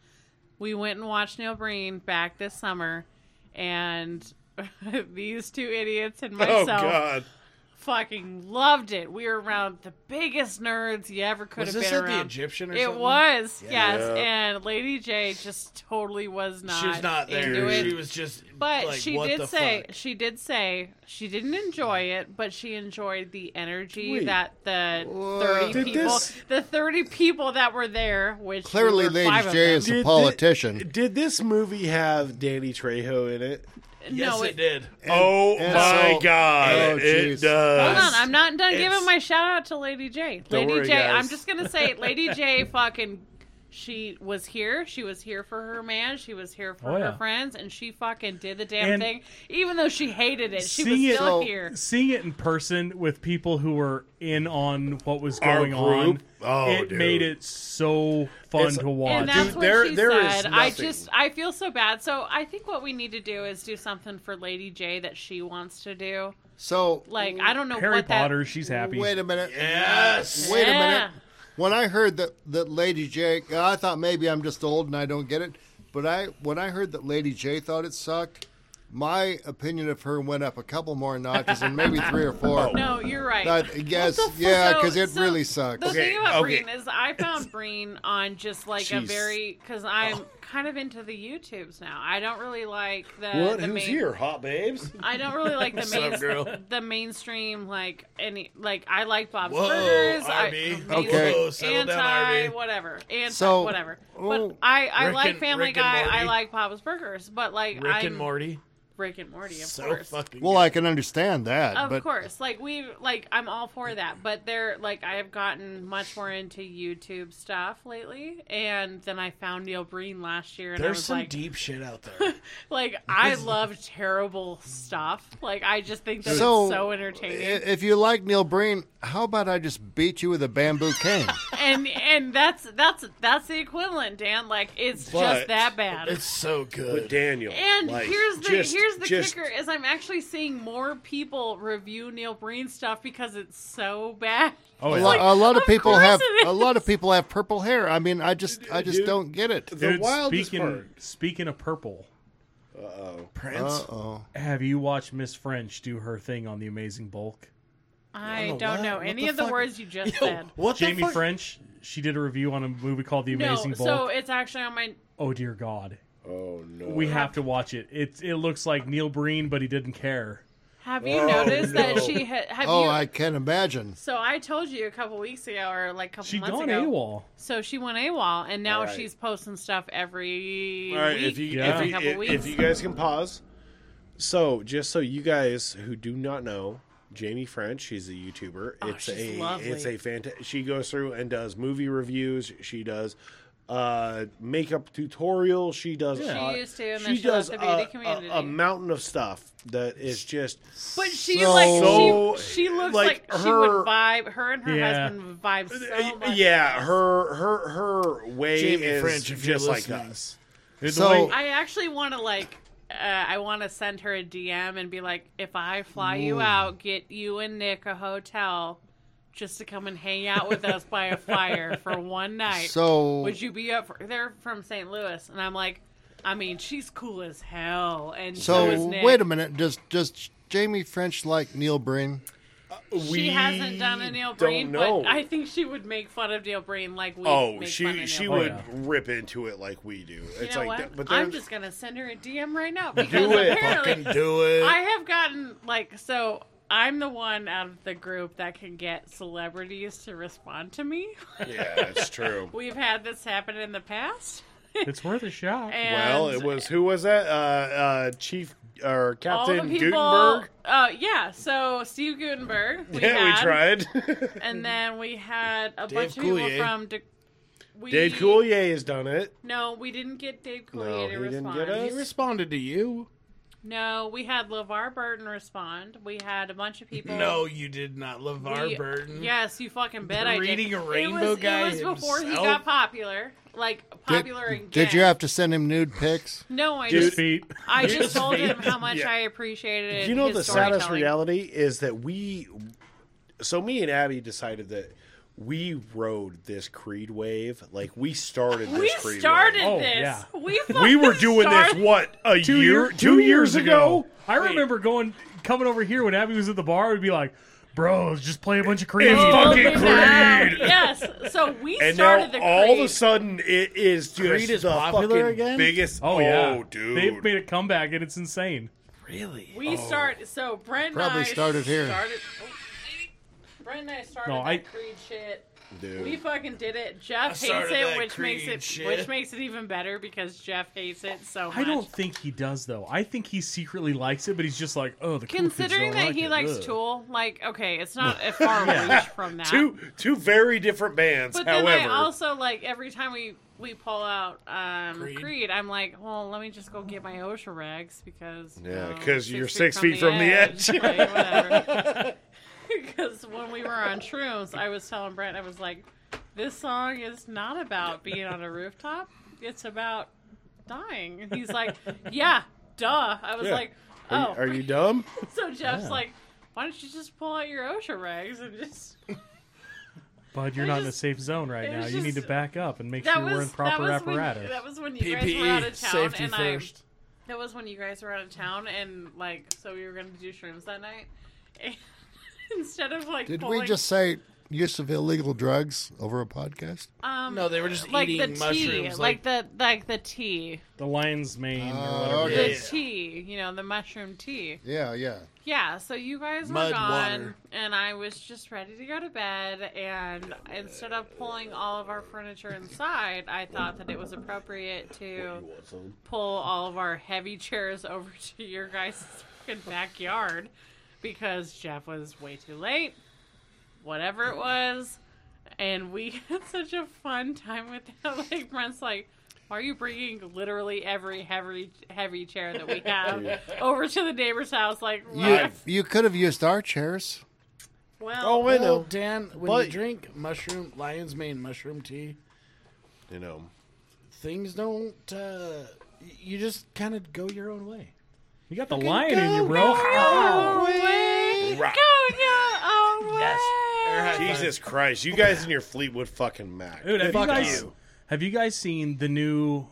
A: We went and watched Neil Breen back this summer, and these two idiots and
C: Oh
A: myself
C: God!
A: fucking loved it. We were around the biggest nerds you ever could
B: Was
A: have
B: this
A: been
B: at the
A: around.
B: Egyptian or
A: it
B: something?
A: was, yes.
C: Yeah.
A: And Lady J just totally was not.
B: She was not
A: into
B: there.
A: it.
B: She was just.
A: But
B: like,
A: she
B: what
A: did
B: the
A: say
B: fuck?
A: she did say she didn't enjoy it, but she enjoyed the energy
C: Wait.
A: that the
D: Whoa.
A: thirty
C: Did
A: people,
C: this-
A: the thirty people that were there, which there
D: clearly
A: were
D: Lady
A: five of
D: J
A: them.
D: is
C: Did
D: a
C: thi-
D: politician.
C: Did this movie have Danny Trejo in it?
B: Yes,
A: no,
B: it, did.
C: oh
D: and
C: my
D: so-
C: god!
D: Oh,
C: it
D: jeez.
C: does.
A: Hold on, I'm not done
B: it's-
A: giving my shout out to Lady J.
C: Don't
A: Lady
C: worry,
A: J,
C: guys.
A: am just gonna say, Lady J, fucking, she was here. She was here for her man. She was here for
E: Oh,
A: her
E: yeah.
A: friends, and she fucking did the damn
E: And-
A: thing, even though she hated it. She was
E: Seeing it-
A: still
D: So-
A: here.
E: Seeing it in person with people who were in on what was
C: Our
E: going
C: group?
E: on,
C: Oh,
E: it
C: dude.
E: made it so fun
C: It's-
E: to watch.
A: And that's
C: Dude,
A: what
C: there-
A: she
C: there is
A: said. I
C: nothing.
A: just I feel so bad. So I think what we need to do is do something for Lady J that she wants to do.
D: So
A: Like I don't know
E: Harry
A: what
E: Potter, she's happy.
D: wait a minute.
B: Yes.
D: Wait a
A: Yeah.
D: minute. When I heard that that Lady J, I thought maybe I'm just old and I don't get it. But I when I heard that Lady J thought it sucked, my opinion of her went up a couple more notches and maybe three or four.
A: No, you're right.
D: That- yes,
A: What the fuck?
D: yeah,
A: So-
D: 'cause it
A: so
D: really sucks.
A: The
C: Okay,
A: thing about
C: okay.
A: Breen is I found Breen on just like a
C: Jeez.
A: very because I'm
D: Oh.
A: kind of into the YouTubes now. I don't really like the
C: What?
A: the
C: Who's
A: main,
C: here, hot babes?
A: I don't really like the main
B: girl?
A: the mainstream like any like I like Bob's
B: Whoa,
A: Burgers.
B: Arby.
A: I, mainstream,
D: Okay.
B: Whoa, settle down,
A: anti
B: Arby.
A: whatever, anti
D: So-
A: whatever.
D: oh,
A: But I I
B: Rick
A: like
B: and-
A: Family
B: Rick and
A: Guy. I
B: Morty.
A: like Bob's Burgers, but like
B: Rick
A: I'm
B: and Morty.
A: Rick and Morty, of
B: So
A: course.
B: fucking.
D: Well, I can understand that,
A: Of
D: but
A: course, like we, like I'm all for that, but there, like I have gotten much more into YouTube stuff lately, and then I found Neil Breen last year, and I
B: there's
A: was
B: some
A: like,
B: deep shit out there.
A: like I love terrible stuff. Like I just think that
D: So- eh,
A: it's so
D: i-
A: entertaining,
D: if you like Neil Breen, how about I just beat you with a bamboo cane?
A: and and that's that's that's the equivalent, Dan. Like it's
C: But-
A: just that bad.
B: it's so
C: But
B: good.
C: Daniel.
A: And
C: like,
A: here's the
C: just-
A: here's the
C: just-
A: kicker is I'm actually seeing more people review Neil Breen stuff because it's so bad.
E: Oh,
D: a,
E: yeah.
D: lo- a lot of
A: of
D: people
A: course
D: have
A: it
D: a
A: is.
D: lot of people have purple hair. I mean, I just I just
C: Dude.
D: don't get it.
C: The
E: Dude,
C: wildest
E: speaking,
C: part.
E: speaking of purple,
B: Prince.
D: Oh,
E: have you watched Miss French do her thing on The Amazing Bulk?
A: I
B: Oh,
A: don't
B: what?
A: know
B: What
A: any
B: the
A: of the
B: fuck?
A: words you just
B: Yo,
A: said.
B: what the
E: Jamie
B: fuck?
E: French, she did a review on a movie called The
A: No,
E: Amazing Bulk.
A: so it's actually on my.
E: oh dear God,
C: Oh no.
E: we have to watch it. It it looks like Neil Breen, but he didn't care.
A: Have you noticed that
C: no.
A: she ha- have
D: oh,
A: you?
D: I can imagine.
A: So I told you a couple weeks ago, or like a couple
E: She
A: months
E: gone
A: ago.
E: AWOL.
A: So she went AWOL, and now
C: All right.
A: she's posting stuff every
C: All right,
A: week.
C: if you,
E: Yeah.
A: every
C: if,
A: couple
C: you if,
A: weeks.
C: if you guys can pause. So, just so you guys who do not know, Jamie French, she's a YouTuber. it's
A: Oh, she's
C: a
A: lovely.
C: it's a fantastic. She goes through and does movie reviews. She does uh makeup tutorials. She does.
A: She
C: uh,
A: used to, and then
C: she
A: she left
C: does
A: the beauty
C: a-
A: community.
C: a, a mountain of stuff that is just.
A: but she
D: so-
A: like
C: So,
A: she, she looks
C: like,
A: like, she would
C: her- Uh,
A: vibe. Her and her
E: Yeah.
A: husband would vibe so much.
C: eh, yeah, her her her way
B: Jamie
C: is
B: French, if you're
C: just like
B: listening.
C: us.
E: It's
D: So-
E: like-
A: I actually want to like. Uh, I want to send her a DM and be like, if I fly you out, get you and Nick a hotel just to come and hang out with us by a fire for one night.
D: So
A: would you be up for? They're from St. Louis, and I'm like, I mean, she's cool as hell. And so, is
D: so
A: Nick.
D: wait a minute. Does does Jamie French like Neil Breen?
A: She
C: We
A: hasn't done a Neil
C: don't
A: Breen,
C: know.
A: but I think she would make fun of Neil Breen like we
C: Oh,
A: make fun
C: she
A: of
C: she
A: Neil Breen.
C: would
E: yeah.
C: rip into it like we do.
A: You
C: it's
A: know
C: like
A: what?
C: that, but
A: I'm
C: then-
A: just gonna send her a DM right now because
C: Do it.
A: apparently
B: Fucking do it.
A: I have gotten like so. I'm the one out of the group that can get celebrities to respond to me.
C: yeah, that's true.
A: We've had this happen in the past.
E: it's worth a shot.
A: And
C: well, it was who was that? Uh, uh, Chief or
A: all the
C: Captain
A: people.
C: Gutenberg?
A: Uh, yeah. So Steve Gutenberg. We
C: yeah,
A: had,
C: we tried.
A: And then we had a bunch of people
B: Coulier.
A: from. De- we,
C: Dave Coulier has done it.
A: No, we didn't get Dave Coulier to
C: No, he didn't
A: respond.
C: get
B: He
C: us?
B: responded to you.
A: No, we had LeVar Burton respond. We had a bunch of people.
B: No, you did not. LeVar
A: We-
B: Burton.
A: Yes, you fucking bet I did.
B: Reading a
A: It
B: rainbow
A: was,
B: guy
A: It was before he
B: himself?
A: got popular, like
D: Did,
A: popular and
D: did
A: gay.
D: you have to send him nude pics?
A: No, I
E: His
A: just
E: feet.
A: I just told
B: feet.
A: him how much
C: Yeah.
A: I appreciated.
C: you know
A: his
C: the saddest
A: storytelling.
C: reality is that we so me and abby decided that we rode this creed wave like we started this
A: We
C: creed
A: started
E: Oh,
A: this.
E: yeah.
A: We
C: wave. we were doing
A: fucking
C: this what a
E: two
C: year
E: year,
C: two, years, ago,
E: I remember going coming over here when Abby was at the bar. We'd be like, "Bro, let's just play a bunch of Creed."
A: started-
C: Oh, fucking
A: Look at
C: Creed.
A: that. Yes, so we
C: and now
A: started the
C: all of a
A: Creed.
C: sudden it is just
B: Creed is
C: the
B: popular
C: fucking
B: again?
C: biggest
E: oh yeah,
C: dude
E: they've made a comeback and it's insane.
B: Really?
A: we start. So Brent
D: Oh. Probably
A: and I
D: started here.
A: started- oh, Brent and I started
E: No,
A: that
E: I-
A: Creed shit.
C: Dude.
A: We fucking did it. Jeff hates
B: started
A: it,
B: that
A: which makes
B: Creed
A: it
B: shit.
A: which makes it even better because Jeff hates it so much.
E: I don't think he does though. I think he secretly likes it, but he's just like, "Oh, the cool kids
A: Considering
E: don't
A: that
E: like
A: he
E: it.
A: likes
E: Ugh."
A: Tool, like okay, it's not a far reach from that.
C: two two very different bands
A: but then
C: however
A: I also like every time we we pull out um, Creed.
B: Creed.
A: I'm like, well, let me just go get my OSHA rags because you
C: Yeah,
A: know,
C: 'cause you're six feet from the edge.
A: Like, whatever. Because when we were on shrooms, I was telling Brent, I was like, this song is not about being on a rooftop. It's about dying. And he's like, yeah, duh. I was
C: Yeah.
A: like, oh,
C: are, you- are you dumb
A: so Jeff's like, why don't you just pull out your OSHA rags and just
E: Bud, you're not in a
A: just-
E: safe zone right
A: it
E: now.
A: was
E: You need to
A: just-
E: back up and make
A: That
E: sure
A: was
E: we're in proper
A: that was
E: apparatus.
A: When, that was when you guys were out
B: PPE,
A: of town,
B: E, safety
A: and
B: first.
A: I. That was when you guys were out of town, and like, so we were going to do shrooms that night. And instead of like,
D: Did
A: pulling,
D: we just say use of illegal drugs over a podcast?
A: um,
B: No, they were just
A: like
B: eating
A: the
B: mushrooms.
A: tea, like, the like the tea,
E: the lion's mane
C: Oh,
E: or whatever.
D: okay.
E: it
A: the
E: is.
A: tea, you know, the mushroom tea.
D: Yeah, yeah.
A: Yeah, so you guys
B: Mud
A: were gone,
B: water.
A: and I was just ready to go to bed. And instead of pulling all of our furniture inside, I thought that it was appropriate to pull all of our heavy chairs over to your guys' fucking backyard because Jeff was way too late, whatever it was. And we had such a fun time with that. Like, Brent's like, why are you bringing literally every heavy heavy chair that we have over to the neighbor's house? Like,
D: You,
A: what?
D: you could have used our chairs.
A: well,
B: Oh, I know, Dan. When
C: But-
B: you drink mushroom, lion's mane mushroom tea,
C: You know,
B: things don't. Uh, y- you just kind of go your own way.
E: You got the lion in you, bro.
A: go away,
C: Right.
A: go your own way.
C: Jesus Christ, you guys in your Fleetwood fucking Mac.
E: Dude, have you,
B: Fuck
E: guys,
B: you.
E: have you guys seen the new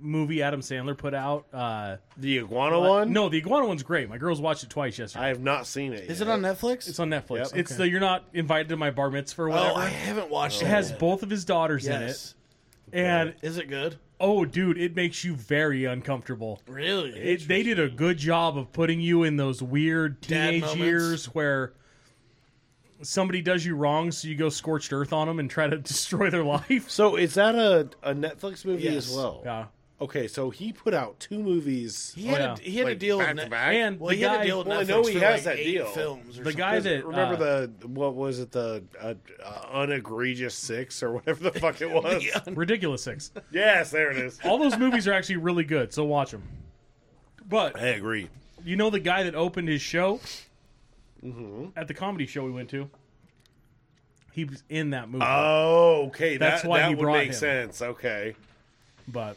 E: movie Adam Sandler put out? Uh,
C: The iguana one?
E: No, the iguana one's great. My girls watched it twice yesterday.
C: I have not seen it.
B: Is
C: yet.
B: it on Netflix?
E: It's on Netflix.
C: Yep.
E: It's the you're not invited to my bar mitzvah or
B: oh,
E: whatever.
B: I haven't watched
E: it
B: it.
E: has
B: yet.
E: both of his daughters
B: Yes.
E: in it, and
B: Is it good?
E: oh, dude, it makes you very uncomfortable.
B: Really?
E: It, they did a good job of putting you in those weird
B: Dad
E: teenage
B: moments.
E: years where somebody does you wrong, so you go scorched earth on them and try to destroy their lives.
C: So is that a, a Netflix movie
B: Yes.
C: as well?
E: Yeah,
C: Okay, so he put out two movies.
B: he had,
E: Oh,
B: a,
E: yeah.
B: he had
C: like,
B: a deal
C: back
B: with
C: to
B: Ne-
C: back.
E: and
B: Well,
E: the
B: he
E: guy,
B: had a deal with
C: well, I
B: Netflix
C: know he
B: for
C: has
B: like
C: that
B: eight
C: deal.
B: films or
E: the
B: something.
E: guy that
C: Remember
E: uh,
C: the what was it the uh, uh, unegregious six or whatever the fuck it was?
E: ridiculous six.
C: Yes, there it is.
E: All those movies are actually really good, so watch them. But
C: I agree.
E: you know the guy that opened his show at the comedy show we went to. He was in that movie,
C: Oh, okay.
E: That's
C: that,
E: why
C: that
E: he
C: would
E: brought
C: make
E: him.
C: sense. Okay.
E: but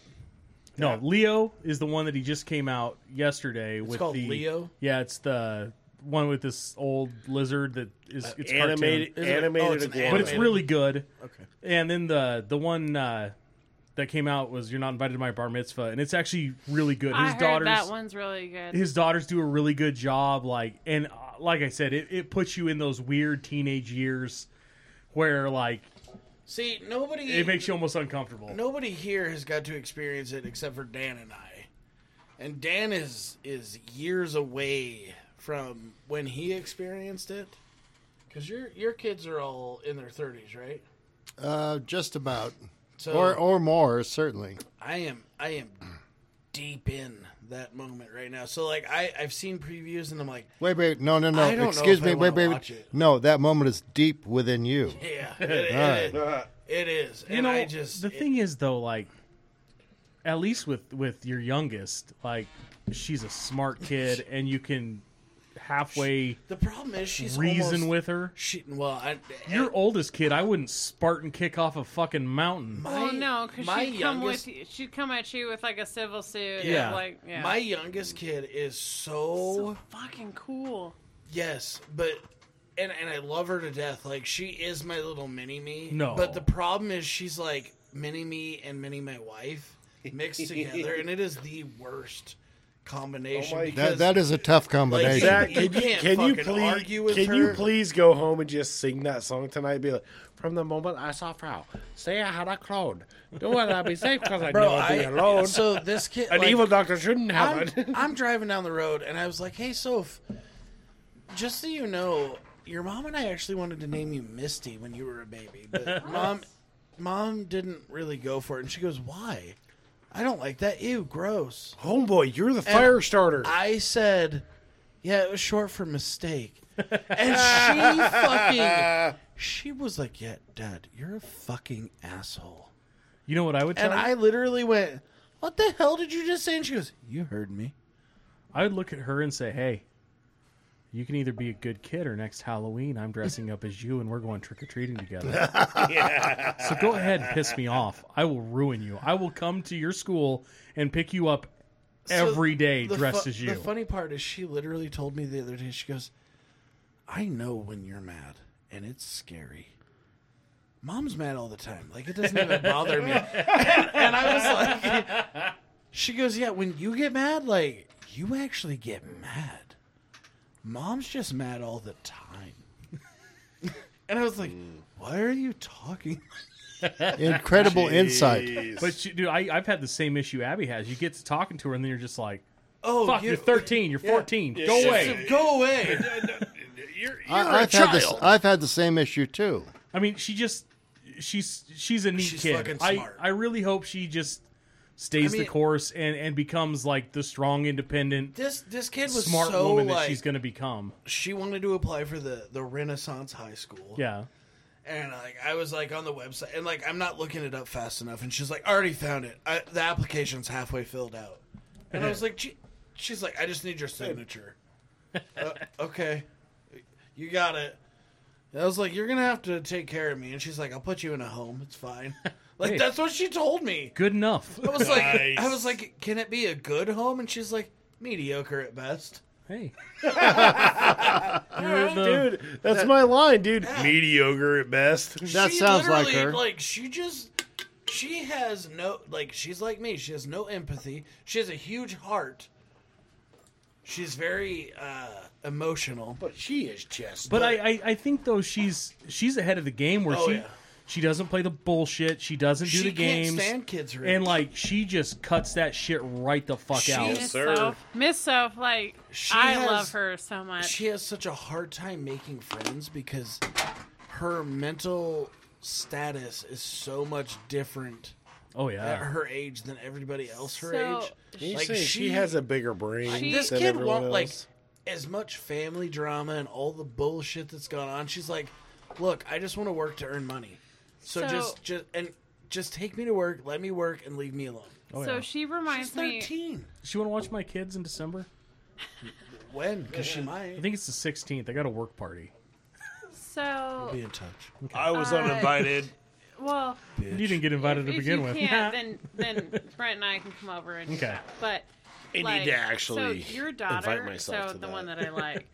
E: no, Leo is the one that he just came out yesterday with
B: called
E: the
B: Leo?
E: Yeah, it's the one with this old lizard that is it's
C: Uh, animated
E: cartoon.
B: Is it-
C: animated
B: oh, it's an
C: iguana.
E: but it's
B: animated.
E: really good.
B: Okay.
E: And then the the one uh, that came out was "You're Not Invited to My Bar Mitzvah," and it's actually really good.
A: I
E: His
A: heard
E: daughters
A: that one's really good.
E: his daughters do a really good job like and uh, like i said it, it puts you in those weird teenage years where like
B: See, nobody.
E: it makes you almost uncomfortable
B: nobody here has got to experience it except for Dan and I. And Dan is is years away from when he experienced it. Cause your your kids are all in their thirties, right?
D: Uh, just about,
B: So
D: or or more certainly.
B: I am I am deep in that moment right now. So like I I've seen previews and I'm like,
D: Wait, wait, no, no, no.
B: I don't know
D: Excuse
B: if I
D: me, wait,
B: wanna
D: wait.
B: watch it.
D: No, that moment is deep within you.
B: yeah, it, it- it is.
E: you
B: and
E: know
B: I just
E: the
B: it-
E: thing is though like at least with with your youngest like she's a smart kid and you can halfway
B: the problem is she's
E: reason
B: almost,
E: with her
B: she, well I,
E: your oldest kid i wouldn't spartan kick off a fucking mountain
A: well,
B: my-
A: Oh, no, because
B: my
A: she'd come
B: youngest-
A: with you, she'd come at you with like a civil suit. Yeah,
E: Yeah.
A: like yeah.
B: my youngest kid is
A: so fucking cool.
B: Yes, but and and I love her to death. Like she is my little mini me.
E: No.
B: but the problem is she's like mini me and mini my wife mixed together, and it is the worst combination.
C: Oh my
B: because
D: That that is a tough combination.
C: Zach,
B: You
C: can you,
B: can't
C: can you
B: fucking
C: please
B: argue with
C: can
B: her.
C: you please go home and just sing that song tonight? Be like, from the moment I saw Frau, say I had a clone. Do it, I'll be safe because I
B: bro,
C: know I'll be
B: I,
C: alone.
B: so this kid,
C: An
B: like,
C: evil doctor shouldn't have
B: I'm,
C: it.
B: I'm driving down the road, and I was like, "Hey, Soph, just so you know, your mom and I actually wanted to name you Misty when you were a baby, but mom, mom didn't really go for it." And she goes, "Why? I don't like that. Ew, gross."
C: Homeboy, you're the fire starter.
B: I said, "Yeah, it was short for mistake," and she fucking, she was like, "Yeah, Dad, you're a fucking asshole."
E: you know what i would tell
B: And
E: you?
B: I literally went, "What the hell did you just say?" And she goes, "You heard me."
E: I would look at her and say, "Hey, you can either be a good kid or next Halloween I'm dressing up as you and we're going trick or treating together." So go ahead and piss me off. I will ruin you. I will come to your school and pick you up every day
B: the
E: dressed
B: fu-
E: as you.
B: The funny part is, she literally told me the other day. She goes, "I know when you're mad, and it's scary." mom's mad all the time. Like it doesn't even bother me. and, and I was like, she goes, yeah, when you get mad, like you actually get mad. Mom's just mad all the time. and I was like, why are you talking?
D: Incredible insight.
E: But you, dude, I, I've had the same issue Abby has. You get to talking to her, and then you're just like,
B: Oh,
E: "Fuck,
B: you-
E: you're 13, you're 14, go
B: Just
E: away."
B: Go away.
C: You're, you're
D: I,
C: a
D: I've
C: child.
D: had this. I've had the same issue too.
E: I mean, she just she's she's a neat
B: She's
E: kid.
B: fucking
E: I
B: smart.
E: I really hope she just
B: I
E: stays
B: mean-
E: the course and and becomes like the strong, independent,
B: This this kid was
E: smart
B: so
E: woman that
B: like
E: she's going to become.
B: she wanted to apply for the the Renaissance High School.
E: Yeah.
B: And like I was like on the website and like I'm not looking it up fast enough and she's like I already found it. I, the application's halfway filled out. And I was like she, she's like I just need your signature. uh, okay. You got it. And I was like you're going to have to take care of me and she's like I'll put you in a home. It's fine. Like
E: Hey.
B: that's what she told me.
E: Good enough.
B: I was like I
C: Nice.
B: was like can it be a good home and she's like mediocre at best.
E: hey. You're the-
C: dude. That's my line, dude. Mediocre at best.
D: That
B: She
D: sounds like
B: literally,
D: her.
B: Like she just, she has no like. She's like me. She has no empathy. She has a huge heart. She's very uh, emotional, but she is just.
E: But I, I, I think though she's she's ahead of the game where
B: Oh,
E: she
B: yeah.
E: she doesn't play the bullshit. She doesn't do
B: She
E: the
B: can't
E: games.
B: stand kids her
E: and
B: age.
E: like she just cuts that shit right the fuck
B: She
E: out.
B: is-
A: Miss
C: sir.
A: Soph, Miss Soph, like
B: She
A: I
B: has-
A: love her so much.
B: she has such a hard time making friends because her mental status is so much different
E: Oh
B: at
E: yeah.
B: her age than everybody else her
A: So-
B: age.
C: You
B: Like,
C: say she,
B: she-
C: has a bigger brain.
A: She-
B: this
C: than
B: kid
C: everyone
B: won't like
C: else.
B: as much family drama and all the bullshit that's gone on. She's like, "Look, I just want to work to earn money. So,
A: So-
B: just just and just take me to work, let me work and leave me alone."
A: so
E: yeah.
A: she
B: She's
A: reminds me.
B: 13.
E: She want to watch my kids in December?
B: When? Cuz she
E: I
B: might
E: think it's the sixteenth. I got a work party.
A: So
B: be in touch.
C: I was uninvited.
A: well,
E: You didn't get invited to
A: if
E: begin
A: you
E: with.
A: can't, then then Brent and I can come over and
E: Okay.
A: But
C: I
A: like,
C: need to actually
A: so your daughter,
C: invite myself
A: so
C: to
A: the
C: that.
A: one that I like,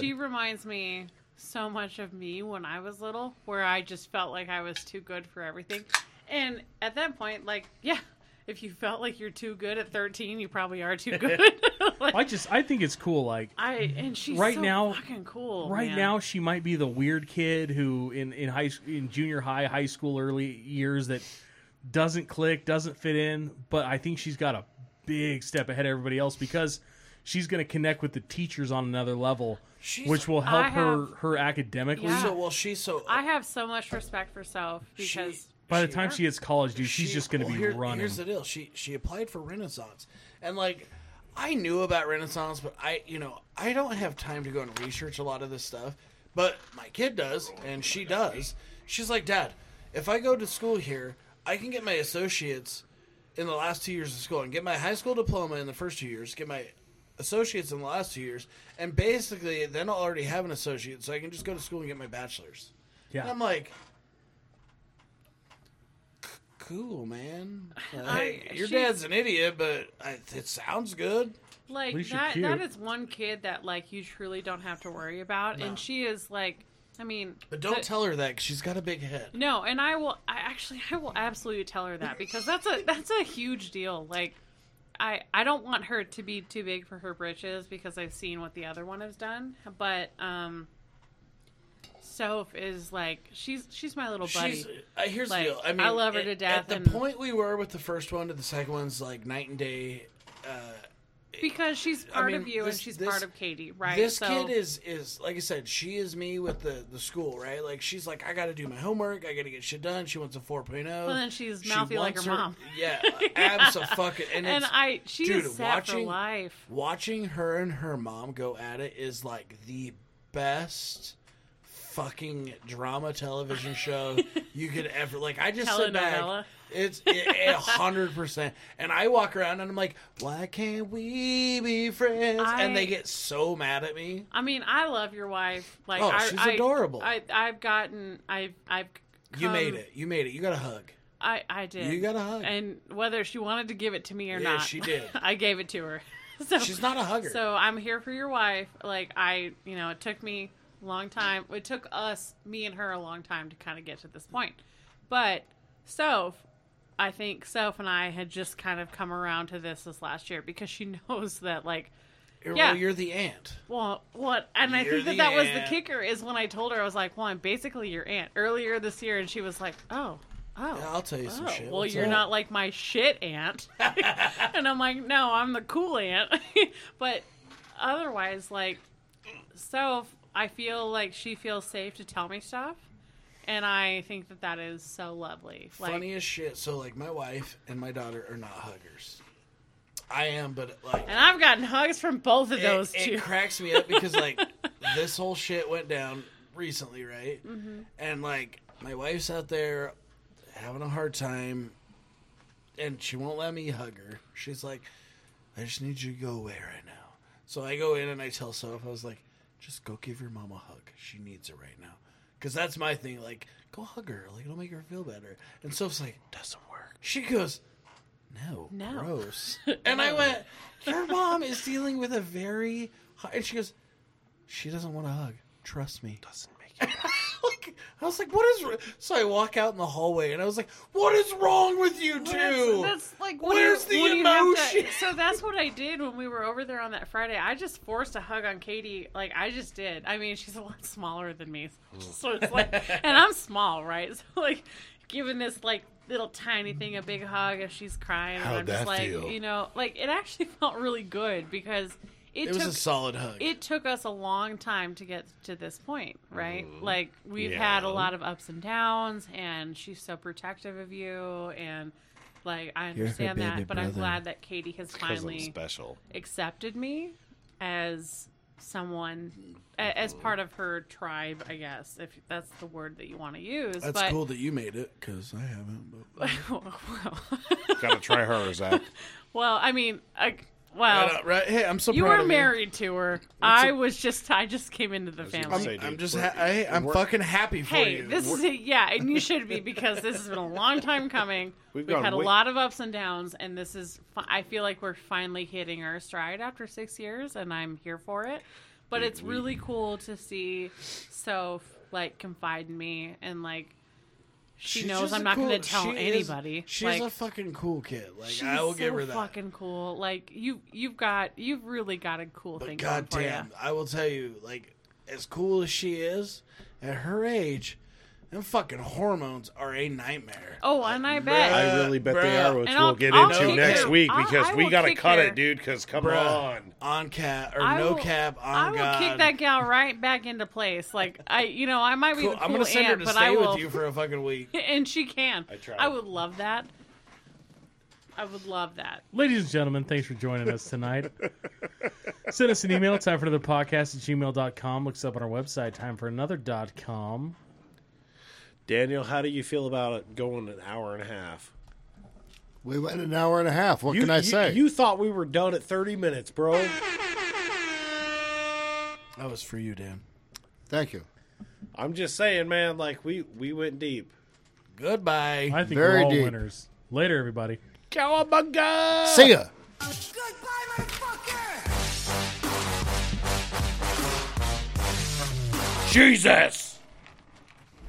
A: she reminds me so much of me when I was little, where I just felt like I was too good for everything, and at that point, like yeah. If you felt like you're too good at 13, you probably are too good. Like,
E: I just I think it's cool. Like
A: I and she's
E: Right
A: so
E: now-
A: fucking cool.
E: right
A: Oh, man.
E: now she might be the weird kid who in in high sch- in junior high high school early years that doesn't click doesn't fit in but i think she's got a big step ahead of everybody else because she's going to connect with the teachers on another level
B: She's-
E: which will help
A: I
E: her
A: have-
E: her academically
A: Yeah.
B: So well she's so
A: I have so much respect for Soph
B: she-
A: because
E: by the time she hits college dude she's
B: she-
E: just going to
B: well,
E: be
B: here-
E: running
B: Here's the deal. She she applied for Renaissance, and like I knew about Renaissance, but I you know I don't have time to go and research a lot of this stuff. But my kid does, and she does. She's like, Dad, if I go to school here, I can get my associates in the last two years of school and get my high school diploma in the first two years, get my associates in the last two years, and basically then I'll already have an associate, so I can just go to school and get my bachelor's. And
E: yeah
B: I'm like, "C- cool, man. Like, your
A: she's-
B: dad's an idiot, but I, it sounds good.
A: like
E: least you're
A: that that
E: cute.
A: is one kid that like you truly don't have to worry about and she is like i mean
B: But don't
A: the-
B: tell her that 'cause she's got a big head.
A: no and i will i actually i will absolutely tell her that because that's a that's a huge deal like i i don't want her to be too big for her britches because i've seen what the other one has done but um Soph is like she's she's my little buddy.
B: She's, uh, here's
A: Like,
B: the deal. I mean,
A: I love her
B: at-
A: to death
B: At the
A: and-
B: point we were with the first one to the second one's like night and day.
A: because she's part of
B: mean,
A: you
B: this-
A: and she's
B: this-
A: part of Katie, right?
B: This
A: So-
B: kid is is like I said, she is me with the the school, right? Like she's like, I got to do my homework, I got to get shit done. She wants a 4.0.
A: Well, then she's mouthy like
B: wants
A: her mom.
B: Yeah, absolutely. And,
A: and
B: it's-
A: I she
B: dude,
A: is sad for
B: watching-
A: life.
B: watching her and her mom go at it is like the best fucking drama television show you could ever like i just sit back
A: Telenovela.
B: it's a a hundred percent and i walk around and i'm like why can't we be friends and
A: I-
B: they get so mad at me
A: I mean, I love your wife. Like,
B: Oh,
A: I,
B: she's
A: I-
B: adorable.
A: I, I've gotten, I've, I've.
B: you
A: come-
B: made it you made it you got a hug
A: I, I did.
B: You got a hug.
A: And whether she wanted to give it to me or
B: Yeah,
A: not,
B: she did.
A: I gave it to her. So
B: she's not a hugger
A: So I'm here for your wife. Like I, you know, it took me long time. It took us, me and her, a long time to kind of get to this point. But Soph, I think Soph and I had just kind of come around to this this last year because she knows that, like, Yeah.
B: Well, you're the aunt.
A: well, what? And I
B: You're
A: think that
B: the
A: that was the
B: aunt.
A: kicker is when I told her, I was like, well, I'm basically your aunt earlier this year. And she was like, oh, oh.
B: I'll tell you some
A: Oh,
B: shit.
A: Well,
B: What's
A: you're
B: up?
A: not like my shit aunt. and I'm like, no, I'm the cool aunt. but otherwise, like, so if I feel like she feels safe to tell me stuff. And I think that that is so lovely. Like,
B: funny as shit. So like, my wife and my daughter are not huggers. I am, but like,
A: And I've gotten hugs from both of those
B: it,
A: two.
B: It cracks me up because like this whole shit went down recently, right?
A: Mm-hmm.
B: And like my wife's out there having a hard time, and she won't let me hug her. She's like, "I just need you to go away right now." So I go in and I tell Soph, I was like, "Just go give your mom a hug. She needs it right now." Because that's my thing. Like, go hug her. Like, it'll make her feel better. And Soph's like, "Doesn't work." She goes. No,
A: No.
B: gross. And I went, your mom is dealing with a very, hi-" and she goes, she doesn't want to hug. Trust me. Doesn't make it. like, I was like, what is? wr-" So I walk out in the hallway, and I was like, what is wrong with you
A: That's,
B: two?
A: that's like when
B: Where's
A: you-
B: the
A: when you have to-
B: emotion?
A: so that's what I did when we were over there on that Friday. I just forced a hug on Katie. Like I just did. I mean, she's a lot smaller than me,
C: Mm.
A: so it's like, and I'm small, right? So like, giving this like little tiny thing a big hug as she's crying, and
C: How'd
A: I'm just
C: that
A: like,
C: feel?
A: you know, like it actually felt really good because it,
B: It
A: took
B: was a solid hug.
A: it took us a long time to get to this point, right? Like we've
C: Mm-hmm. Yeah.
A: had a lot of ups and downs, and she's so protective of you, and like I
B: her
A: understand
B: baby
A: that, but I'm
B: brother.
A: glad that Katie has
C: Because I'm
A: finally
C: special.
A: accepted me as someone, a- as part of her tribe, I guess, if that's the word that you want to use.
B: that's
A: but
B: cool that you made it because I haven't. But
C: Gotta try hers out.
A: well, I mean, I, well.
B: Right, uh, right? Hey, I'm so
A: Oh. You
B: proud
A: were
B: of
A: married to her. I was just—I just came into the
C: gonna
A: family.
B: I'm,
C: Say, dude,
B: I'm just.
C: we're-
B: Ha- I, I'm
C: we're-
B: fucking happy for
A: Hey,
B: you.
A: this is a, yeah, and you should be because this has been a long time coming.
C: We've
A: We've,
C: gone
A: had a
C: way-
A: lot of ups and downs, and this is. fi- I feel like we're finally hitting our stride after six years, and I'm here for it. But it's
B: Mm-hmm.
A: really cool to see Soph like confide in me and like she
B: She's
A: knows
B: just
A: I'm
B: a
A: not
B: cool-
A: going to tell
B: she is-
A: anybody.
B: she's
A: like,
B: a fucking cool kid. Like
A: she's
B: I will
A: so
B: give her that.
A: fucking cool. Like you, you've got, you've really got a cool
B: But
A: thing.
B: God
A: going
B: damn,
A: for you.
B: I will tell you, like, as cool as she is, at her age, them fucking hormones are a nightmare.
A: Oh, and I bet.
C: I really bet they
B: bruh.
C: are, which
A: And
C: we'll
A: I'll-
C: get
A: I'll
C: into
A: kick
C: next
A: her.
C: week
A: I-
C: because
A: I
C: we
A: will
C: gotta
A: kick
C: cut
A: her.
C: it, dude. Because come
B: Bruh.
C: on,
B: On cap or
A: I
B: no
A: will-
B: cap on
A: I will
B: God.
A: kick that gal right back into place. Like I, you know, I might be
B: Cool.
A: the cool
B: I'm gonna send
A: aunt,
B: her to
A: but
B: stay
A: I will.
B: with you for a fucking week.
A: and she can. I
C: tried.
A: I would love that. I would love that.
E: Ladies and gentlemen, thanks for joining us tonight. Send us an email, time for another podcast at gmail.com. Looks up on our website, time for another.com.
C: Daniel, how do you feel about it going an hour and a half?
D: We went an hour and a half. What
C: You-
D: can I
C: you-
D: say?
C: You thought we were done at 30 minutes, bro.
B: That was for you, Dan.
D: Thank you.
C: I'm just saying, man. Like we we went deep.
B: Goodbye.
E: I think
D: Very
E: we're all
D: deep.
E: winners. Later, everybody.
C: Cowabunga!
D: See ya.
G: Goodbye, motherfucker!
C: Jesus!